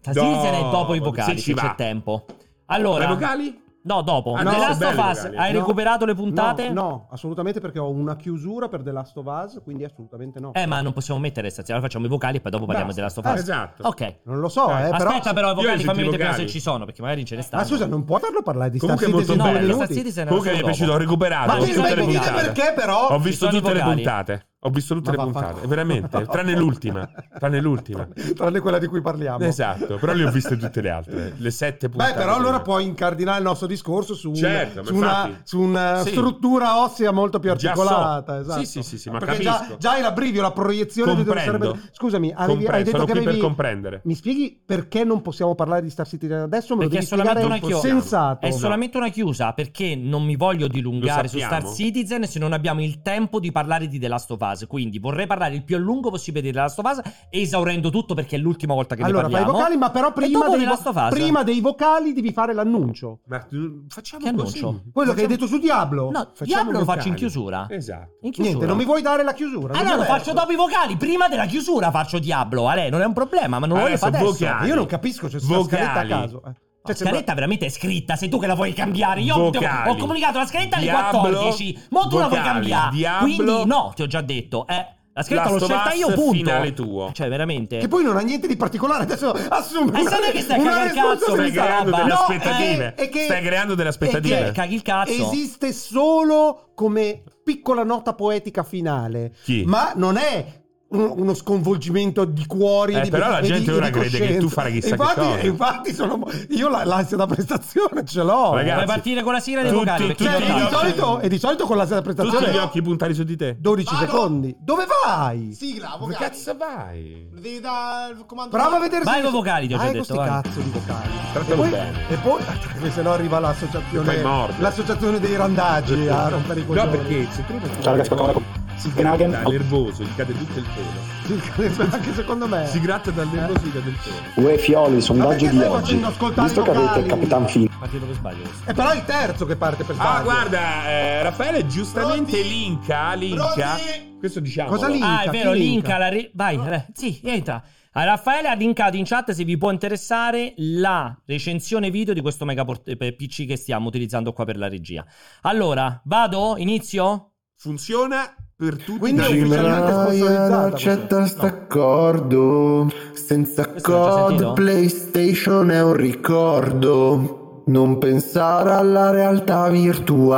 La No, season è dopo i se vocali, ci se, va. c'è tempo. Ma Allora, i vocali? no, dopo. Ah, no, The sono Last of belli i Us, vocali. hai No. recuperato le puntate? No, no, assolutamente perché ho una chiusura per The Last of Us, quindi assolutamente no. Eh, ma non possiamo mettere stazione, allora facciamo i vocali e poi dopo parliamo Basta. della Last Ah, of Us. esatto. Ok. non lo so, Eh, eh, però... Aspetta però i Io vocali, sento fammi i vedere prima se vocali. ci sono, perché magari ce ne stanno. Ma scusa, non puoi farlo parlare di Star Comunque è molto Citizen in No, due bello. la Star minuti? Citizen è Comunque mi è solo piaciuto, dopo. ho recuperato. Ma ho Ma sì, visto ma tutte le mi dite puntate. perché però? Ho Ci visto sono i tutte le vocali. puntate. Ho visto tutte le Ma vaffanculo. puntate, veramente, tranne l'ultima, tranne l'ultima. Tranne quella di cui parliamo. Esatto, però le ho viste tutte le altre, le sette puntate. Beh, però allora puoi incardinare il nostro discorso su, un- Certo, ma su una, infatti. su una Sì. struttura ossea molto più Già articolata. so. esatto. Sì, sì, sì, sì, ma Perché capisco. già, già hai l'abbrivio, la proiezione di dove Comprendo. sarebbe- Scusami, avevi- Comprendo, hai detto sono che qui per avevi... comprendere. Mi spieghi perché non possiamo parlare di Star Citizen adesso? Me lo devi Perché è solamente spiegare una chiosa. sensato. È solamente una chiusa perché non mi voglio dilungare Lo su sappiamo. Star Citizen se non abbiamo il tempo di parlare di The Last of Us. Quindi vorrei parlare il più a lungo possibile di The Last of Us, esaurendo tutto perché è l'ultima volta che Allora, fai ne i parliamo. vocali, ma però E prima dopo dei, The Last of vo- Us. prima dei vocali devi fare l'annuncio. Ma tu- facciamo Che così. annuncio? Quello Facciamo- che hai detto su Diablo. No, facciamo Diablo lo vocali. faccio in chiusura. Esatto. In chiusura. Niente, non mi vuoi dare la chiusura. Ah non no, lo mi faccio verso. dopo i vocali, prima della chiusura faccio Diablo, Ale, non è un problema, ma non lo voglio Adesso fare adesso. vocali. Io non capisco, c'è cioè, Vocali. scaletta a caso. Eh. La Cioè, scaletta sembra- veramente è scritta, sei tu che la vuoi cambiare. Io Vocali. ho comunicato la scaletta alle Diablo, 14. Mo tu la vuoi vocali, cambiare. Diablo. Quindi no, ti ho già detto. Eh, la scaletta Last l'ho of scelta Us, io, punto. finale tuo. Cioè, veramente. Che poi non ha niente di particolare, adesso assume Eh, sai che stai a cagare il cazzo, Stai questa creando roba. delle No, aspettative. eh, è che- Stai creando delle aspettative. che- caghi il cazzo. Eh, Esiste solo come piccola nota poetica finale. Chi? Ma non è un- uno sconvolgimento di cuori Eh, di- però la e di- gente e di ora crede che coscienza. tu farai chissà che infatti, cosa. infatti sono io la- l'ansia da prestazione ce l'ho Ragazzi, Vuoi partire con la sigla dei Tutti- vocali? Perché Cioè, tutti e, io di tanto- solito, e di solito con l'ansia da Tutti gli prestazione occhi puntati su di te. 12 Vado. secondi dove vai? Sigla, Dove vocali. cazzo vai? Devi dare il comando. Prova a vedere Vai se- con vocali, ti ho già Vai detto, con ecco sti vai. cazzo di vocali. Trattalo E poi, bene. e poi- perché se no arriva E poi l'associazione mordi. l'associazione dei randaggi a rompere i coglioni. No, perché se tu Ciao ragazzi, Dal sono Signagen. nervoso, gli cade tutto il pelo. Anche secondo me. Si gratta dal nervoso, gli cade il Eh. pelo. Ue Fioli, il sondaggio perché di stai oggi. facendo ascoltare Visto che i vocali? avete il Capitan Fink, Partire dove sbaglio. questo. È però è il terzo che parte per sbaglio. Ah, guarda, eh, Raffaele giustamente Pronti? linka, linka. Pronti? Questo diciamo. Cosa linka? Ah, è chi vero, linka? linka. la ri- Vai, re- sì, entra. Ah, Raffaele ha linkato in chat se vi può interessare la recensione video di questo mega port- eh, PC che stiamo utilizzando qua per la regia. Allora, vado? Inizio? Funziona per tutti. Quindi è Dai, ufficialmente sponsorizzata. questa. accetta st'accordo senza Questo l'ho già sentito? code PlayStation è un ricordo non pensare alla realtà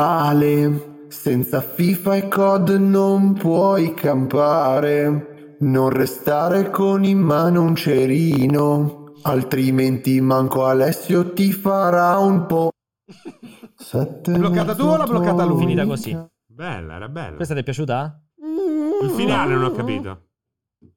virtuale senza FIFA e COD non puoi campare non restare con in mano un cerino altrimenti manco Alessio ti farà un po' Sette Bloccata tu o l'ha bloccata lui? Finita così. Bella, era bella. Questa ti è piaciuta? Il finale non ho capito.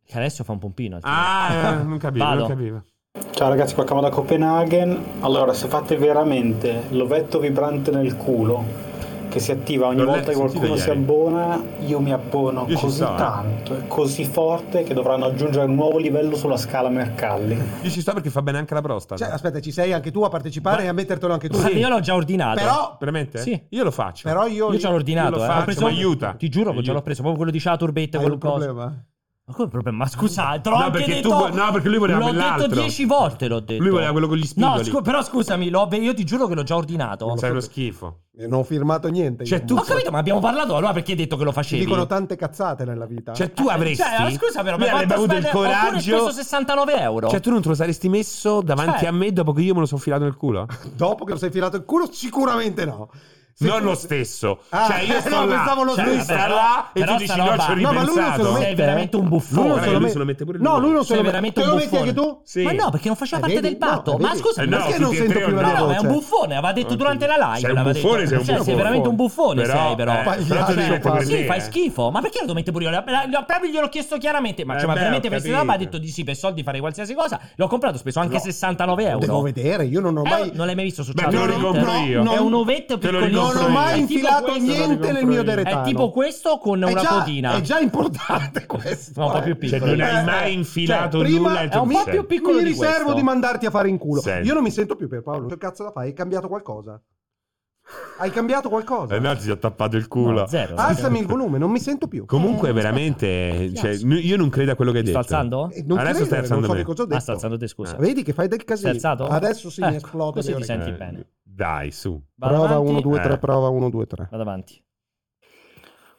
Che adesso fa un pompino. Ah, eh, non capivo, Vado. non capivo. Ciao ragazzi, qua Camo da Copenaghen. Allora, se fate veramente l'ovetto vibrante nel culo che si attiva ogni L'ho volta che letto, sentito qualcuno si ieri. abbona, io mi abbono Io ci così sto, eh. tanto e così forte che dovranno aggiungere un nuovo livello sulla scala Mercalli. Io ci sto perché fa bene anche la prostata. Cioè, aspetta, ci sei anche tu a partecipare Ma- e a mettertelo anche tu. Guarda, Io l'ho già ordinato. Però, Veramente? Sì. Io lo faccio. però io... Io ce l'ho ordinato, io lo eh. Ho faccio, preso- ma aiuta. Ti giuro che ce l'ho Aiuta. preso, proprio quello di Chaturbate, Hai quel un coso. problema. Ma come problema? Ma scusa, te l'ho No, anche perché detto- tu vo- no, perché lui voleva L'ho detto quell'altro. dieci volte, l'ho detto. Lui voleva quello con gli No, spigoli. scu- però scusami, l'ho- io ti giuro che l'ho già ordinato. Sei uno schifo. E Non ho firmato niente. Cioè, io. tu- Ho capito, ma abbiamo parlato, allora perché hai detto che lo Ci facevi? dicono tante cazzate nella vita. Cioè, tu avresti. Cioè, ma scusa però, Lui ma avrebbe quanto avuto il spende- oppure coraggio. speso 69 euro. Cioè, tu non te lo saresti messo davanti Cioè. a me dopo che io me lo sono filato nel culo? Dopo che lo sei filato il culo, sicuramente no. non Sicur- lo stesso. Ah, cioè, io sto no, là. pensavo lo cioè, stesso. lui sta Però- là e però tu dici sta no, roba- ci ho No, ma lui non se lo ripensato. Cioè, mette. eh. Sei veramente un Lui non buffone. se Lui met- se lo mette pure lui. No, lui non se Sei lo mette. veramente Cioè, Te un lo metti buffone. anche tu? Sì. Ma no, perché non faceva Eh, parte vedi? del batto. No, ma vedi? scusa, Eh, no, perché tutti non e sento tre più la no. mia No, voce? è un buffone, aveva detto durante la live. cioè, Sei un l'aveva buffone, detto. sei un Cioè, buffone. veramente un buffone, Però, sei però. eh, però Fai- te fai- devi mettere fai- per sì, Sì, me, fai eh. schifo. Ma perché lo devo mettere pure io? La- la- la- Proprio gliel'ho chiesto chiaramente. Ma, Eh cioè, ma beh, veramente ho per capito. roba ha detto di sì per soldi farei qualsiasi cosa. L'ho comprato, ho speso anche No. 69 euro. Devo vedere, io non ho Eh, mai... non l'hai mai visto su Beh, Chat te lo Roulette? ricompro No, io. È un ovetto Te lo piccolino. ricompro io. Non ho È mai tipo infilato questo- niente nel mio deretano. È tipo questo con È una già- codina. È già importante questo. No, un po' più eh. piccolo. Cioè, non Eh, hai mai eh. infilato Cioè, prima nulla. nel è tuo un po' pisello. più piccolo Mi di riservo questo. di mandarti a fare in culo. Senti. Io non mi sento più per Paolo. Che cazzo da fai? Hai cambiato qualcosa? Hai cambiato qualcosa? Eh no, ti ho tappato il culo. No, zero. Alzami il volume, non mi sento più. Comunque, Eh, veramente, aspetta. cioè, n- io non credo a quello che hai Sto detto. alzando? Eh, Non Adesso credere, stai alzando non so me. che cosa ho Ah, sta detto. alzando te, scusa. Vedi che fai del casino. Sei alzato? Adesso si mi Ecco, esplode così le ti orecchie. senti bene. Eh, Dai, su. Vado Prova avanti. 1, 2, 3, Eh. prova 1, 2, 3. Vado avanti.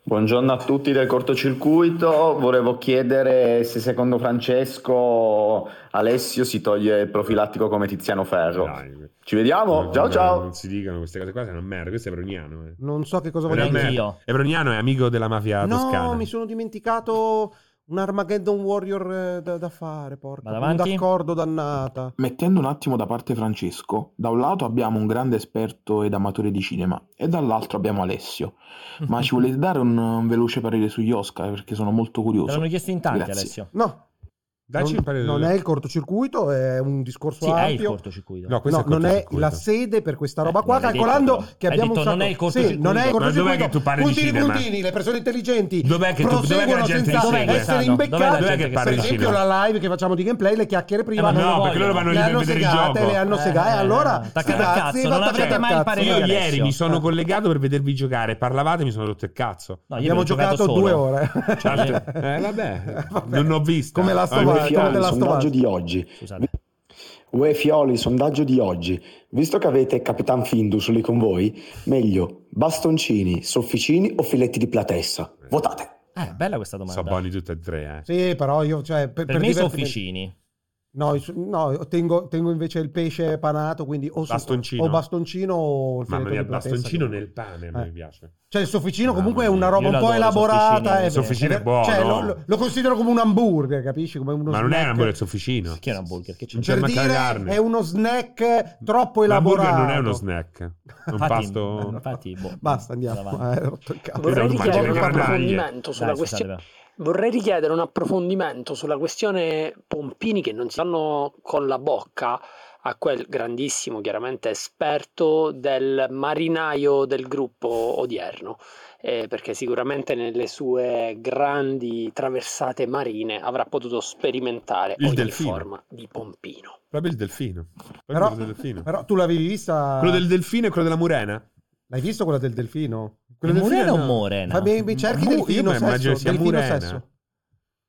Buongiorno a tutti del cortocircuito, volevo chiedere se secondo Francesco Alessio si toglie il profilattico come Tiziano Ferro. Dai. Ci vediamo, No, Eh, ciao no, ciao! Non si dicono queste cose qua, se non merda. Questo è Broniano. Eh. Non so che cosa Era voglio me. dire. Anch'io. Ebroniano è amico della mafia toscana. No, mi sono dimenticato un Armageddon Warrior eh, da, da fare, porca. Vado Un avanti. d'accordo dannata. Mettendo un attimo da parte Francesco, da un lato abbiamo un grande esperto ed amatore di cinema e dall'altro abbiamo Alessio. Ma ci volete dare un, un veloce parere sugli Oscar perché sono molto Te curioso. l'hanno chiesto in tanti, Grazie. Alessio. No, Dacci non, un parere. non è il cortocircuito, è un discorso Sì, ampio. è il cortocircuito. No, questo No, è il non è cortocircuito. la sede per questa roba Eh, qua, non l'hai calcolando detto, però. che Hai abbiamo detto, un sacco... non è il cortocircuito. Sì, non è il Ma dov'è cortocircuito. che tu parli di puntini, cinema? puntini, le persone intelligenti Dov'è che tu- dov'è che la proseguono gente senza insegue? essere Dov'è che imbeccati. parli di per cinema? esempio la live che facciamo di gameplay, le chiacchiere prima Eh, ma non no, lo perché voglio. loro vanno lì le per hanno vedere il segate, gioco. le hanno Eh, segate. allora, attacca sti al cazzi, cazzo, vattene non a avrete mai cazzo. parere Io di Alessio. ieri mi sono Ah. collegato per vedervi giocare, parlavate e mi sono rotto il cazzo. No, io Abbiamo avevo giocato solo. due ore. Cioè, Certo. Eh, vabbè, Vabbè. non ho visto. Ah, Come la Ho invece- UE Guarda, guarda Fioli, la sondaggio stovaglia. di oggi. Scusate. Certo. UE Fioli, sondaggio di oggi. Visto che avete Capitan Findus lì con voi, meglio bastoncini, sofficini o filetti di platessa? Votate. Eh, bella questa domanda. Sono buoni tutti e tre, eh. Sì, però io, cioè, per, per, me sono divertimento- officini. No, i su- no, tengo, tengo invece il pesce panato, quindi o, su- Bastoncino. o bastoncino o il Mamma filetto mia, di platessa. bastoncino nel pane, a me Eh. piace. Cioè, il sofficino Mamma comunque è mia, una roba io un po' l'adoro, elaborata. sofficino. è- Sofficino è- è buono. Cioè, lo, lo- lo considero come un hamburger, capisci? Come uno Ma non è snack. un hamburger, è sofficino. Che è un hamburger? Che c'è? Non c'è Per manca la dire, carne. è uno snack troppo L'hamburger elaborato. non è uno snack, è un Infatti- pasto... Infatti, boh. Basta, Vado andiamo. avanti. Eh, hai rotto il cazzo. Vorrei Esatto, richiedere mangiare un le granaglie. approfondimento sulla Dai, questione. scusate, Vorrei richiedere un approfondimento sulla questione Pompini che non si danno con la bocca a quel grandissimo, chiaramente esperto del marinaio del gruppo odierno, eh, perché sicuramente nelle sue grandi traversate marine avrà potuto sperimentare Il ogni delfino. forma di Pompino. Proprio il delfino. Proprio Però- quello del delfino. Però tu l'avevi vista? Quello del delfino e quello della murena? L'hai visto quella del delfino? Quello vabbè. del Morena o no. Morena? Va bene, cerchi Mu- io delfino me immagino sesso, sia delfino Murena. sesso.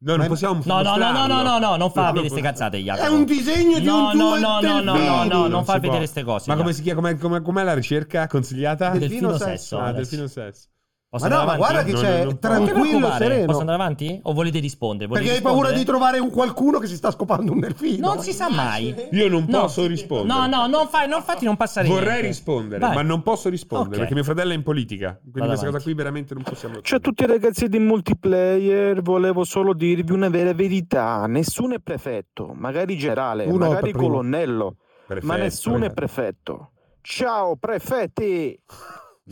No, non Ma- possiamo No, no, no, no, no, no, no, non fa vedere vedere queste cazzate, Jacopo. È un disegno di Ah, No, un no, duo no, no, no, delfini. no, no, non Non fa si può. vedere queste cose. Ma come Jacopo. si chiama? Com'è, com'è- com'è la ricerca consigliata? Delfino delfino sesso. sesso. Ah, adesso. delfino sesso. Posso Ma no, ma andare guarda avanti? che Non- c'è non- non- Non ti tranquillo, preoccupare. Posso sereno. andare avanti? O volete rispondere? Volete Perché hai paura di rispondere? trovare un- qualcuno che si sta scopando un delfino. Non si sa mai. Io non No. posso rispondere. No, no, non fai, non fatti non passare Vorrei niente. rispondere, Vai. ma non posso rispondere Ok. perché mio fratello è in politica. Quindi Vado questa cosa avanti. qui veramente non possiamo. Ciao a tutti ragazzi di multiplayer, volevo solo dirvi una vera verità, nessuno è prefetto, magari generale, Uno è magari primo. colonnello, Perfetto. ma nessuno è prefetto. Ciao prefetti!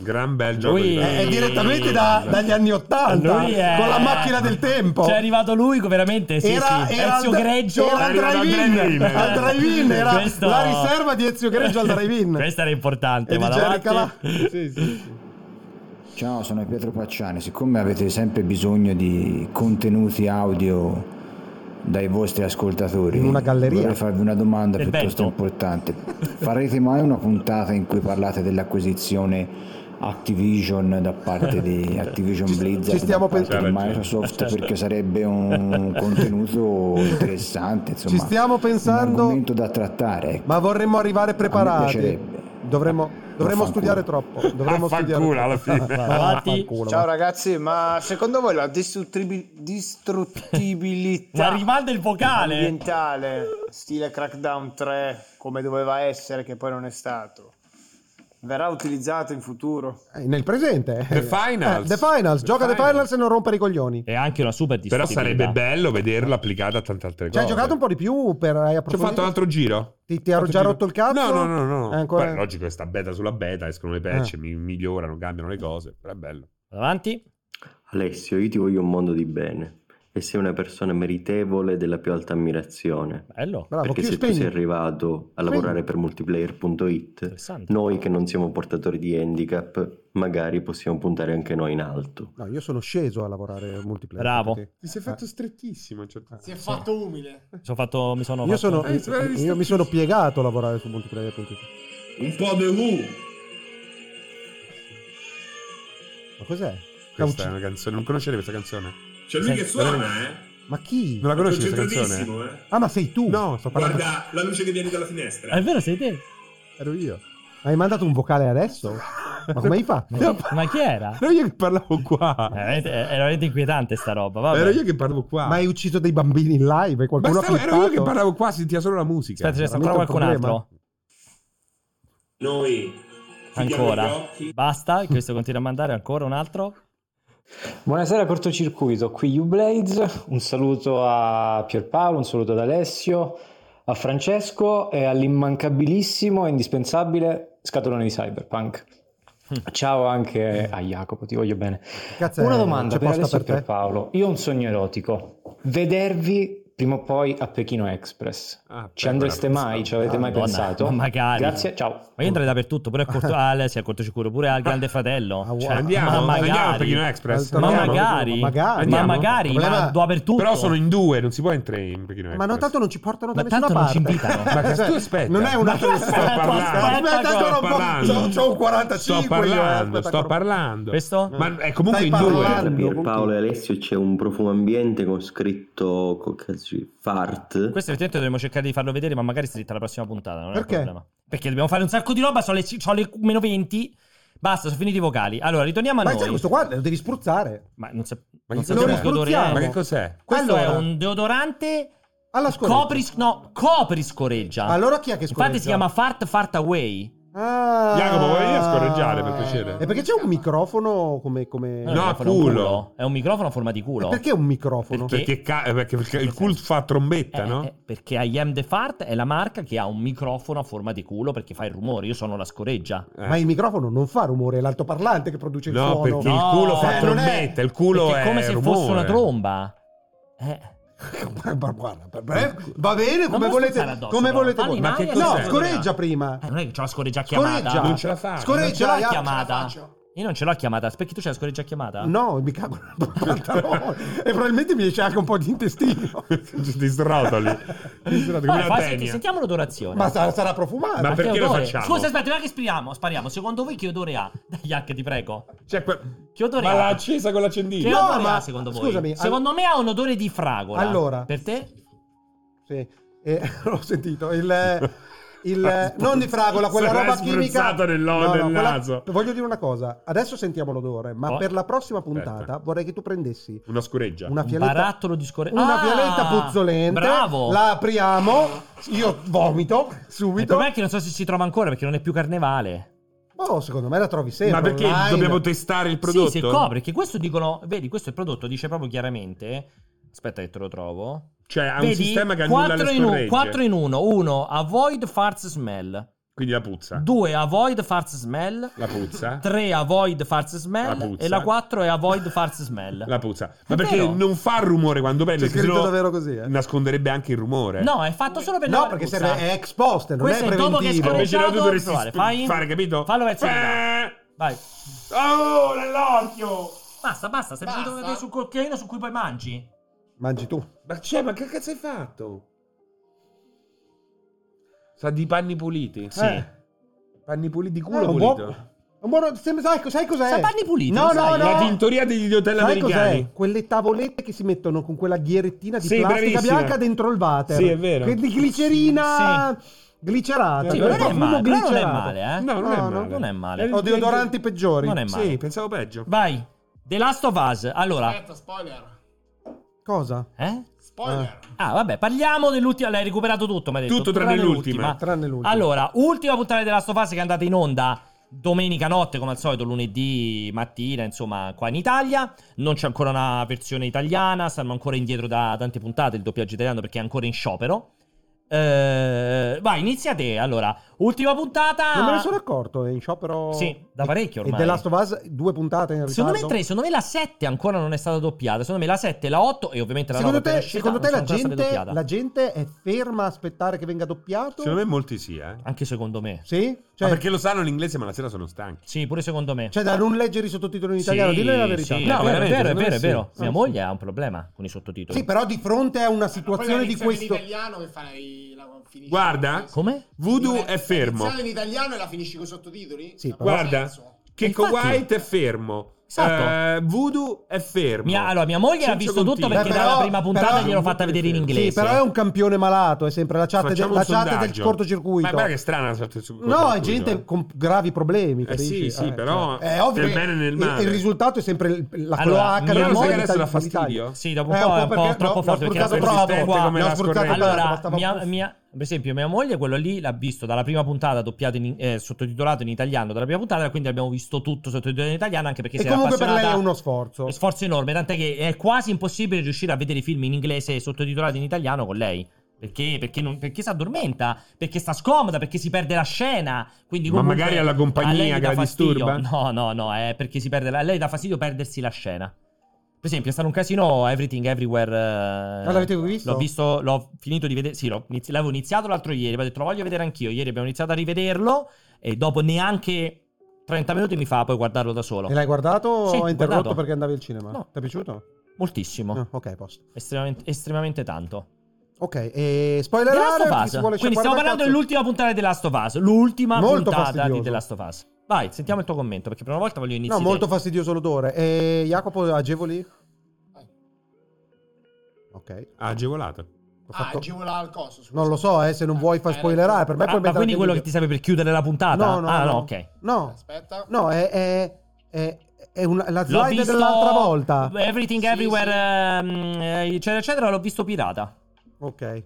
Gran bel gioco. Lui- di Eh, È tavolo. direttamente da- dagli anni Ottanta, Ah, Lui è- con la macchina del tempo. C'è arrivato lui, veramente. Sì, era, sì. era Ezio al- Greggio. era al Arriva da drive-in, drive-in. al drive-in, era Questo- la riserva di Ezio Greggio al drive-in. Questo era importante. E di ma Jerry Calà. davanti- Sì, sì, sì. Ciao, sono Pietro Pacciani. Siccome avete sempre bisogno di contenuti audio dai vostri ascoltatori, In una galleria. vorrei farvi una domanda Del piuttosto vento. importante. Farete mai una puntata in cui parlate dell'acquisizione Activision da parte di Activision Blizzard ci stiamo da parte pensando. di C'ha ragione. Microsoft Certo. perché sarebbe un contenuto interessante, insomma. Ci stiamo un pensando, argomento da trattare. ecco. ma vorremmo arrivare A me preparati. piacerebbe. Dovremmo, dovremmo Vaffanculo. studiare troppo. Dovremmo studiare Vaffanculo, alla fine. Avanti. Vaffanculo, Ciao ragazzi, ma secondo voi la distruttibil- distruttibilità Ma rimanda il vocale. ambientale, stile Crackdown 3, come doveva essere, che poi non è stato, verrà utilizzato in futuro? Eh, Nel presente. The Finals. Eh, the Finals. The Gioca The Finals. Finals e non rompere i coglioni. E anche una super Però sarebbe disponibilità. bello vederlo applicato a tante altre Ci hai cose. giocato un po' di più per hai Ci ho approfondito? fatto un altro giro. Ti, ti ha Fatto già giro. rotto il cazzo? No, no, no, no. Eh, ancora- Ah. Beh, logico che sta beta sulla beta, escono le patch, mi- migliorano, cambiano le cose, però è bello. Avanti. Alessio, io ti voglio un mondo di bene e sei una persona meritevole della più alta ammirazione. Bello. Bravo, perché chi se tu sei spegni? arrivato a lavorare per multiplayer.it, Interessante. noi che non siamo portatori di handicap, magari possiamo puntare anche noi in alto. No, io sono sceso a lavorare multiplayer. Eh. Bravo. Sì. Ti sei fatto strettissimo. Cioè... Si è fatto umile. Sono fatto, mi sono Io, fatto- sono, Eh, io- spero di io mi stare- sono piegato a lavorare su multiplayer. Un po' de U. Ma cos'è? Questa è una canzone, non conoscete questa canzone? C'è lui che suona, eh? Ma chi? Non la conosci questa canzone? Concentratissimo, eh? Ah, ma sei tu? No, sto parlando Guarda la luce che viene dalla È finestra. vero, sei te. Ero io. Hai mandato un vocale adesso? Ma come hai fatto? Ma, ma chi era? Eh, Ero io che parlavo qua. Veramente- È veramente inquietante sta roba. Vabbè. Ero io che parlavo qua. Ma hai ucciso dei bambini in live? Ma Qualcuno stavo- ha ero io che clippato? parlavo qua, sentiva solo la musica. Aspetta, c'è stato ancora veramente qualcun un altro. Noi. chiudiamo gli Ancora. occhi. Basta, questo continua a mandare ancora un altro. Buonasera cortocircuito, qui Ublaze, un saluto a Pierpaolo, un saluto ad Alessio, a Francesco e all'immancabilissimo e indispensabile scatolone di Cyberpunk. Ciao anche a Jacopo, ti voglio bene. Cazzo, Una eh, domanda c'è per posta Alessio e per te? Pierpaolo, io ho un sogno erotico, vedervi prima o poi a Pechino Express. Ah, Ci beh, andreste guarda, mai? Ci avete mai Madonna, pensato? ma magari. Grazie, ciao. Ma io andrei dappertutto, pure al corto, al, sì, al cortocircuito, pure al Grande Fratello. Ah, wow. Cioè, Andiamo, ma magari. andiamo a Pechino Express. Ma Andiamo. magari, Ma magari. ma Andiamo. magari, Il ma problema- dappertutto. Però sono in due, non si può entrare in Pechino Ma no, Express. tanto non ci portano da Ma nessuna tanto non ci parte. Cioè, invitano. Ma che- tu aspetta. Non è Ma un'altra sto storia. parlando. Aspetta, Sto ancora un parlando. po'. C'ho, c'ho un 45. Sto io, eh, parlando, aspetta, sto ancora- parlando. Questo? Ma è comunque Stai in due. Tra parlando. Bello, Paolo e Alessio c'è un profumo ambiente con scritto co- cazzo, fart. Questo effettivamente dovremmo cercare di farlo vedere, ma magari scritta la prossima puntata. Non Perché? È un problema. Perché dobbiamo fare un sacco di roba. Sono le, sono le meno 20. Basta, sono finiti i vocali. Allora, ritorniamo a Ma noi. sai, questo qua lo devi spruzzare. Ma non, sa- Ma non che sappiamo cos'è? che odore è. Ma che cos'è? Questo Allora, è un deodorante alla scuola. copri, no, copri scoreggia. Allora chi è che scorreggia? Infatti si chiama Fart Fart Away. Ah. Jacopo, vuoi venire a scorreggiare, per piacere? E perché c'è un microfono come... come... Non è No, un microfono, è un culo. È un microfono a forma di E culo. perché un microfono? Perché- Perché, ca- eh, perché- perché il cult fa Eh, trombetta, no? eh, perché I Am The Fart è la marca che ha un microfono a forma di culo perché fa il rumore. Io sono la scoreggia. Eh. Ma il microfono non fa rumore, è l'altoparlante che produce il No, suono. perché No, il culo fa eh, non è- trombetta, il culo perché è è come se rumore. fosse una tromba. Eh. Guarda, guarda, per- Va bene, Non come mi volete, spostare addosso, come però. volete Falli voi. mai, Ma che eh, No, cos'è? scoreggia prima. Eh, non è che c'ho la scoreggia chiamata. Scoreggia. Non ce la fa. Non ce Scoreggia, l'ho Jacopo, chiamata. ce la faccio. Io non ce l'ho chiamata. Perché tu c'hai la scoreggia chiamata? No, mi cago nel pantalone. e probabilmente mi esce anche un po' di intestino. Ti srotoli. Ti srotoli come Vai, una fai, senti- tenia. sentiamo l'odorazione. Ma sa- sarà profumato. Ma Ma perché che lo odore? facciamo? Scusa, aspetta, non è che spiriamo, spariamo. Secondo voi che odore ha? Dai, Jack, ti prego. Cioè, que- Che odore ma ha? l'ha accesa con Che l'accendino. No, odore ma- ha secondo voi? scusami, al- secondo me ha un odore di fragola. Allora. Per te? Sì, eh, l'ho sentito. Il, il- non di fragola, quella Se l'hai roba chimica. spruzzato nel- nel naso. Voglio dire una cosa. Adesso sentiamo l'odore, ma Oh. per la prossima puntata Aspetta. vorrei che tu prendessi Una scoreggia. una Un fialetta. barattolo di score- Una Ah! fialetta puzzolente. Bravo! La apriamo. Io vomito Il subito. problema è che non so se si trova ancora perché non è più carnevale. Oh, secondo me la trovi ma sempre. perché online. dobbiamo testare il prodotto? Sì, se copre, perché questo dicono, vedi, questo è il prodotto, dice proprio chiaramente. Aspetta che te lo trovo. Cioè, ha un Vedi, sistema che annulla le 4 in, scorregge. 1, 4 in 1, 1 avoid farts smell. Quindi la puzza. 2 avoid farce smell, Ah. La puzza. 3 avoid farce La smell puzza. e la 4 è avoid farce smell. La puzza. È Ma perché vero. non fa rumore quando prende? C'è perché scritto sennò Cioè, davvero così, eh. Nasconderebbe anche il rumore. No, è fatto solo per No, levare perché puzza. serve- è ex post, non Questo è è dopo che è preventivo. Cioè, Invece scorreggiato, tu dovresti provare, sp- fai. fare, capito? Fallo verso il lato. Eh, Vai. Oh, nell'occhio! Basta, basta, stai facendo vedere sul coltellino su cui poi mangi. Mangi tu. Ma c'è, ma che cazzo hai fatto? Sa di panni puliti. Sì. Eh. Panni puliti di Eh, culo un pulito. boh. buon- un buono- se- sai, sai cos'è? Sa panni puliti, No, lo no, sai? no. La tintoria degli hotel Sai americani. cos'è? Quelle tavolette che si mettono con quella ghierettina di Sì, plastica bravissima. bianca dentro il water. Sì, è vero. Che di glicerina glicerata. Sì, però però non è profumo male, però non è glicerato. male, eh. No, non, è No, no, male. non è male. il Ho deodoranti peggio. peggiori. Non è male. Sì, pensavo peggio. Vai. The Last of Us. Allora, Aspetta, spoiler. Cosa? eh? Spoiler. Ah, vabbè, parliamo dell'ultima. L'hai recuperato tutto, mi hai detto. Tutto tranne l'ultima. Tranne l'ultimo. Allora, ultima puntata della Last of Us che è andata in onda domenica notte, come al solito, lunedì mattina, insomma, qua in Italia. Non c'è ancora una versione italiana, stanno ancora indietro da tante puntate il doppiaggio italiano perché è ancora in sciopero. Eh, vai, inizia te. Allora, ultima puntata. Non me ne sono accorto, è in sciopero. Ah. Sì, da parecchio ormai. E The Last of Us due puntate in ritardo. Secondo me 3, secondo me la 7 ancora non è stata doppiata. Secondo me la 7, la 8 e ovviamente la Secondo 9 te, secondo te la, gente, la gente è ferma a aspettare che venga doppiato? Secondo me molti sì, eh. Anche secondo me. Sì? ma Cioè, perché lo sanno l'inglese, ma la sera sono stanchi. Sì, pure secondo me. cioè, da non leggere i sottotitoli in italiano, Sì, dille la verità. sì, No, è vero, è veramente, vero, è secondo me vero, è sì. vero. Sì, Mia sì. moglie ha un problema con i sottotitoli. Sì, però di fronte a una Poi la situazione di iniziano questo. in italiano e fai la finisci Guarda, con- Come? Voodoo è La fermo. iniziano in italiano e la finisci con i sottotitoli? Sì, Ma però- che Guarda, senso? Checco Infatti- White è fermo. Esatto. Eh, Voodoo è fermo. Mia- allora, mia moglie Senza ha visto tutto continui. perché Beh, dalla però- prima puntata però- gliel'ho fatta vedere in inglese. Sì, però è un campione malato, è sempre la chat, de- Facciamo la un chat del sondaggio. Ma cortocircuito. guarda che strana la sorte- No, è cortocircuito, gente eh. con gravi problemi, Eh capisci? sì, sì, Eh, però cioè, è ovvio nel che bene e nel il- male. Il, risultato è sempre il- la Allora, cloaca mia del moglie mondo adesso d'Italia- dà fastidio? d'Italia. Sì, dopo un Eh, po' è un po' perché- troppo l'ho- forte L'ho perché la spruttato scorreggia troppo. qua. Come L'ho la spruttato scorreggia. troppo, Allora, bastava- mia, mia- per esempio, mia moglie quello lì l'ha visto dalla prima puntata doppiato in, eh, sottotitolato in italiano dalla prima puntata, quindi abbiamo visto tutto sottotitolato in italiano anche perché E si era comunque per lei è appassionata- uno Esatto. sforzo. È sforzo enorme, tant'è che è quasi impossibile riuscire a vedere i film in inglese sottotitolati in italiano con lei. Perché, perché, non, perché si addormenta, perché sta scomoda, perché si perde la scena. Quindi Ma comunque magari alla compagnia a lei che dà la fastidio. disturba? No, no, no, è perché si perde la- a lei dà fastidio perdersi la scena. Per esempio, è stato un casino Everything Everywhere. eh, Ah, l'avete visto? L'ho visto, l'ho finito di vedere. Sì, l'ho inizi- l'avevo iniziato l'altro ieri. poi ho detto, lo voglio vedere anch'io. Ieri abbiamo iniziato a rivederlo. E dopo neanche 30 minuti mi fa poi guardarlo da solo. E l'hai guardato Sì, o hai interrotto guardato. perché andavi al cinema? No. Ti è piaciuto? Moltissimo. No, ok, posto. Estremamente, estremamente tanto. Ok, e The spoiler Last alert, of chi Us. si vuole Quindi stiamo sciacquare parlando dal dell'ultima puntata di The Last of Us. L'ultima Molto puntata fastidioso. di The Last of Us. Vai, sentiamo il tuo commento perché per una volta voglio cazzo. iniziare. No, molto fastidioso l'odore. E Jacopo agevoli? Ok. Agevolato. Ho Ah, fatto- agevola il coso. scusa. Non lo so, eh, se non vuoi far Hai spoilerare, per me puoi Ah, ma mettere quindi anche quello che il ti serve per chiudere la puntata? No, no, ah, no, no. ok. video. Aspetta. No, no, è, è, è, è una- la L'ho slide visto- dell'altra volta. Everything Sì, Everywhere, ehm, eh, eccetera, eccetera, l'ho visto pirata. Ok.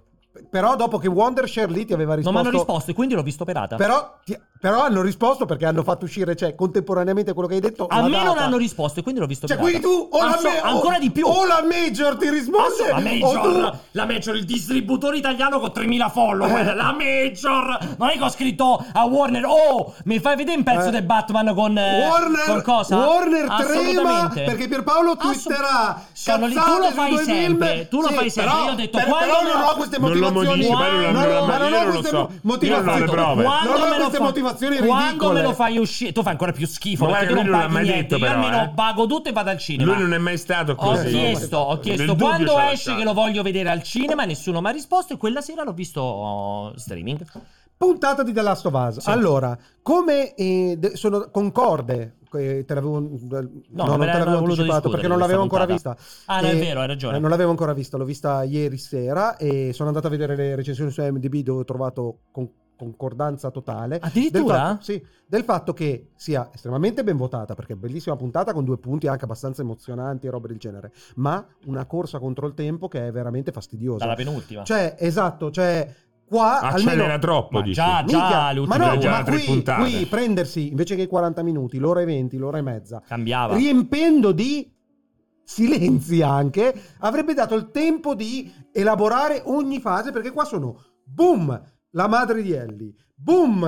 Però dopo che Wondershare lì ti aveva Non risposto... mi hanno risposto e quindi l'ho visto pirata. Però, ti- però hanno risposto perché hanno fatto uscire, cioè, contemporaneamente quello che hai detto. a la me non data. hanno risposto e quindi l'ho visto Cioè, pirata. quindi tu o la Asso- ma- o- ancora di più. o la major ti risponde Asso- la o major, oh, tu Eh. la major, il distributore italiano con 3000 follower, la major, non è che ho scritto a Warner, oh, mi fai vedere un pezzo Eh. di Batman con, eh, Warner, con cosa? Warner trema Assolutamente. perché Pierpaolo Assu- twitterà Sono lì, tu cazzate lo sui fai tuoi sempre, film. tu lo Sì, fai sempre, però- io ho detto per- quando però me- non ho queste Non lo motivazioni modifica, io non- No, non- ma io non ho non lo queste so. motivazioni Io non ho le prove. non ho me lo queste fa- motivazioni quando ridicole. me lo fai uscire, tu fai ancora più schifo. Ma perché tu guarda che lui non non l'ha paghi mai niente. detto, Io però, almeno eh. pago tutto e vado al cinema. Lui non è mai stato Ho così. chiesto, ho Nel chiesto dubbio quando ce l'ha esce lasciato. che lo voglio vedere al cinema, nessuno mi ha risposto e quella sera l'ho visto oh, streaming. puntata di The Last of Us Sì. allora come eh, de- sono concorde eh, te l'avevo no, non me te l'avevo l'avevo voluto anticipato discutere perché non questa l'avevo ancora puntata. vista Ah, no, è Eh, vero, hai ragione. eh, non l'avevo ancora vista l'ho vista ieri sera e sono andato a vedere le recensioni su MDB dove ho trovato con- concordanza totale Addirittura? Del fatto, sì, del fatto che sia estremamente ben votata, perché è bellissima puntata con due punti anche abbastanza emozionanti e robe del genere, ma una corsa contro il tempo che è veramente fastidiosa. Dalla penultima. Cioè, esatto, cioè qua Accelera almeno... Ah, troppo, Ma dici. già, già, Minchia, le ma ultime no, già ma tre qui, puntate. qui prendersi invece che 40 minuti, l'ora e 20, l'ora e mezza, cambiava. riempendo di silenzi anche, avrebbe dato il tempo di elaborare ogni fase perché qua sono boom, la madre di Ellie, boom,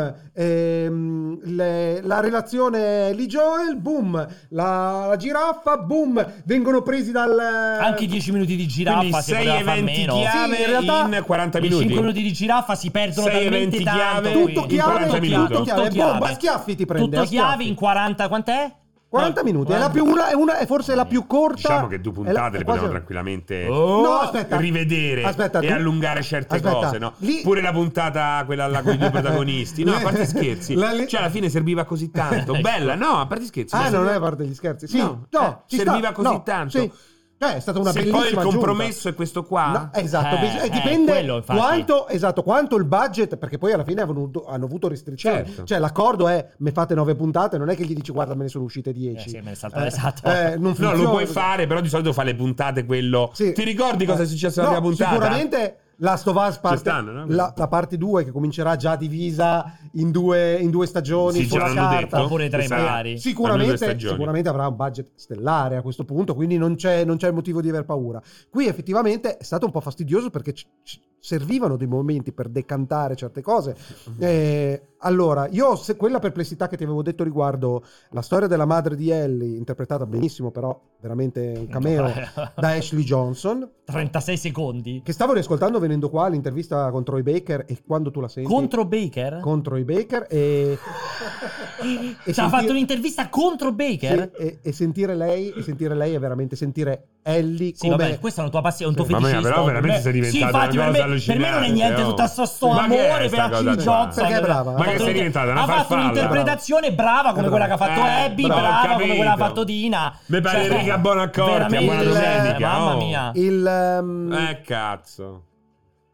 ehm, le- la relazione Lee Joel, boom, la, la giraffa, boom, vengono presi dal... Anche i 10 minuti di Quindi giraffa si sei poteva far eventi meno. chiave Sì, in realtà- in 40 I minuti. 5 minuti di giraffa si perdono Sei talmente eventi tanto. chiave quindi. tutto chiave, tutto chiave, tutto chiave, bomba, a schiaffi ti prende, Tutto a schiaffi. chiave in 40, quant'è? 40 minuti, è, la più, una, è, una, è forse la più corta. Diciamo che due puntate le è la- è quasi- potevano tranquillamente Oh! No, aspetta. rivedere Aspetta, e tu- allungare certe aspetta, cose, no? lì- Pure la puntata quella là con i due protagonisti. No, a parte scherzi. La li- Cioè, alla fine serviva così Ecco. tanto. Bella, no, a parte scherzi. Ah, ma non serviva- è parte degli scherzi. Sì, No, no, eh, ci serviva sta, così no, tanto. sì. Cioè, è stata una Se bellissima poi il aggiunta. compromesso è questo qua. No, esatto, Eh, bis- eh, eh, dipende quello, infatti. quanto, esatto, quanto il budget, perché poi alla fine avevano- hanno, avuto restrizioni. Certo. Cioè, l'accordo è me fate nove puntate, non è che gli dici guarda, me ne sono uscite dieci. Eh, sì, me ne salta- Eh, esatto. eh, non No, funziona lo puoi così. Eh. fare, però di solito fa le puntate quello. Ti ricordi cosa è successo No, alla prima puntata? Sicuramente la Stovaz parte, stanno, no? la, la parte 2 che comincerà già divisa in due, in due stagioni Sì, sulla già l'hanno carta. detto. Oppure tre Eh, magari. Hanno due Sicuramente, stagioni. sicuramente avrà un budget stellare a questo punto, quindi non c'è, non c'è motivo di aver paura. Qui effettivamente è stato un po' fastidioso perché ci- ci servivano dei momenti per decantare certe cose. Mhm. Eh, allora, io se quella perplessità che ti avevo detto riguardo la storia della madre di Ellie, interpretata benissimo però, veramente un cameo eh. da Ashley Johnson, 36 secondi. che stavo riascoltando venendo qua l'intervista con Troy Baker e quando tu la senti Contro Baker? contro i Baker e, Ci ha sentire- fatto un'intervista contro Baker? sì, e- e sentire lei e sentire lei è veramente sentire Ellie Sì, come vabbè, questa è una tua passione, un tuo Mamma mia, feticismo. però Per veramente me- sei diventata sì, infatti, una per cosa me, per me non è allucinante, niente oh. tutto questo sto Ma che è amore per sta cosa Ashley qua? Johnson. Perché è brava. Ha Ma che fatto sei un'inter- diventata una Ha fatto farfalla. un'interpretazione brava come Brava. quella che ha fatto Eh, Abby, brava, ho brava capito. come quella che ha fatto Dina. Mi pare Cioè, riga buona accordi, a buona veramente, domenica. Mamma oh. mia. il, ehm, Eh, cazzo.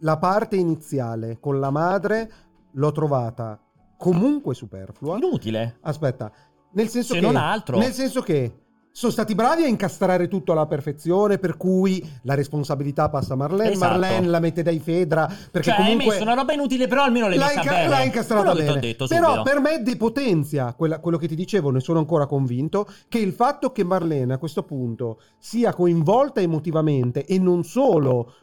la parte iniziale con la madre l'ho trovata comunque superflua Inutile. aspetta nel senso Se che non altro. nel senso che sono stati bravi a incastrare tutto alla perfezione per cui la responsabilità passa a Marlene Esatto. Marlene la mette dai Fedra perché Cioè, comunque hai messo una roba inutile, però almeno l'hai l'ha, messa inca- bene. l'ha incastrata Quello che bene. ti ho detto Però subito. per me depotenzia quella- quello che ti dicevo, ne sono ancora convinto, che il fatto che Marlene a questo punto sia coinvolta emotivamente e non solo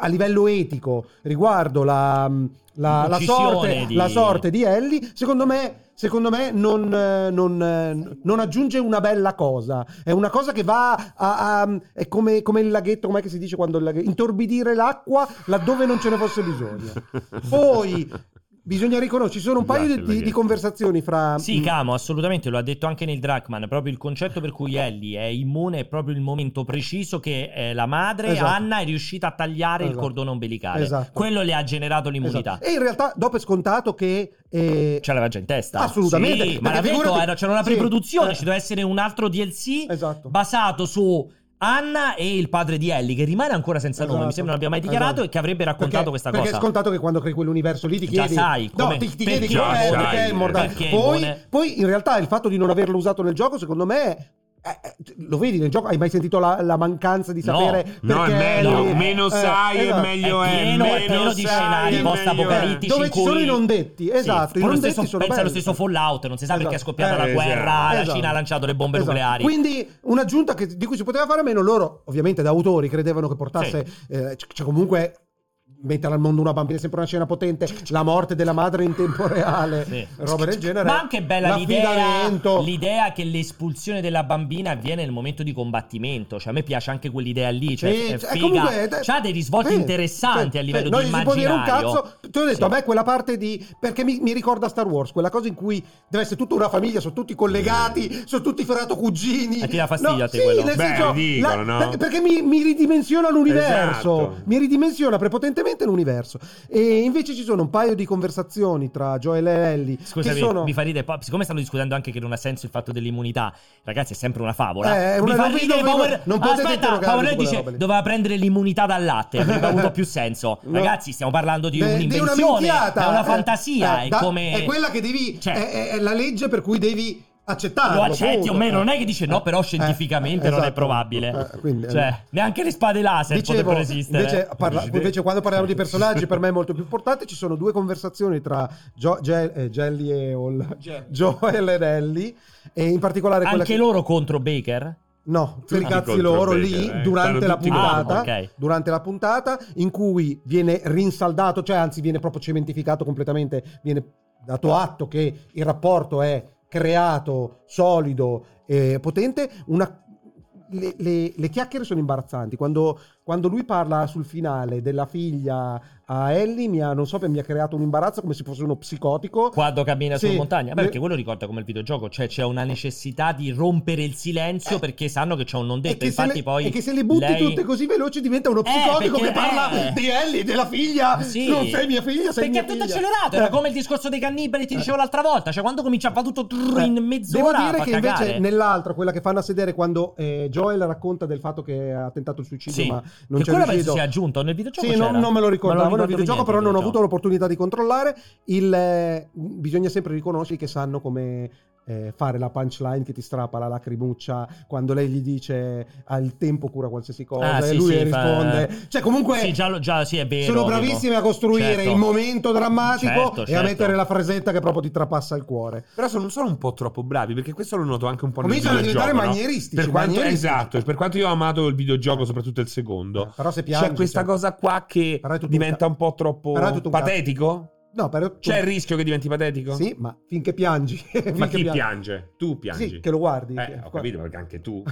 a livello etico riguardo la, mm, la- la L'uccisione sorte, di- la sorte di Ellie, secondo me... Secondo me non, eh, non, eh, non aggiunge una bella cosa, è una cosa che va a, a- è come, come il laghetto, com'è che si dice quando il laghetto, intorbidire l'acqua laddove non ce ne fosse bisogno. Poi bisogna riconoscere, ci sono un Mi piace paio il di- di, laghetto. conversazioni fra... Sì, Camo, assolutamente, lo ha detto anche nel Drachman. Proprio il concetto per cui Ellie è immune è proprio il momento preciso che eh, la madre, Esatto. Anna, è riuscita a tagliare il Esatto. cordone ombelicale. Esatto. Quello le ha generato l'immunità. Esatto. E in realtà dopo è scontato che... eh, Ce l'aveva già in testa. Assolutamente, Sì, ma perché l'ha detto, figurati- era- c'era una sì, preproduzione, eh. ci doveva essere un altro DLC Esatto. basato su Anna e il padre di Ellie, che rimane ancora senza nome, mi Esatto. sembra non abbia mai dichiarato, Esatto. e che avrebbe raccontato Perché- questa perché cosa. è scontato che quando crei quell'universo lì ti Già chiedi sai, no, come- ti, ti chiedi perché- come è, già perché sai, è immortale. perché è poi, immune. poi in realtà il fatto di non averlo usato nel gioco secondo me è- è- è- lo vedi nel gioco hai mai sentito la, la mancanza di No. sapere No, è perché meglio. lì- Meno sai e esatto. È meglio è. pieno, è Meno pieno di sai scenari e meglio è. post-apocalittici. dove in ci sono cui- i non detti esatto Sì, i lo non stesso- detti sono pensa allo belli. stesso Fallout, non si sa perché è Esatto. scoppiata la Eh, guerra, la Esatto. Cina ha lanciato le bombe Esatto. nucleari. Quindi un'aggiunta che- di cui si poteva fare a meno, loro ovviamente da autori credevano che portasse, eh, c- cioè comunque mettere al mondo una bambina è sempre una scena potente, la morte della madre in tempo reale, Sì. roba del genere. Ma anche bella l'idea, l'affidamento. l'idea che l'espulsione della bambina avviene nel momento di combattimento. Cioè, a me piace anche quell'idea lì. Cioè, Sì, è cioè, figa. comunque, eh, C'ha dei risvolti sì, interessanti sì, a livello sì, di non gli si può dire un immaginario. cazzo. Ti ho detto, Sì. a me quella parte di. Perché mi, mi ricorda Star Wars, quella cosa in cui deve essere tutta una famiglia, sono tutti collegati, sono tutti ferrato cugini. E ti dà fastidio No, a te sì, quello? nel Beh, senso, ridicolo, no? per- perché mi, mi ridimensiona l'universo. Esatto. Mi ridimensiona prepotentemente l'universo. E invece ci sono un paio di conversazioni tra Joel e Ellie. Scusami, che sono... mi fa ridere. poi- Siccome stanno discutendo anche che non ha senso il fatto dell'immunità, ragazzi, è sempre una favola. Eh, una- mi fa non vi- ridere non vi- Power. non potete Aspetta, interrogarvi su Power Rangers quella dice roba lì. doveva prendere l'immunità dal latte. Avrebbe avuto più senso. No. Ragazzi, stiamo parlando di Beh, un'invenzione. Di minchiata, È una eh, fantasia. eh, è da- come. è quella che devi. Cioè- è, è- è la legge per cui devi accettarlo. lo accetti punto. o meno, non è che dice no, però Ah, Eh, scientificamente eh, non è esatto. probabile. Eh, quindi, cioè, eh, neanche le spade laser Dicevo, potrebbero esistere. invece, parla- Dici te? invece quando parliamo di personaggi per me è molto più importante ci sono due conversazioni tra Jo- Ge- eh, Jelly e Hall Joel e Ellie e in particolare quella anche che- loro contro Baker? No, Tutti per i cazzi contro loro Baker, lì eh. durante Stanno la tutti puntata, contro. Ah, ok. durante la puntata in cui viene rinsaldato, cioè anzi viene proprio cementificato completamente, viene dato atto che il rapporto è creato, solido e potente, una- le, le- le chiacchiere sono imbarazzanti. Quando, quando lui parla sul finale della figlia a Ellie, mi ha, non so, mi ha creato un imbarazzo come se fosse uno psicotico. Quando cammina Sì. sulla montagna. Beh, Le- perché quello ricorda come il videogioco, cioè c'è una necessità di rompere il silenzio perché sanno che c'è un non Eh. E detto. che, se Infatti, le, poi. e che se le butti lei- tutte così veloci diventa uno Eh, psicotico perché- che parla eh. di Ellie, della figlia. Sì. Non sei mia figlia, sei Perché mia è tutto figlia. Eh. accelerato. Era come il discorso dei cannibali, ti Eh. dicevo l'altra volta. Cioè, quando comincia a fare tutto trrr, in Cioè, Devo mezz'ora. dire fa che invece cagare. nell'altra, quella che fanno a sedere quando eh, Joel racconta del fatto che ha tentato il suicidio, Sì. ma non Che c'è quello penso riuscito. sia aggiunto nel videogioco. Sì, non, c'era. non me lo ricordavo ricordo nel videogioco, niente, però non ho videogioco. avuto l'opportunità di controllare. Il, eh, bisogna sempre riconoscere che sanno come eh, fare la punchline che ti strappa la lacrimuccia quando lei gli dice al tempo cura qualsiasi cosa Ah, e sì, lui sì, fa- risponde. Cioè, comunque Sì, già, lo- già sì, è vero. sono tipo. bravissimi a costruire Certo. il momento drammatico Certo, e a certo. mettere la frasetta che proprio ti trapassa il cuore. Però sono, sono un po' troppo bravi, perché questo lo noto anche un po' nel Cominciano a videogioco, diventare no? manieristici, Per quanto, manieristici. Esatto, per quanto io ho amato il videogioco, soprattutto il secondo. Però se piangi, C'è questa cioè. cosa qua che Però è tutto un diventa un po' troppo Però è tutto un ca- patetico? No, però C'è il rischio che diventi patetico? Sì, ma finché piangi. Ma finché chi piangi. piange? Tu piangi. Sì, che lo guardi. Eh, ho capito perché anche tu.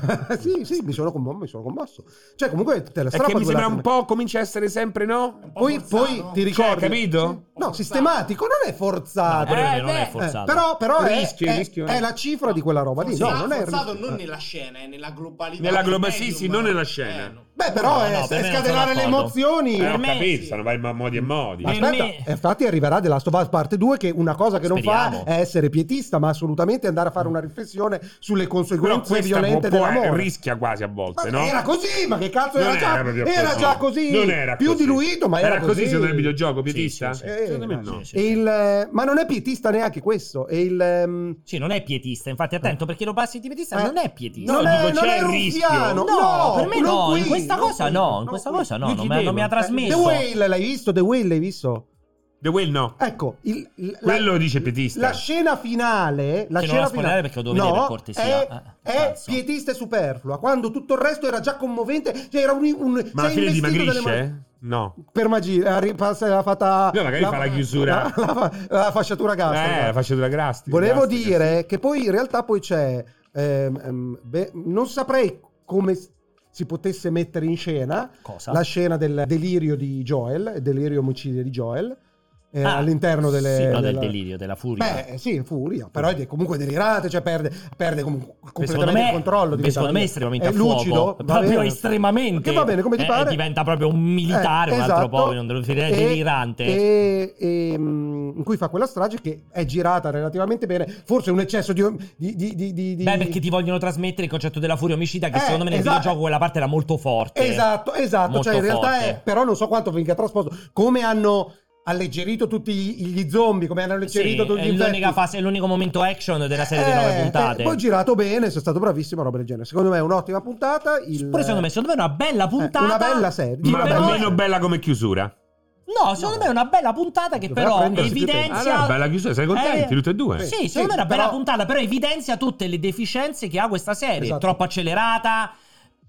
sì, sì, mi sono, commo- mi sono commosso. Cioè, comunque te la È strappa che mi due sembra lacrime. un po', comincia a essere sempre no? Poi, poi ti ricordi, Cioè, capito? Eh, Sì. No, sistematico non è forzato. No, quello che Eh, non è beh, forzato. Eh, però però è, Rischio, è- rischio, è eh. la cifra di quella roba lì. No, Forzato- non è il forzato rischio. non nella scena, è nella globalità. Nella del globa, sì, medium. sì, non nella scena. Eh, no. Beh, però No, è, no, per è me non scatenare sono le d'accordo. emozioni. Eh, ho Per me capito, sì. sono vari modi e modi. Ma- Aspetta, me- e infatti arriverà The Last of Us parte 2 che una cosa che non fa Speriamo. è essere pietista, ma assolutamente andare a fare una riflessione sulle Però conseguenze questa può, violente può- dell'amore. rischia quasi a volte, Ma no? Era così, ma che cazzo Non era già? proprio Era già così, Non era più così. diluito, ma era, così. secondo me, il videogioco, pietista? Sì, sì, sì. Secondo me Eh, no. Sì, sì, E sì. il, eh, ma non è pietista neanche questo. E il, ehm, Sì, non è pietista, infatti attento perché lo passi di pietista, Eh. non è pietista. non, No, è, dico, non c'è è il rischio. ruffiano. No, per me non no, qui, in questa non cosa qui, no, in questa qui. cosa no, Io non ci me, non mi ha devo. The trasmesso. Whale l'hai visto? The Whale l'hai visto? The Whale no. Ecco, il- il- la- Quello dice pietista. La scena finale, la Sì, non scena la spoilerare finale perché lo devo vedere per cortesia. È, Eh, è cazzo. pietista e superflua, quando tutto il resto era già commovente, cioè era un, un Ma alla sei fine investito dimagrisce? dalle man- No. Per magia, eh, arri- passa la fata No, magari fa la chiusura. la, la- la fasciatura gastrica. Eh, la faccia della grastica. Volevo grastica, dire sì. che poi in realtà poi c'è ehm, ehm, beh, non saprei come s- si potesse mettere in scena Cosa? la scena del delirio di Joel, delirio omicidio di Joel eh, Ah, all'interno delle, Sì, no, del della- delirio, della furia. Beh, eh, sì, furia, però è comunque delirante, cioè perde, perde comunque completamente me- il controllo. beh, diventa- secondo me è estremamente è a fuoco. lucido, va Proprio bene. estremamente. Che va bene, come ti Eh, pare. Eh, esatto. diventa proprio un militare, un altro povero, non devo dire, delirante. E, e, mm, in cui fa quella strage che è girata relativamente bene, forse un eccesso di... di, di, di, di- di- Beh, perché ti vogliono trasmettere il concetto della furia omicida, che Eh, secondo me nel esatto. videogioco quella parte era molto forte. Esatto, esatto, Molto cioè in realtà forte. è, però non so quanto venga trasposto, come hanno alleggerito tutti gli, gli zombie, come hanno alleggerito Sì, eh, tutti gli è l'unica infetti. fase, è l'unico momento action della serie di Eh, nove puntate. eh, poi girato bene, sei stato bravissimo, roba del genere. Secondo me è un'ottima puntata. Il, Eh, Pure secondo me, secondo me è una bella puntata. una bella serie. che Ma Però- meno bella come chiusura. No, secondo me è una bella puntata che Dovrà però prendersi più tempo. Ah, evidenzia. Allora, bella chiusura, siete contenti Eh, tutte e due? Sì, Sì, secondo me è una bella però- puntata, però evidenzia tutte le deficienze che ha questa serie. Esatto. Troppo accelerata.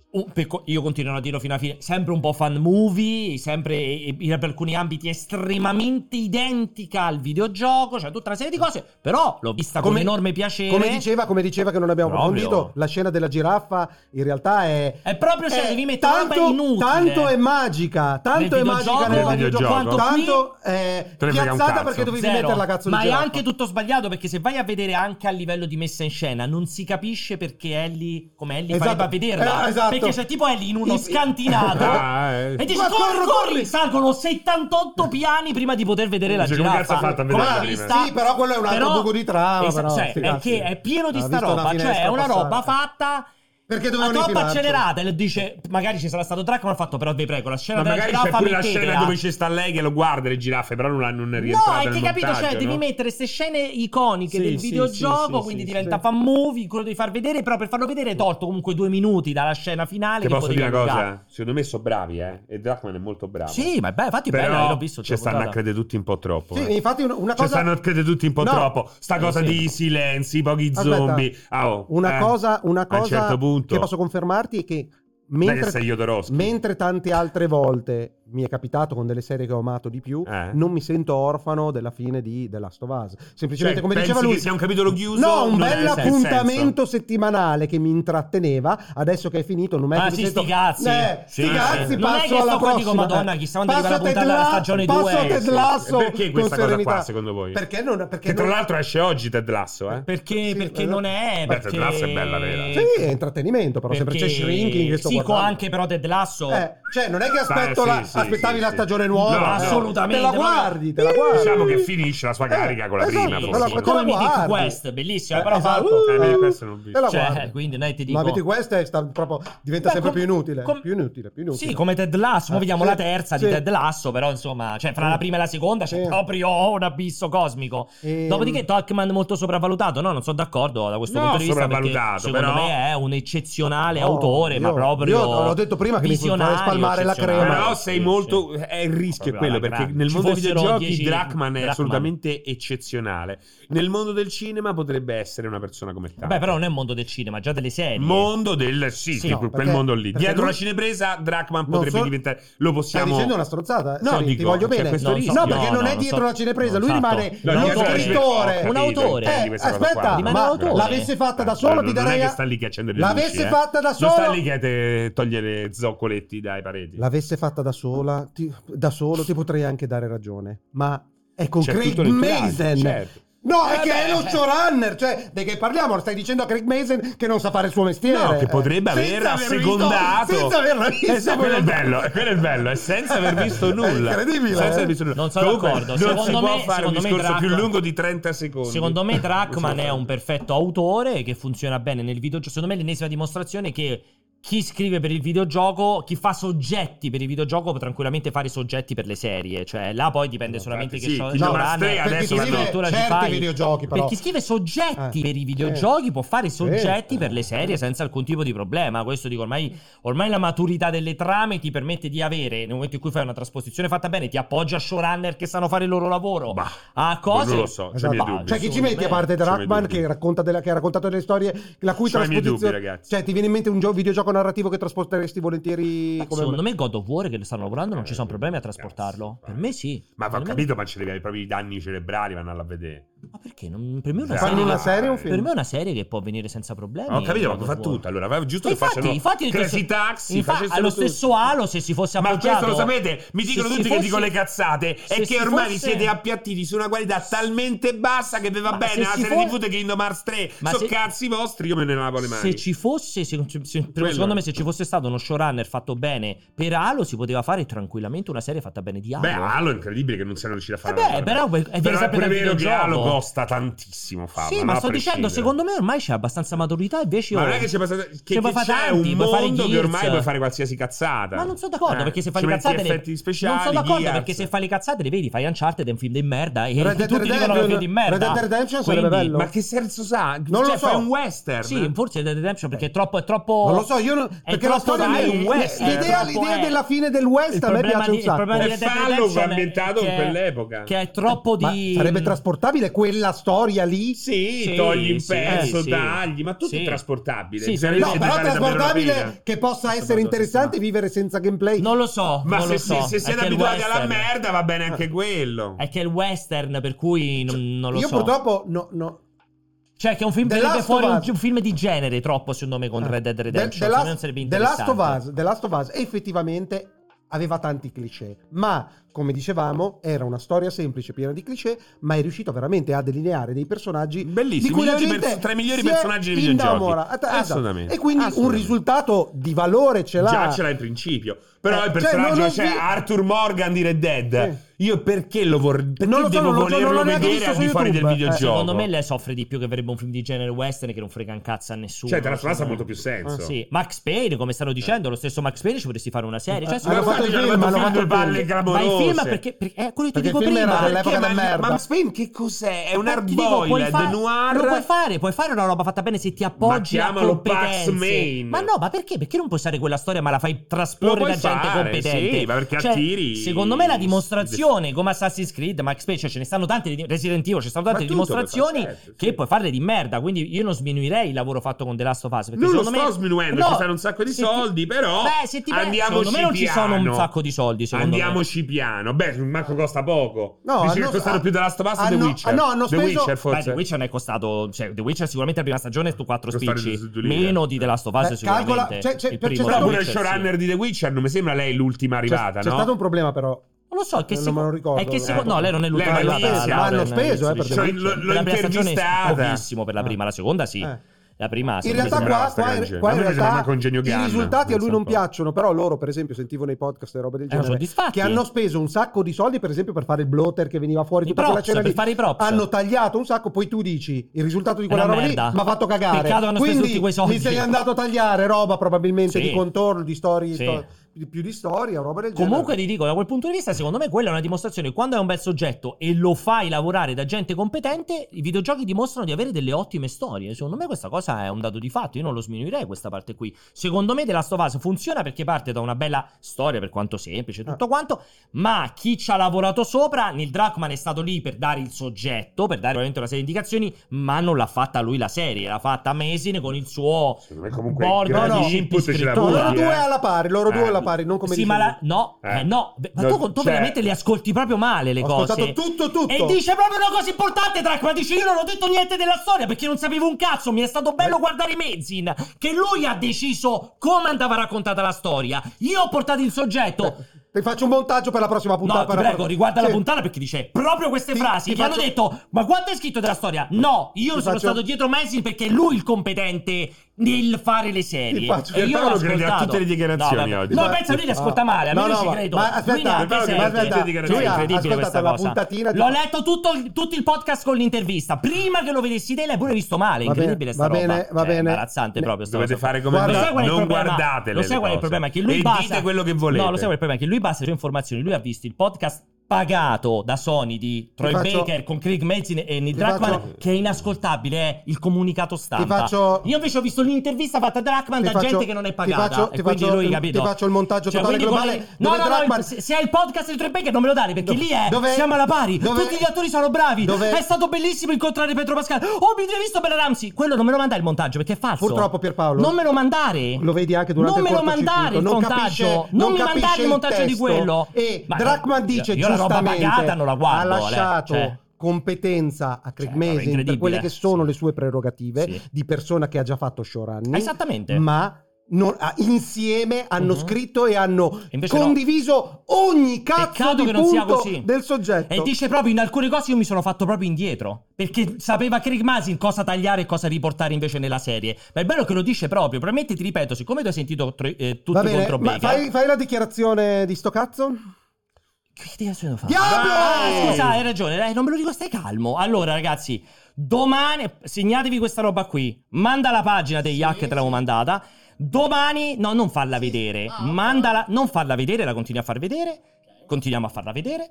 un- per co- Io continuerò a dirlo fino alla fine. Sempre un po' fan movie, sempre eh, in alcuni ambiti estremamente identica al videogioco, cioè tutta una serie di cose. Però l'ho vista Come- con enorme piacere. Come diceva, come diceva che non abbiamo Proprio. approfondito, la scena della giraffa in realtà è... È proprio, cioè, è- devi mettere una roba Eh, tanto, inutile. tanto è magica, tanto è Nel magica videogioco- nella Nel videogioco. quanto qui- Tanto è Te ne frega un piazzata cazzo. perché dovevi Zero. metterla cazzo di Ma è giraffa. anche tutto sbagliato perché se vai a vedere anche a livello di messa in scena non si capisce perché Ellie, come Ellie Esatto. farebbe a vederla. Eh, esatto. Perché c'è tipo Ellie in uno I- scantinato Ah, eh. e dici Ma corri, corro, corri, corri!" Salgono 78 piani prima di poter vedere la Dice, come cazzo giraffa. ha fatto a vederla Come l'ha prima? vista? Sì, però quello è un altro buco di trama, però, cioè, sti perché cazzi. è pieno di Ha sta visto una roba, cioè è finestra una roba passare. fatta Perché a dovevano troppa infilarci. accelerata e lo dice magari ci sarà stato Drac ma ha fatto però vi prego la scena Ma della magari c'è giraffa pure la mettetela. eh. scena dove ci sta lei che lo guarda le giraffe, però non, la- non è No, rientrata hai nel capito, montaggio, cioè no? devi mettere queste scene iconiche Sì, del sì, videogioco, sì, sì, quindi sì, diventa sì. fan movie, quello devi far vedere, però per farlo vedere è tolto comunque due minuti dalla scena finale. Ti Che, posso potevi dire una allungare. cosa? Secondo me sono bravi, eh. E Drachman è molto bravo. Sì, ma è bello, infatti è Però bello, io l'ho visto. Ci stanno a credere. credere tutti un po' troppo. eh. Sì, infatti un- una Ci cosa... stanno a credere tutti un po' No. troppo. Sta Eh, cosa sì. di silenzi, pochi Aspetta. zombie. Ah, oh, Una eh. cosa- A una un cosa- certo Appunto. che posso confermarti è che essere mentre, Jodorowsky. mentre tante altre volte mi è capitato con delle serie che ho amato di più, Eh. non mi sento orfano della fine di The Last of Us. Semplicemente Cioè, come pensi diceva lui, che sia un capitolo chiuso? no, un Non è- bel nel senso. appuntamento settimanale che mi intratteneva. Adesso che è finito, non è Ah, che mi sì, sento- sti cazzi. Eh, sti Sì, sì. cazzi, Non è passo che sto alla qua e dico, prossima. "Madonna, chissà quando Passo arriverà la a Ted puntata della Lasso, stagione Passo a due". Ted Lasso Perché con questa cosa serenità. qua, secondo voi? Perché non perché che tra non- l'altro esce oggi Ted Lasso, eh? Perché, perché non è. Beh, Perché... Ted Lasso è bella vera. Sì, è intrattenimento, però sempre c'è perché- shrinking che sto sì, co- guardando. anche però Ted Lasso. Eh, cioè, non è che Sta- aspetto sì, la- sì, aspettavi sì, la sì. stagione nuova, No, no. Assolutamente, Te la no, no. guardi, te la guardi. Diciamo che finisce la sua carica con la Eh, prima. esatto, sì, forse. però la Come Mythic guardi. Quest, bellissima, Eh, cioè, però esatto. fa- uh, Eh, vedi, questo non ho Te visto. la Cioè, guardi. quindi noi ti dico Ma avete questa e sta proprio diventa Beh, sempre com- più inutile, com- più inutile, più inutile. Sì, come Ted Lasso, ma Eh, vediamo sì, la terza sì. di Ted Lasso, però insomma, cioè fra Mm. la prima e la seconda c'è Sì. proprio un abisso cosmico. Ehm, Dopodiché Talkman molto sopravvalutato, no, non sono d'accordo da questo No, punto di vista perché sopravvalutato, secondo però- me è un eccezionale no, autore, io- ma proprio Io l'ho detto prima che mi visionario, farei spalmare la eccezionale. crema. Però sei Sì, molto. sì. eh, il rischio è Proprio quello alla perché grande. nel Ci mondo dei fossero videogiochi 10 Drachman è Drachman. assolutamente eccezionale. Nel mondo del cinema potrebbe essere una persona come tale. Beh, però non è il mondo del cinema, già delle Eh, serie. Mondo del sì, Sì, tipo no, quel perché- mondo lì. perché Dietro lui- la cinepresa, Drachman Non potrebbe so- diventare. Lo Stai possiamo. dicendo una stronzata? No, sì, ti dico, voglio cioè, bene. questo no, rischio- perché no, non no, è non dietro so- la cinepresa, lui non so. rimane No, esatto. uno dietro la scrittore. cinepresa, un autore. Eh, Quindi questa cosa qua aspetta, rimane ma un autore. l'avesse fatta da Eh, solo ti non è darei che a- sta lì che accende le luci, L'avesse eh. fatta da Non sta solo lì che te toglie le zoccoletti dai pareti. L'avesse fatta da sola, ti- da solo ti potrei anche dare ragione, ma è con C'è Craig tutto l'entourage, Mason. certo. No, è Eh che beh, è lo eh. showrunner, cioè, di che parliamo? Stai dicendo a Craig Mason che non sa fare il suo mestiere. No, che eh. potrebbe Senza aver aver visto- assecondato. senza averlo visto. Eh, sì, quello è bello, eh, quello è bello, è senza aver visto È nulla. incredibile, Senza eh. aver visto nulla. Non sono Comunque, d'accordo. Non Secondo si può me- fare un secondo me discorso più Dracula- lungo di 30 secondi. Secondo me Drachman Non so. è un perfetto autore che funziona bene nel videogioco. Secondo me è l'ennesima dimostrazione che chi scrive per il videogioco, chi fa soggetti per il videogioco può tranquillamente fare soggetti per le serie. Cioè là poi dipende solamente infatti che sì, show- chi lo showrunner- mastrea Perché adesso chi la scrive addirittura ci certi fai- videogiochi, però. Per chi scrive soggetti Ah, Eh, per i videogiochi può fare Certo. soggetti per le serie senza alcun tipo di problema. Questo dico ormai, ormai la maturità delle trame ti permette di avere, nel momento in cui fai una trasposizione fatta bene, ti appoggia a showrunner che sanno fare il loro lavoro. Bah, a cose. non lo so, c'ho i Esatto. miei dubbi. Cioè, chi ci Secondo metti a me, parte c'ho i miei Drachman dubbi. che, racconta delle- che ha raccontato delle storie la cui C'ho i miei trasposizione dubbi, ragazzi. cioè ti viene in mente un gio- videogioco narrativo che trasporteresti volentieri come Secondo me God of War che lo stanno lavorando non ci sono problemi a trasportarlo. Cazzo, Per me sì. Ma ho Per me- capito, ma ci devi avere proprio i danni cerebrali, vanno a vedere. Ma perché? Non- per, me è una Fanno serie una che- serie o un film? per me è una serie che può venire senza problemi. Ho capito, ma God fa of War. tutto. Allora, aveva giusto E che infatti, facciano infatti Crazy questo- Taxi, infa- facessero allo tutto. stesso alo se si fosse Ma appoggiato questo lo sapete, mi dicono se tutti si che fosse- dico le cazzate. È se si che ormai vi fosse- siete appiattiti su una qualità talmente bassa che vi va Ma se bene la si serie fo- TV di Kingdom Hearts 3. Ma so se- cazzi vostri, io me ne lavo le mani. Se ci fosse, se- se- se- però Quello- secondo me, se ci fosse stato uno showrunner fatto bene per Halo, si poteva fare tranquillamente una serie fatta bene di eh. Halo. Beh, Halo è incredibile che non siano riusciti a fare. Eh beh, una roba. però- e viene però è sempre pure dal vero che videogioco. Halo costa tantissimo farlo. sì, no? ma A sto dicendo, prescindere. secondo me ormai c'è abbastanza maturità. Invece Ma io- non è che c'è passato. Che, puoi che fare c'è tanti, un puoi fare mondo che Gears. ormai puoi fare qualsiasi cazzata. Ma non sono d'accordo Eh, perché se fai ci le metti cazzate. gli le- effetti speciali. non sono d'accordo Gears. perché se fai le cazzate le vedi, fai Uncharted, è un film di merda. Red E Dead tutti dicono che è un film di Redemption- merda. Red Dead Redemption sarebbe Quindi- bello. Ma che senso sa? Non cioè, lo so. fai un western. Sì, forse Red Dead Redemption perché è troppo. È troppo Non lo so, io non- è perché la troppo storia dai, mi- un western, l'idea, è troppo l'idea è. della fine del West a me problema piace di- un il sacco. problema di E Red Dead fallo Redemption è ambientato in che- quell'epoca. Che è troppo di. Ma sarebbe trasportabile quella storia lì? Sì, Sì, togli in sì, pezzo, sì. tagli, ma tutto Sì. è trasportabile. Sì, Bisogna No, Sì, però vedere se vale davvero la trasportabile pena. che possa essere interessante vivere senza gameplay. Non lo so. Ma non se, lo so. se- se È siete che il abituati alla western- Eh. merda, va bene anche quello. È che è il western, per cui non, non lo Cioè, io so. purtroppo no, no. Cioè, che è un film The verrebbe Last fuori of un, Us. Eh, un film di genere troppo, secondo me, con Red Dead Redemption. The, cioè, secondo me Last, non sarebbe The Last interessante. of Us, The Last of Us effettivamente aveva tanti cliché, ma come dicevamo era una storia semplice, piena di cliché, ma è riuscito veramente a delineare dei personaggi Bellissimi, di cui la migliori gente pers- tra i migliori si è personaggi dei videogiochi. innamora. Att- esatto. Assolutamente. E quindi Assolutamente. un risultato di valore ce l'ha. Già ce l'ha in principio. Però Eh, il cioè, personaggio, non cioè, ho vi- Arthur Morgan di Red Dead. Io perché lo vorrei. Perché Non lo so, devo non lo so, non l'ho volerlo neanche vedere visto al su di fuori YouTube. del Eh, videogioco? Cioè, Secondo me le soffre di più che verrebbe un film di genere western che non frega un cazzo a nessuno. Cioè, The Last of Us ha secondo me. molto più senso. Ah, sì. Max Payne, come stanno dicendo, lo stesso Max Payne ci vorresti fare una serie. Cioè, Eh, sono- hanno Ma fatto il infatti, hanno film, hanno fatto fatto due il palle film. Ma il clamorose. film è perché, perché- eh, quello che ti Perché dico il film prima. era dell'epoca Perché, della ma, merda. Eh, ma Max Payne che cos'è? È un Ma hard ti dico, puoi boy, è fa- noir. Lo puoi fare, puoi fare una roba fatta bene se ti appoggi Ma a chiamalo Pax competenze. Main. Ma no, ma perché? Perché non puoi usare quella storia ma la fai Lo trasporre puoi da gente fare, competente? sì, ma perché Cioè, attiri Secondo me la i dimostrazione come Assassin's Creed, Max Payne, cioè ce ne stanno tante, di- Resident Evil, ci stanno tante tutto, dimostrazioni per certo, sì. che puoi farle di merda, quindi io non sminuirei il lavoro fatto con The Last of Us. Perché Non lo secondo sto me... sminuendo, No, ci stanno un sacco di se ti- soldi, però Beh, se ti pensi, andiamoci secondo me non ci sono piano. un sacco di soldi, secondo me. Andiamoci piano. Beh, manco costa poco. No, Dici hanno- che costato ah, più The Last of Us e The hanno- Witcher. ah, no, hanno The speso- Witcher Beh, forse. The Witcher ne è costato. Cioè, The Witcher sicuramente la prima stagione tu quattro Costare spicci. su due lire. Meno di Eh. The Last of Us, Beh, sicuramente. calcola- c'è- c'è- Il c'è primo stato The un- Pure Witcher, il sì. showrunner di The Witcher non mi sembra lei l'ultima C'è, arrivata, c'è no? stato un problema però. Non lo so, è che Non si me lo ricordo. È che si Eh, No, lei non è l'ultima Lei l'ha arrivata. spesa, ma Lauren, hanno speso, eh, per The cioè, Witcher. l'ho- Per l'ho la prima stagione intervistata. pochissimo per la prima, la seconda sì. Ah, Eh. La prima In secondo me, realtà sembra- qua, sta qua, Gangel. qua A in me mi realtà sembra con Genio i Gann, risultati a lui pensa non un po'. piacciono, però loro per esempio sentivo nei podcast e roba del sono genere soddisfatti. che hanno speso un sacco di soldi per esempio per fare il bloater che veniva fuori I tutta quella props, cena per lì. fare i props. Hanno tagliato un sacco, poi tu dici il risultato di È quella una roba merda. lì mi ha fatto cagare. Peccato hanno speso Quindi tutti quei soldi. mi sei andato a tagliare roba probabilmente Sì. di contorno, di storie, Sì. sto- di- più di storia, roba del genere. Comunque ti dico, da quel punto di vista, secondo me quella è una dimostrazione. che Quando è un bel soggetto e lo fai lavorare da gente competente, i videogiochi dimostrano di avere delle ottime storie. Secondo me questa cosa è un dato di fatto. Io non lo sminuirei questa parte qui. Secondo me The Last of Us funziona perché parte da una bella storia, per quanto semplice e tutto quanto. Ma chi ci ha lavorato sopra, Neil Druckmann è stato lì per dare il soggetto, per dare veramente una serie di indicazioni, ma non l'ha fatta lui la serie, l'ha fatta Mesine con il suo Secondo me comunque Borgo grandi di input ce scrittori. l'avevi, loro eh. due alla pari, loro due Eh. alla pari, non come sì, dici ma tu. la- no, Eh. eh, no, beh, ma No, tu, con- tu cioè- veramente le ascolti proprio male le Ho cose. ascoltato tutto, tutto. E dice proprio una cosa importante, Dracula. Dice: Io non ho detto niente della storia perché non sapevo un cazzo. Mi è stato bello guardare Mezzin. Che lui ha deciso come andava raccontata la storia. Io ho portato il soggetto. Ti faccio un montaggio per la prossima puntata. No, ti per la- prego, riguarda la Sì. puntata perché dice proprio queste Ti- frasi ti che hanno faccio- detto ma quanto è scritto della storia? No, io Ti sono faccio- stato dietro Messi perché è lui il competente nel fare le serie. Ti faccio- E io Pierpaolo l'ho crede a ascoltato. tutte le dichiarazioni no, vabbè. oggi. No, Ma- pensa lui le ascolta male, a me No, non no, ci ma- credo. ma aspetta, lui ne ha Pierpaolo, deserte. ma aspetta, lui Cioè, ha è incredibile ascoltato questa la cosa. puntatina di- L'ho letto tutto, il- tutto il podcast con l'intervista. Prima che lo vedessi te l'hai pure visto male, Va bene, incredibile va sta roba. bene, va Cioè, bene. imbarazzante proprio sta Dovete cosa. fare come Lo sai me. qual è il Non problema? guardatele. Lo sai le qual è il cose. problema? Che lui e basa... dite quello che volete. No, lo sai qual è il problema? Che lui basa le sue informazioni. Lui ha visto il podcast pagato da Sony di Troy faccio- Baker con Craig Mazin e Neil Ti Druckmann faccio- che è inascoltabile, è il comunicato stampa. Ti faccio- Io invece ho visto l'intervista fatta da Druckmann da Ti faccio- gente che non è ti pagata. faccio- e ti quindi faccio- lui, ti capito? Cioè, faccio il montaggio totale quindi con globale le- No, dove no, no, Druckmann- se se hai il podcast di Troy Baker non me lo dare perché Dove- lì è dove- siamo alla pari. dove- Tutti gli attori sono bravi. dove- È stato bellissimo incontrare Pietro Pascal. Oh, mi hai visto Bella Ramsey. Quello non me lo manda il montaggio perché è falso. Purtroppo, Pierpaolo, Non me lo mandare. Lo vedi anche durante non il me lo cortocircuito, mandare il non montaggio, capisce- non, mi capisce mandare il montaggio di testo. quello. E Ma- Drachman dice io la roba giustamente pagata non la guardo, ha Ale, lasciato cioè. competenza a Craig Cioè, vabbè, Mazin per incredibile. quelle che sono Sì. le sue prerogative Sì. di persona che ha già fatto showrunning. Esattamente. Ma non- ah, insieme hanno Mhm. scritto e hanno Invece no. condiviso ogni cazzo Peccato di che non sia punto così. del soggetto. E dice proprio in alcune cose io mi sono fatto proprio indietro. Perché sapeva Craig Masin cosa tagliare e cosa riportare invece nella serie. Ma è bello che lo dice proprio. Probabilmente ti ripeto, siccome tu hai sentito tro- eh, tutti Va bene, contro ma Baker. fai, fai la dichiarazione di sto cazzo? Che dichiarazione devo fare? Diablo! Ah, scusa, hai ragione, dai, non me lo dico, stai calmo. Allora, ragazzi, domani segnatevi questa roba qui. Manda la pagina degli hack che te l'avevo mandata. Domani, no, non farla vedere. Ah, ok. Mandala, non farla vedere, la continui a far vedere. Continuiamo a farla vedere.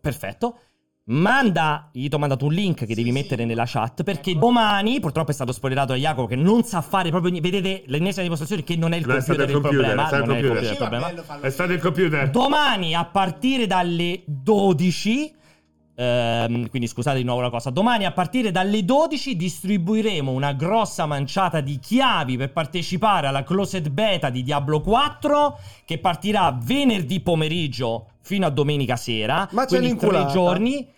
Perfetto. Manda, io ti ho mandato un link che devi mettere nella chat Ecco. perché domani, purtroppo è stato spoilerato da Jacopo che non sa fare proprio niente. Vedete l'ennesima dimostrazione che non è il Non è stato computer il il computer, problema. è stato il Non è il computer. computer il problema. È stato il computer. Domani a partire dalle 12. ehm, quindi scusate di nuovo la cosa. Domani a partire dalle 12 distribuiremo una grossa manciata di chiavi per partecipare alla closed beta di Diablo 4 che partirà venerdì pomeriggio fino a domenica sera. Ma c'è quindi tre l'inculata. giorni.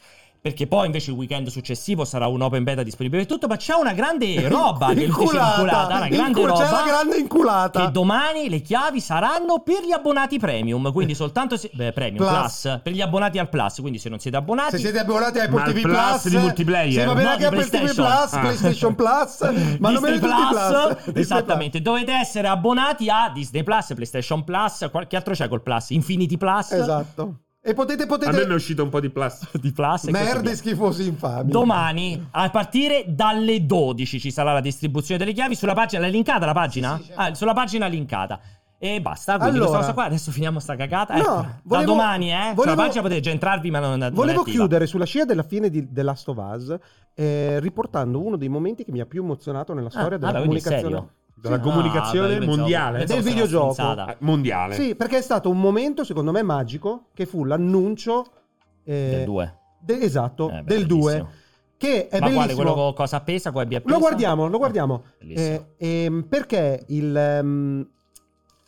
Perché poi invece il weekend successivo sarà un open beta disponibile e tutto, ma c'è una grande roba che dice inculata, una grande Incul- roba C'è la grande inculata. che domani le chiavi saranno per gli abbonati premium, quindi soltanto se, beh, premium Plus. plus. per gli abbonati al plus, quindi se non siete abbonati Se siete abbonati a Apple Ma il TV Plus Plus, di multiplayer, sì, va bene no, anche di Apple TV Plus, PlayStation. Ah. PlayStation Plus, ma non Disney meno tutti i Plus. Disney esattamente. Dovete essere abbonati a Disney Plus, PlayStation Plus, qualche altro c'è col Plus, Infinity Plus, Plus. Esatto. E potete, A me mi è potete... uscito un po' di plastica. di Plus e così via. Merde schifosi infami. Domani a partire dalle 12 ci sarà la distribuzione delle chiavi sulla pagina. L'hai linkata la pagina? Ah, sulla pagina linkata. E basta, certo. quindi Allora. questa cosa qua. Adesso finiamo sta cagata. No, Ecco, da volevo- domani, eh. volevo- Sulla pagina potete già entrarvi, ma non Eh, non è Volevo attiva. chiudere sulla scia della fine di The Last of Us eh, riportando uno dei momenti che mi ha più emozionato nella storia della allora, Ah, quindi è comunicazione. Dalla Ah, comunicazione beh, io mondiale. pensavo- Del pensavo fosse una Eh, videogioco. stronzata. Mondiale. Sì, perché è stato un momento secondo me magico che fu l'annuncio eh, Del 2. de- esatto, Eh, del 2, che è Ma bellissimo. quale? Quello con cosa pesa? Con abbia Lo guardiamo, lo guardiamo. Bellissimo. Eh, ehm, perché il, ehm,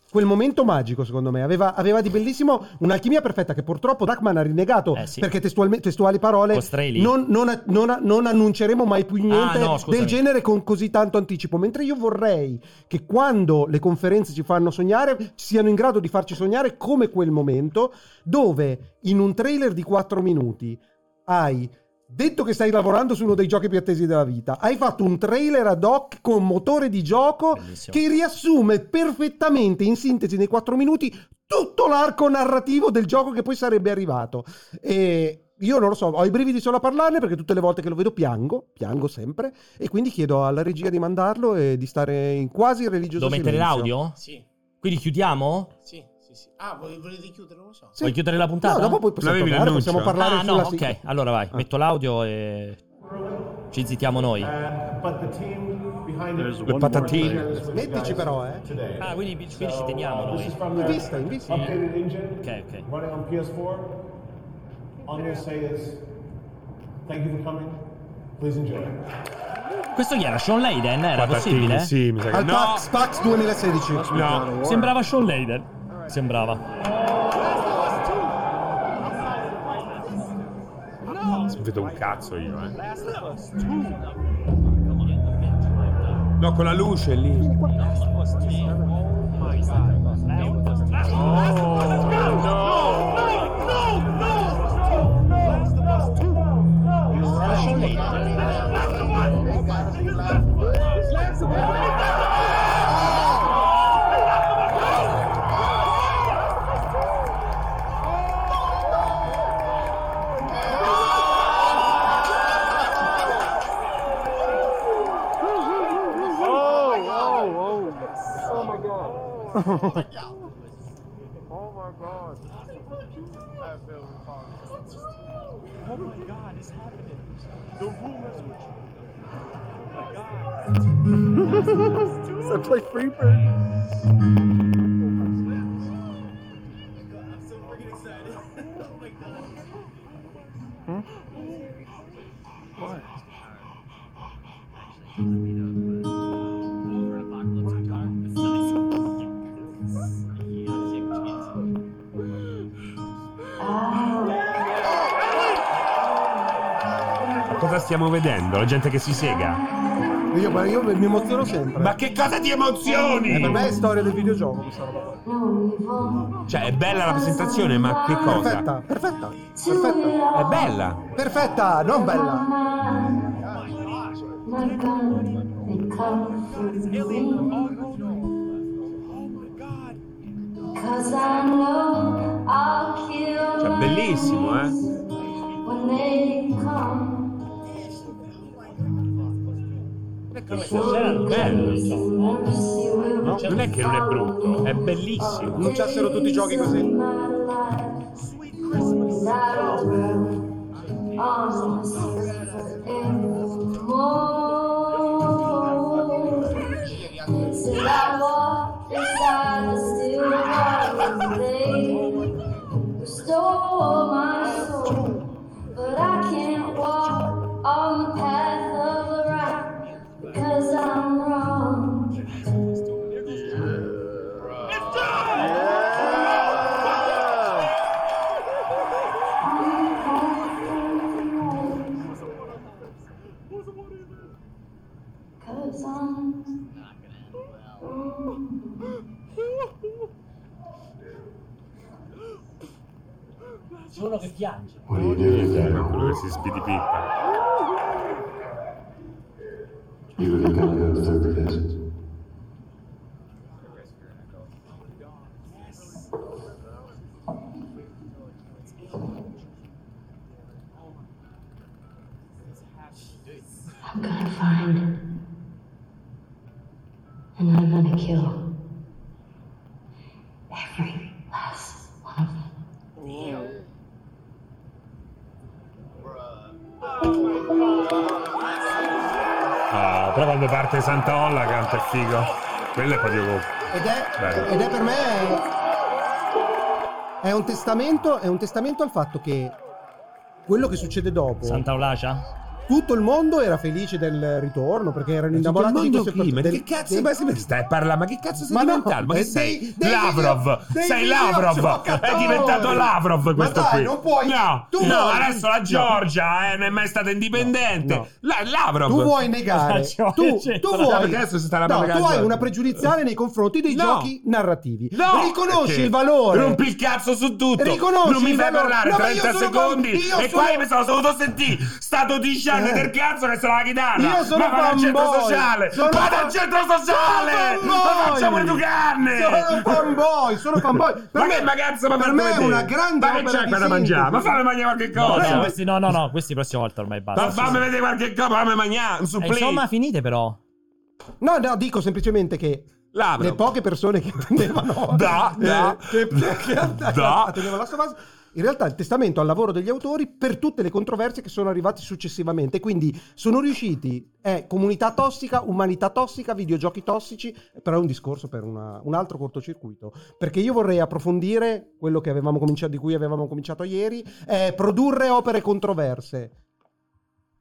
quel momento magico, secondo me, aveva, aveva di bellissimo un'alchimia perfetta che purtroppo Duckman ha rinnegato Eh, sì. perché testualme- testuali parole Con Streli. non, non- non- non annunceremo mai più niente Ah, no, scusami. del genere con così tanto anticipo. Mentre io vorrei che quando le conferenze ci fanno sognare siano in grado di farci sognare come quel momento dove in un trailer di 4 minuti hai detto che stai lavorando su uno dei giochi più attesi della vita, hai fatto un trailer ad hoc con motore di gioco Bellissimo. che riassume perfettamente in sintesi nei 4 minuti tutto l'arco narrativo del gioco che poi sarebbe arrivato. E io non lo so, ho i brividi solo a parlarne perché tutte le volte che lo vedo piango, piango sempre e quindi chiedo alla regia di mandarlo e di stare in quasi religioso Devo mettere silenzio. l'audio? Sì, Quindi chiudiamo? sì, sì, sì. Ah, voi volete chiudere? Non lo so. Sì. Vuoi chiudere la puntata? No, dopo poi possiamo L'avevi tornare, l'annuncio? possiamo parlare ah, sulla no, sigla. ok. Allora vai, metto l'audio e ci zittiamo noi. Le patatine. Smettici però, eh. Ah, quindi, quindi ci teniamo uh, noi. In vista, in vista. Ok, ok. running on PS4. All I'm going to say is thank you for coming. Please enjoy. Questo chi era? Sean Layden? Era Patatine, possibile? sì, mi sa che- Al No. PAX, PAX 2016. No. Sembrava Sean Layden. Sembrava. Vedo un cazzo io, eh. No, con la luce lì. Cosa stiamo vedendo? La gente che si sega. Io, ma io mi emoziono sempre. Ma che cosa ti Eh, per me è emozioni? storia del videogioco questa roba qua. Cioè, è bella la presentazione, ma che cosa? Perfetta, perfetta, perfetta, È bella. perfetta, non bella. Cioè, bellissimo, eh. Cioè, Bello. Non è che non è brutto, è bellissimo. Annunciassero Ah, tutti i giochi così. Solo che piange. Quello che si spidipippa. I'm gonna find and I'm gonna kill every last one of them. Ah, però quando parte Santa Olla canta il figo. Quello è proprio. Ed è, Bello. ed è per me. È un testamento, è un testamento al fatto che quello che succede dopo. Santa Olacia? Tutto il mondo era felice del ritorno perché erano innamorati di mondo questo qui, ma del- che cazzo del- ma se- stai a parlare? Ma che cazzo sei Ma no, diventato? ma che dei- sei? dei Lavrov! video- dei sei video Lavrov! giocatori! È diventato Lavrov questo Ma dai, qui! non puoi- No, tu no, vuoi- adesso la no. Georgia eh, non è mai stata indipendente! No. La- Lavrov! Tu vuoi negare, Cioè, tu, cioè, tu no, vuoi, perché adesso si sta no, lavorando tu con la hai una gente. pregiudiziale nei confronti dei No. giochi narrativi. No, riconosci perché il valore. Rompi il cazzo su tutto. Riconosci non mi il fai valore. parlare No, ma io 30 sono- secondi. io E sono- qua io mi sono dovuto sentire. Stato 10 anni Eh. del cazzo che sono la chitarra. Io sono ma vado al centro fanboy. sociale. Sono vado fa- al centro sociale. Sono Ma fanboy. facciamo educarne. Sono un fanboy, sono fanboy. Per ma me- che ma cazzo, ma per fatto me è vedere? una grande Ma che opera c'è di qua da mangiare? Ma sintesi. fammi mangiare qualche No, cosa. no, questi, no, no, no, questi prossima volta ormai basta. ma fammi vedere qualche cosa. Fammi mangiare un Eh, supplì. Insomma, finite però. No, no, dico semplicemente che Lavrov. le poche persone che attendevano Ah, Da, da, che, che att- da. attendevano la sua fase, in realtà il testamento al lavoro degli autori per tutte le controversie che sono arrivate successivamente, quindi sono riusciti eh, comunità tossica, umanità tossica, videogiochi tossici, però è un discorso per una- un altro cortocircuito, perché io vorrei approfondire quello che avevamo cominciato di cui avevamo cominciato ieri, eh, produrre opere controverse.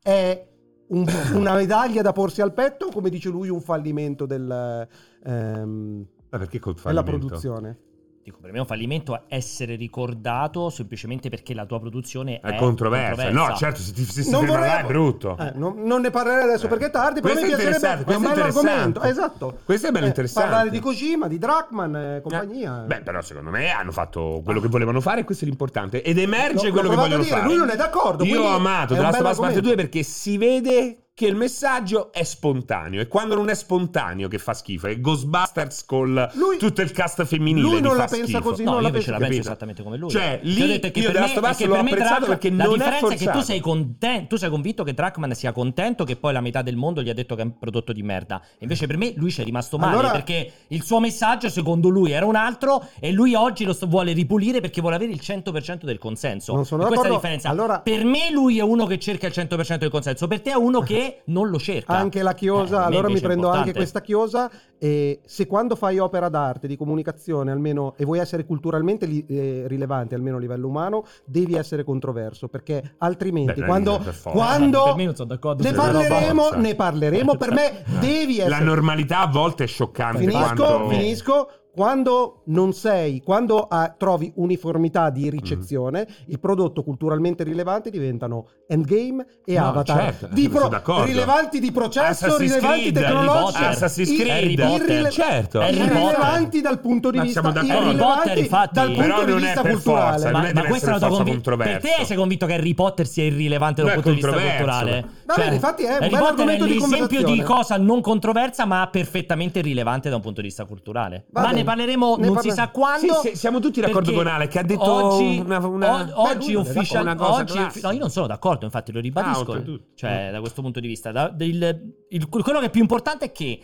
È un- una medaglia da porsi al petto o come dice lui un fallimento del, ehm, Ma perché col della fallimento? produzione? Dico, per me è un fallimento essere ricordato semplicemente perché la tua produzione è, È controversa. No, certo, se ti se si ferma là è vorrei- brutto. Eh, non, non ne parlerei adesso Eh. perché è tardi, però mi Questo è piacerebbe, interessante, è un questo bello è argomento, interessante. esatto. Questo è bello Eh, interessante. Parlare di Kojima, di Drachman e compagnia. Eh, eh. Beh, però secondo me hanno fatto quello che volevano fare e questo è l'importante. Ed emerge quello L'ho- l'ho che provato a vogliono dire, fare. lui non è d'accordo, Io ho quindi amato è The un Last bello of Us Parte argomento. 2 perché si vede che il messaggio è spontaneo e quando non è spontaneo che fa schifo. E Ghostbusters con Lui- tutto il cast femminile. lui non gli la fa pensa schifo. così, No, non io la invece la penso- penso capito? esattamente come lui. Cioè, Ti ho lì detto che io The per me- Last of Us è che l'ho per me apprezzato Drachman- perché la non è differenza è che tu forzato. sei, conten- tu sei convinto che Drachman sia contento che poi la metà del mondo gli ha detto che è un prodotto di merda. Invece per me lui ci è rimasto male Allora- perché il suo messaggio secondo lui era un altro e lui oggi lo sto- vuole ripulire perché vuole avere il 100% del consenso. Non sono E questa è la d'accordo. differenza. Allora- Per me lui è uno che cerca il 100% del consenso, per te è uno che non lo cerca. Anche la Eh, chiosa, per me allora mi invece è prendo anche importante. questa chiosa. E se quando fai opera d'arte, di comunicazione, almeno e vuoi essere culturalmente li- eh, rilevante, almeno a livello umano, devi essere controverso perché altrimenti, Beh, no, quando, per forza. quando Ah, Per me non sono d'accordo ne su quella roba. parleremo, Forza. ne parleremo. Per me, devi La essere normalità a volte è scioccante. Finisco, quanto- finisco. Quando non sei, quando ah, trovi uniformità di ricezione, il prodotto culturalmente rilevante diventano Endgame e No, Avatar. certo, Di sono d'accordo. rilevanti di processo, Assassin's rilevanti Creed, Harry tecnologici, Potter, Assassin's i- Creed, irrile- Potter, certo. Harry irrilevanti dal punto di Ma vista, siamo d'accordo. Harry irrilevanti Potter, infatti. dal punto Però di non è vista per culturale. forza, Ma- non è deve questa essere tua forza convi- Per controverso. te sei convinto che Harry Potter sia irrilevante No, dal è punto di vista controverso. culturale? Cioè, Va bene, infatti è un bel Harry Potter è argomento di l'esempio di conversazione. cosa non controversa ma perfettamente rilevante da un punto di vista culturale. Va ma bene. ne parleremo Ne non parla- si sa quando. Sì, sì, siamo tutti d'accordo perché con Ale, che ha detto oggi, una- una- o- oggi Beh, lui non è ufficialmente. d'accordo, una cosa Oggi, classica. no, io non sono d'accordo, infatti lo Ah, ribadisco. oltretutto. cioè, da questo punto di vista, da- del- il- quello che è più importante è che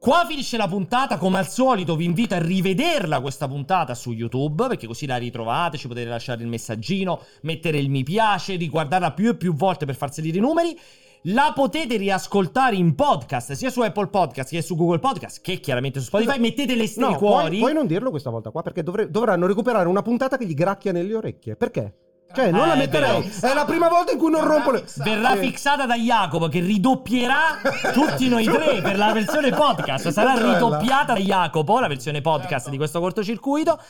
Qua finisce la puntata, come al solito vi invito a rivederla questa puntata su YouTube, perché così la ritrovate, ci potete lasciare il messaggino, mettere il mi piace, riguardarla più e più volte per far salire i numeri. La potete riascoltare in podcast, sia su Apple Podcast che su Google Podcast, che chiaramente su Spotify. Scusa, Mettete le stelle No, cuori. Puoi, puoi non dirlo questa volta qua perché dovre- dovranno recuperare una puntata che gli gracchia nelle orecchie. Perché? Cioè, non Eh, la è metterei. È la prima volta in cui non rompo le. Verrà Eh. fissata da Jacopo che ridoppierà tutti noi tre per la versione podcast. Sarà Bella. ridoppiata da Jacopo, la versione podcast di questo cortocircuito.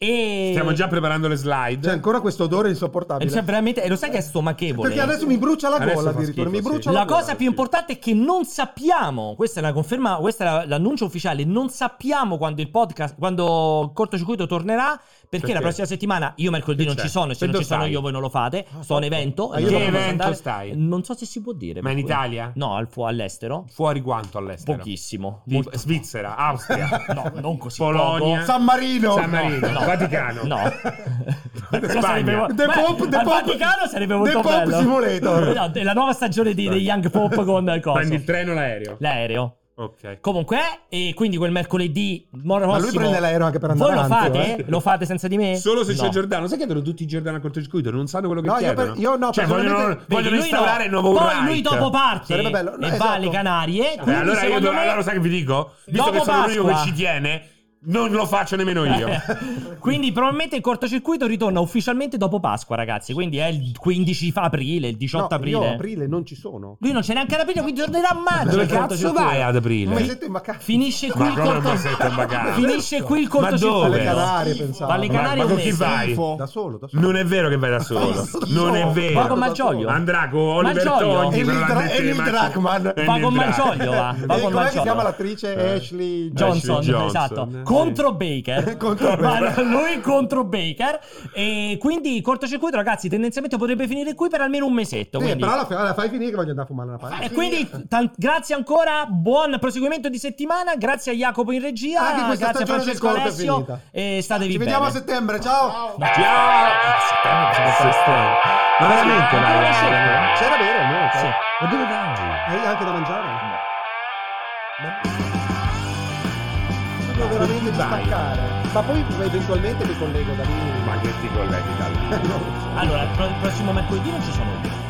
E Stiamo già preparando le slide. C'è ancora questo odore E c'è insopportabile. veramente- e lo sai che è stomachevole. Perché adesso mi brucia la Adesso gola fa addirittura. schifo, Mi brucia sì. la, La gola. cosa più importante è che non sappiamo, questa è la conferma, questo è la- l'annuncio ufficiale, non sappiamo quando il podcast, quando il cortocircuito tornerà, perché, Perché? la prossima settimana io mercoledì Che non c'è? ci sono, e se Dove non ci sono stai? io voi non lo fate, sto a un evento. Ma e che non posso evento andare. stai? Non so se si può dire. Ma in per cui- Italia? No, al fu- all'estero. Fuori quanto all'estero? Pochissimo. Tipo Molto- Svizzera, Austria, No, non così Polonia, poco. San Marino. San Marino, Vaticano. No, Questo Spagna. sarebbe- The Beh, Pope- The al Pope- Vaticano sarebbe The molto Pope bello. Simulator. No, della nuova stagione di The Young Pope con il coso. Prendi il treno o l'aereo? l'aereo. Ok. Comunque, e quindi quel mercoledì mor- Ma lui prossimo- prende l'aereo anche per andare Voi lo avanti, fate? eh? Lo fate senza di me? Solo se c'è No. Giordano, sai che erano tutti i Giordano al cortocircuito, non sanno quello che No, io chiedono. per- io no, cioè, personalmente- vogliono, Vedi, vogliono Vedi, lui instaurare no. il nuovo Poi right. lui dopo parte Sarebbe bello, no, e va esatto. alle Canarie. Beh, quindi allora, io, secondo me- allora sai che vi dico? Visto Dopo che sono l'unico che Pasqua. Eh. ci tiene, Non lo faccio nemmeno io. Quindi probabilmente il cortocircuito ritorna ufficialmente dopo Pasqua, ragazzi. Quindi è il 15 aprile, il 18 No, Io aprile. a aprile non ci sono. Cioè, Lui non c'è neanche ad aprile, quindi tornerà a maggio. Dove il cazzo cortocircuito. vai ad Un aprile? mesetto in vacanza. Finisce qui Ma il come un cortocircuito. mesetto in vacanza? Finisce qui il Ma cortocircuito. dove? Alle Canarie, pensavo. Alle Canarie Ma un con chi mese. vai? Da solo, da solo. Non è vero che vai da solo. Non è vero. Va con Malgioglio. Andrà con Oliver Malgioglio. Togni. Emil per la Dra- mettere Emil Marco- Drachman. Emil Va con Drachman. Malgioglio, va. E va con com'è che Eh. si Malgioglio. chiama l'attrice Ashley Johnson, Ashley Johnson. esatto, Eh. contro Baker, Contro Ma Baker. lui contro Baker e quindi il cortocircuito ragazzi tendenzialmente potrebbe finire qui per almeno un mesetto Sì, quindi- Eh, però la, fa- la fai finire che voglio andare a fumare una parte. e quindi tan- grazie ancora, buon proseguimento di settimana, grazie a Jacopo in regia, Anche questa grazie a stagione del Francesco corto è Alessio finita. e statevi Ci vediamo a bene. settembre, ciao! No. Ciao! Ma veramente Maria? C'era vero, no? Sì. Ma dove vai? Hai anche da mangiare? Devo veramente staccare. Ma poi eventualmente mi collego da lì. Ma che ti colleghi da lì? Allora, il pro- prossimo mercoledì non ci sono io.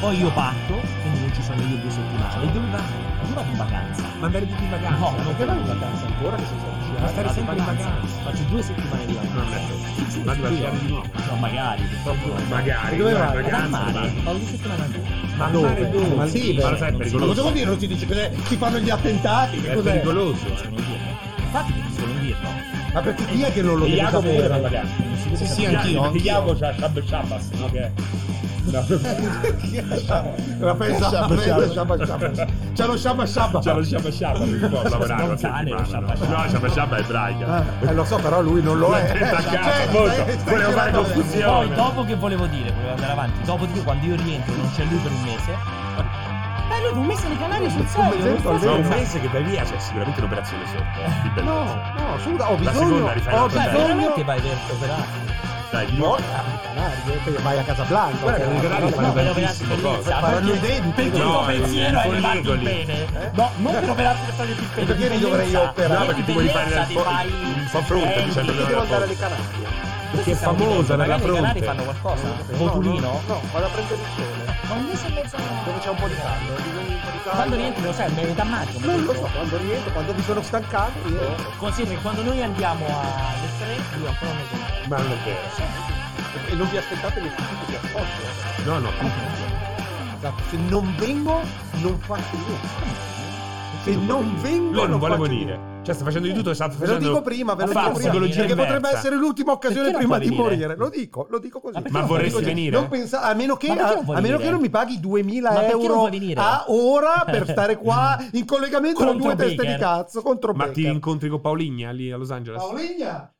Poi io parto, quindi non ci sono io due settimane. E dove vai? Io vado in vacanza. Ma verdi in vacanza? No, non Perché vai in vacanza ancora che sei stato Ma a stare sciare? sempre in vacanza. Faccio due settimane di Non vacanza. è vero. Vado a sciare di nuovo. No, magari, purtroppo. Magari, Dove vai vai? in Vado al vacanza. mare. Vado due settimane a Ma dove? fare dove? Ma sì, Ma lo beh, sai, è Ma cosa non si- pericoloso. vuol dire? Non si dice cos'è? Si fanno gli attentati? Che È cos'è? pericoloso. eh. Sono dirlo. Infatti, sono dirlo. Ma perché chi è che non lo deve Iago pure va in sapere? vacanza. Non si deve Sì, sapere. anch'io. Perché Iago c'ha Shabbat Shabbat, no? Che La pensa, Shabba, pensa, shabba. shabba, shabba. C'è lo shabba shabba. C'ha lo Shabbat Shabbat, non può lavorare la Spontaneo, settimana. No, Shabbat Shabbat. Shabbat Shabbat è ebraica. Eh, eh, lo so, però lui non lo è. Attenta a casa, Cioè, molto. stai- stai Volevo fare girando- Poi, confusione. dopo che volevo dire, volevo andare avanti. Dopodiché, quando io rientro, non c'è lui per un mese. Eh, lui per un mese le Canarie sul serio. non mese, fa un No, senso. un mese che vai via c'è sicuramente un'operazione sotto. eh, di No, bellezza. no, scusa, ho bisogno. seconda rifai Ho l'altra Cioè, Dai. veramente bisogno. vai verso per Dai, di No, nuovo. a Canarie, poi vai a Casablanca. Guarda che le Canarie No, fanno no, tantissimo cosa. Faranno i perché, denti. perché il tuo No, pensiero è eh, levarti il Polligoli. bene no non per operarti per fare il pene Perché di li dovrei bellezza. operare? No, perché ti vuoi fare Bellezza la ti fo- fai- il fa fronte, Eh, dicendo Perché della devo andare fronte. alle Canarie? Perché è famosa la nella Magari i canali fronte. fanno qualcosa. No, Votulino. no, vado a prendere il sole. Ma un mese e mezzo. Dove c'è un po' di caldo. ho bisogno di un po' di caldo. Quando rientri lo sai, è metà maggio. come Non lo dico. so, quando rientro, quando mi sono stancato, io... Considera che quando noi andiamo alle tre, lui ancora non è Ma non è vero. E non vi aspettate nessuno che vi appoggio. No, no, tu- Esatto, se non vengo, non faccio niente. Se non vengo, lui non vuole faccio morire. niente. Cioè, sta facendo di tutto, sta Ve lo facendo... dico prima, ve lo Fa dico prima, psicologia perché inversa. potrebbe essere l'ultima occasione Perché non prima puoi di venire? morire. Lo dico, lo dico così. Ma perché Ma non vorresti puoi venire? venire? Non pensa- a meno, che, Ma perché a, non vuoi a meno venire? che non mi paghi 2000 Ma perché non euro vuoi venire? a ora per stare qua in collegamento con Contro due teste Baker. di cazzo contro Ma ti Baker. incontri con Paoligna lì a Los Angeles? Paoligna!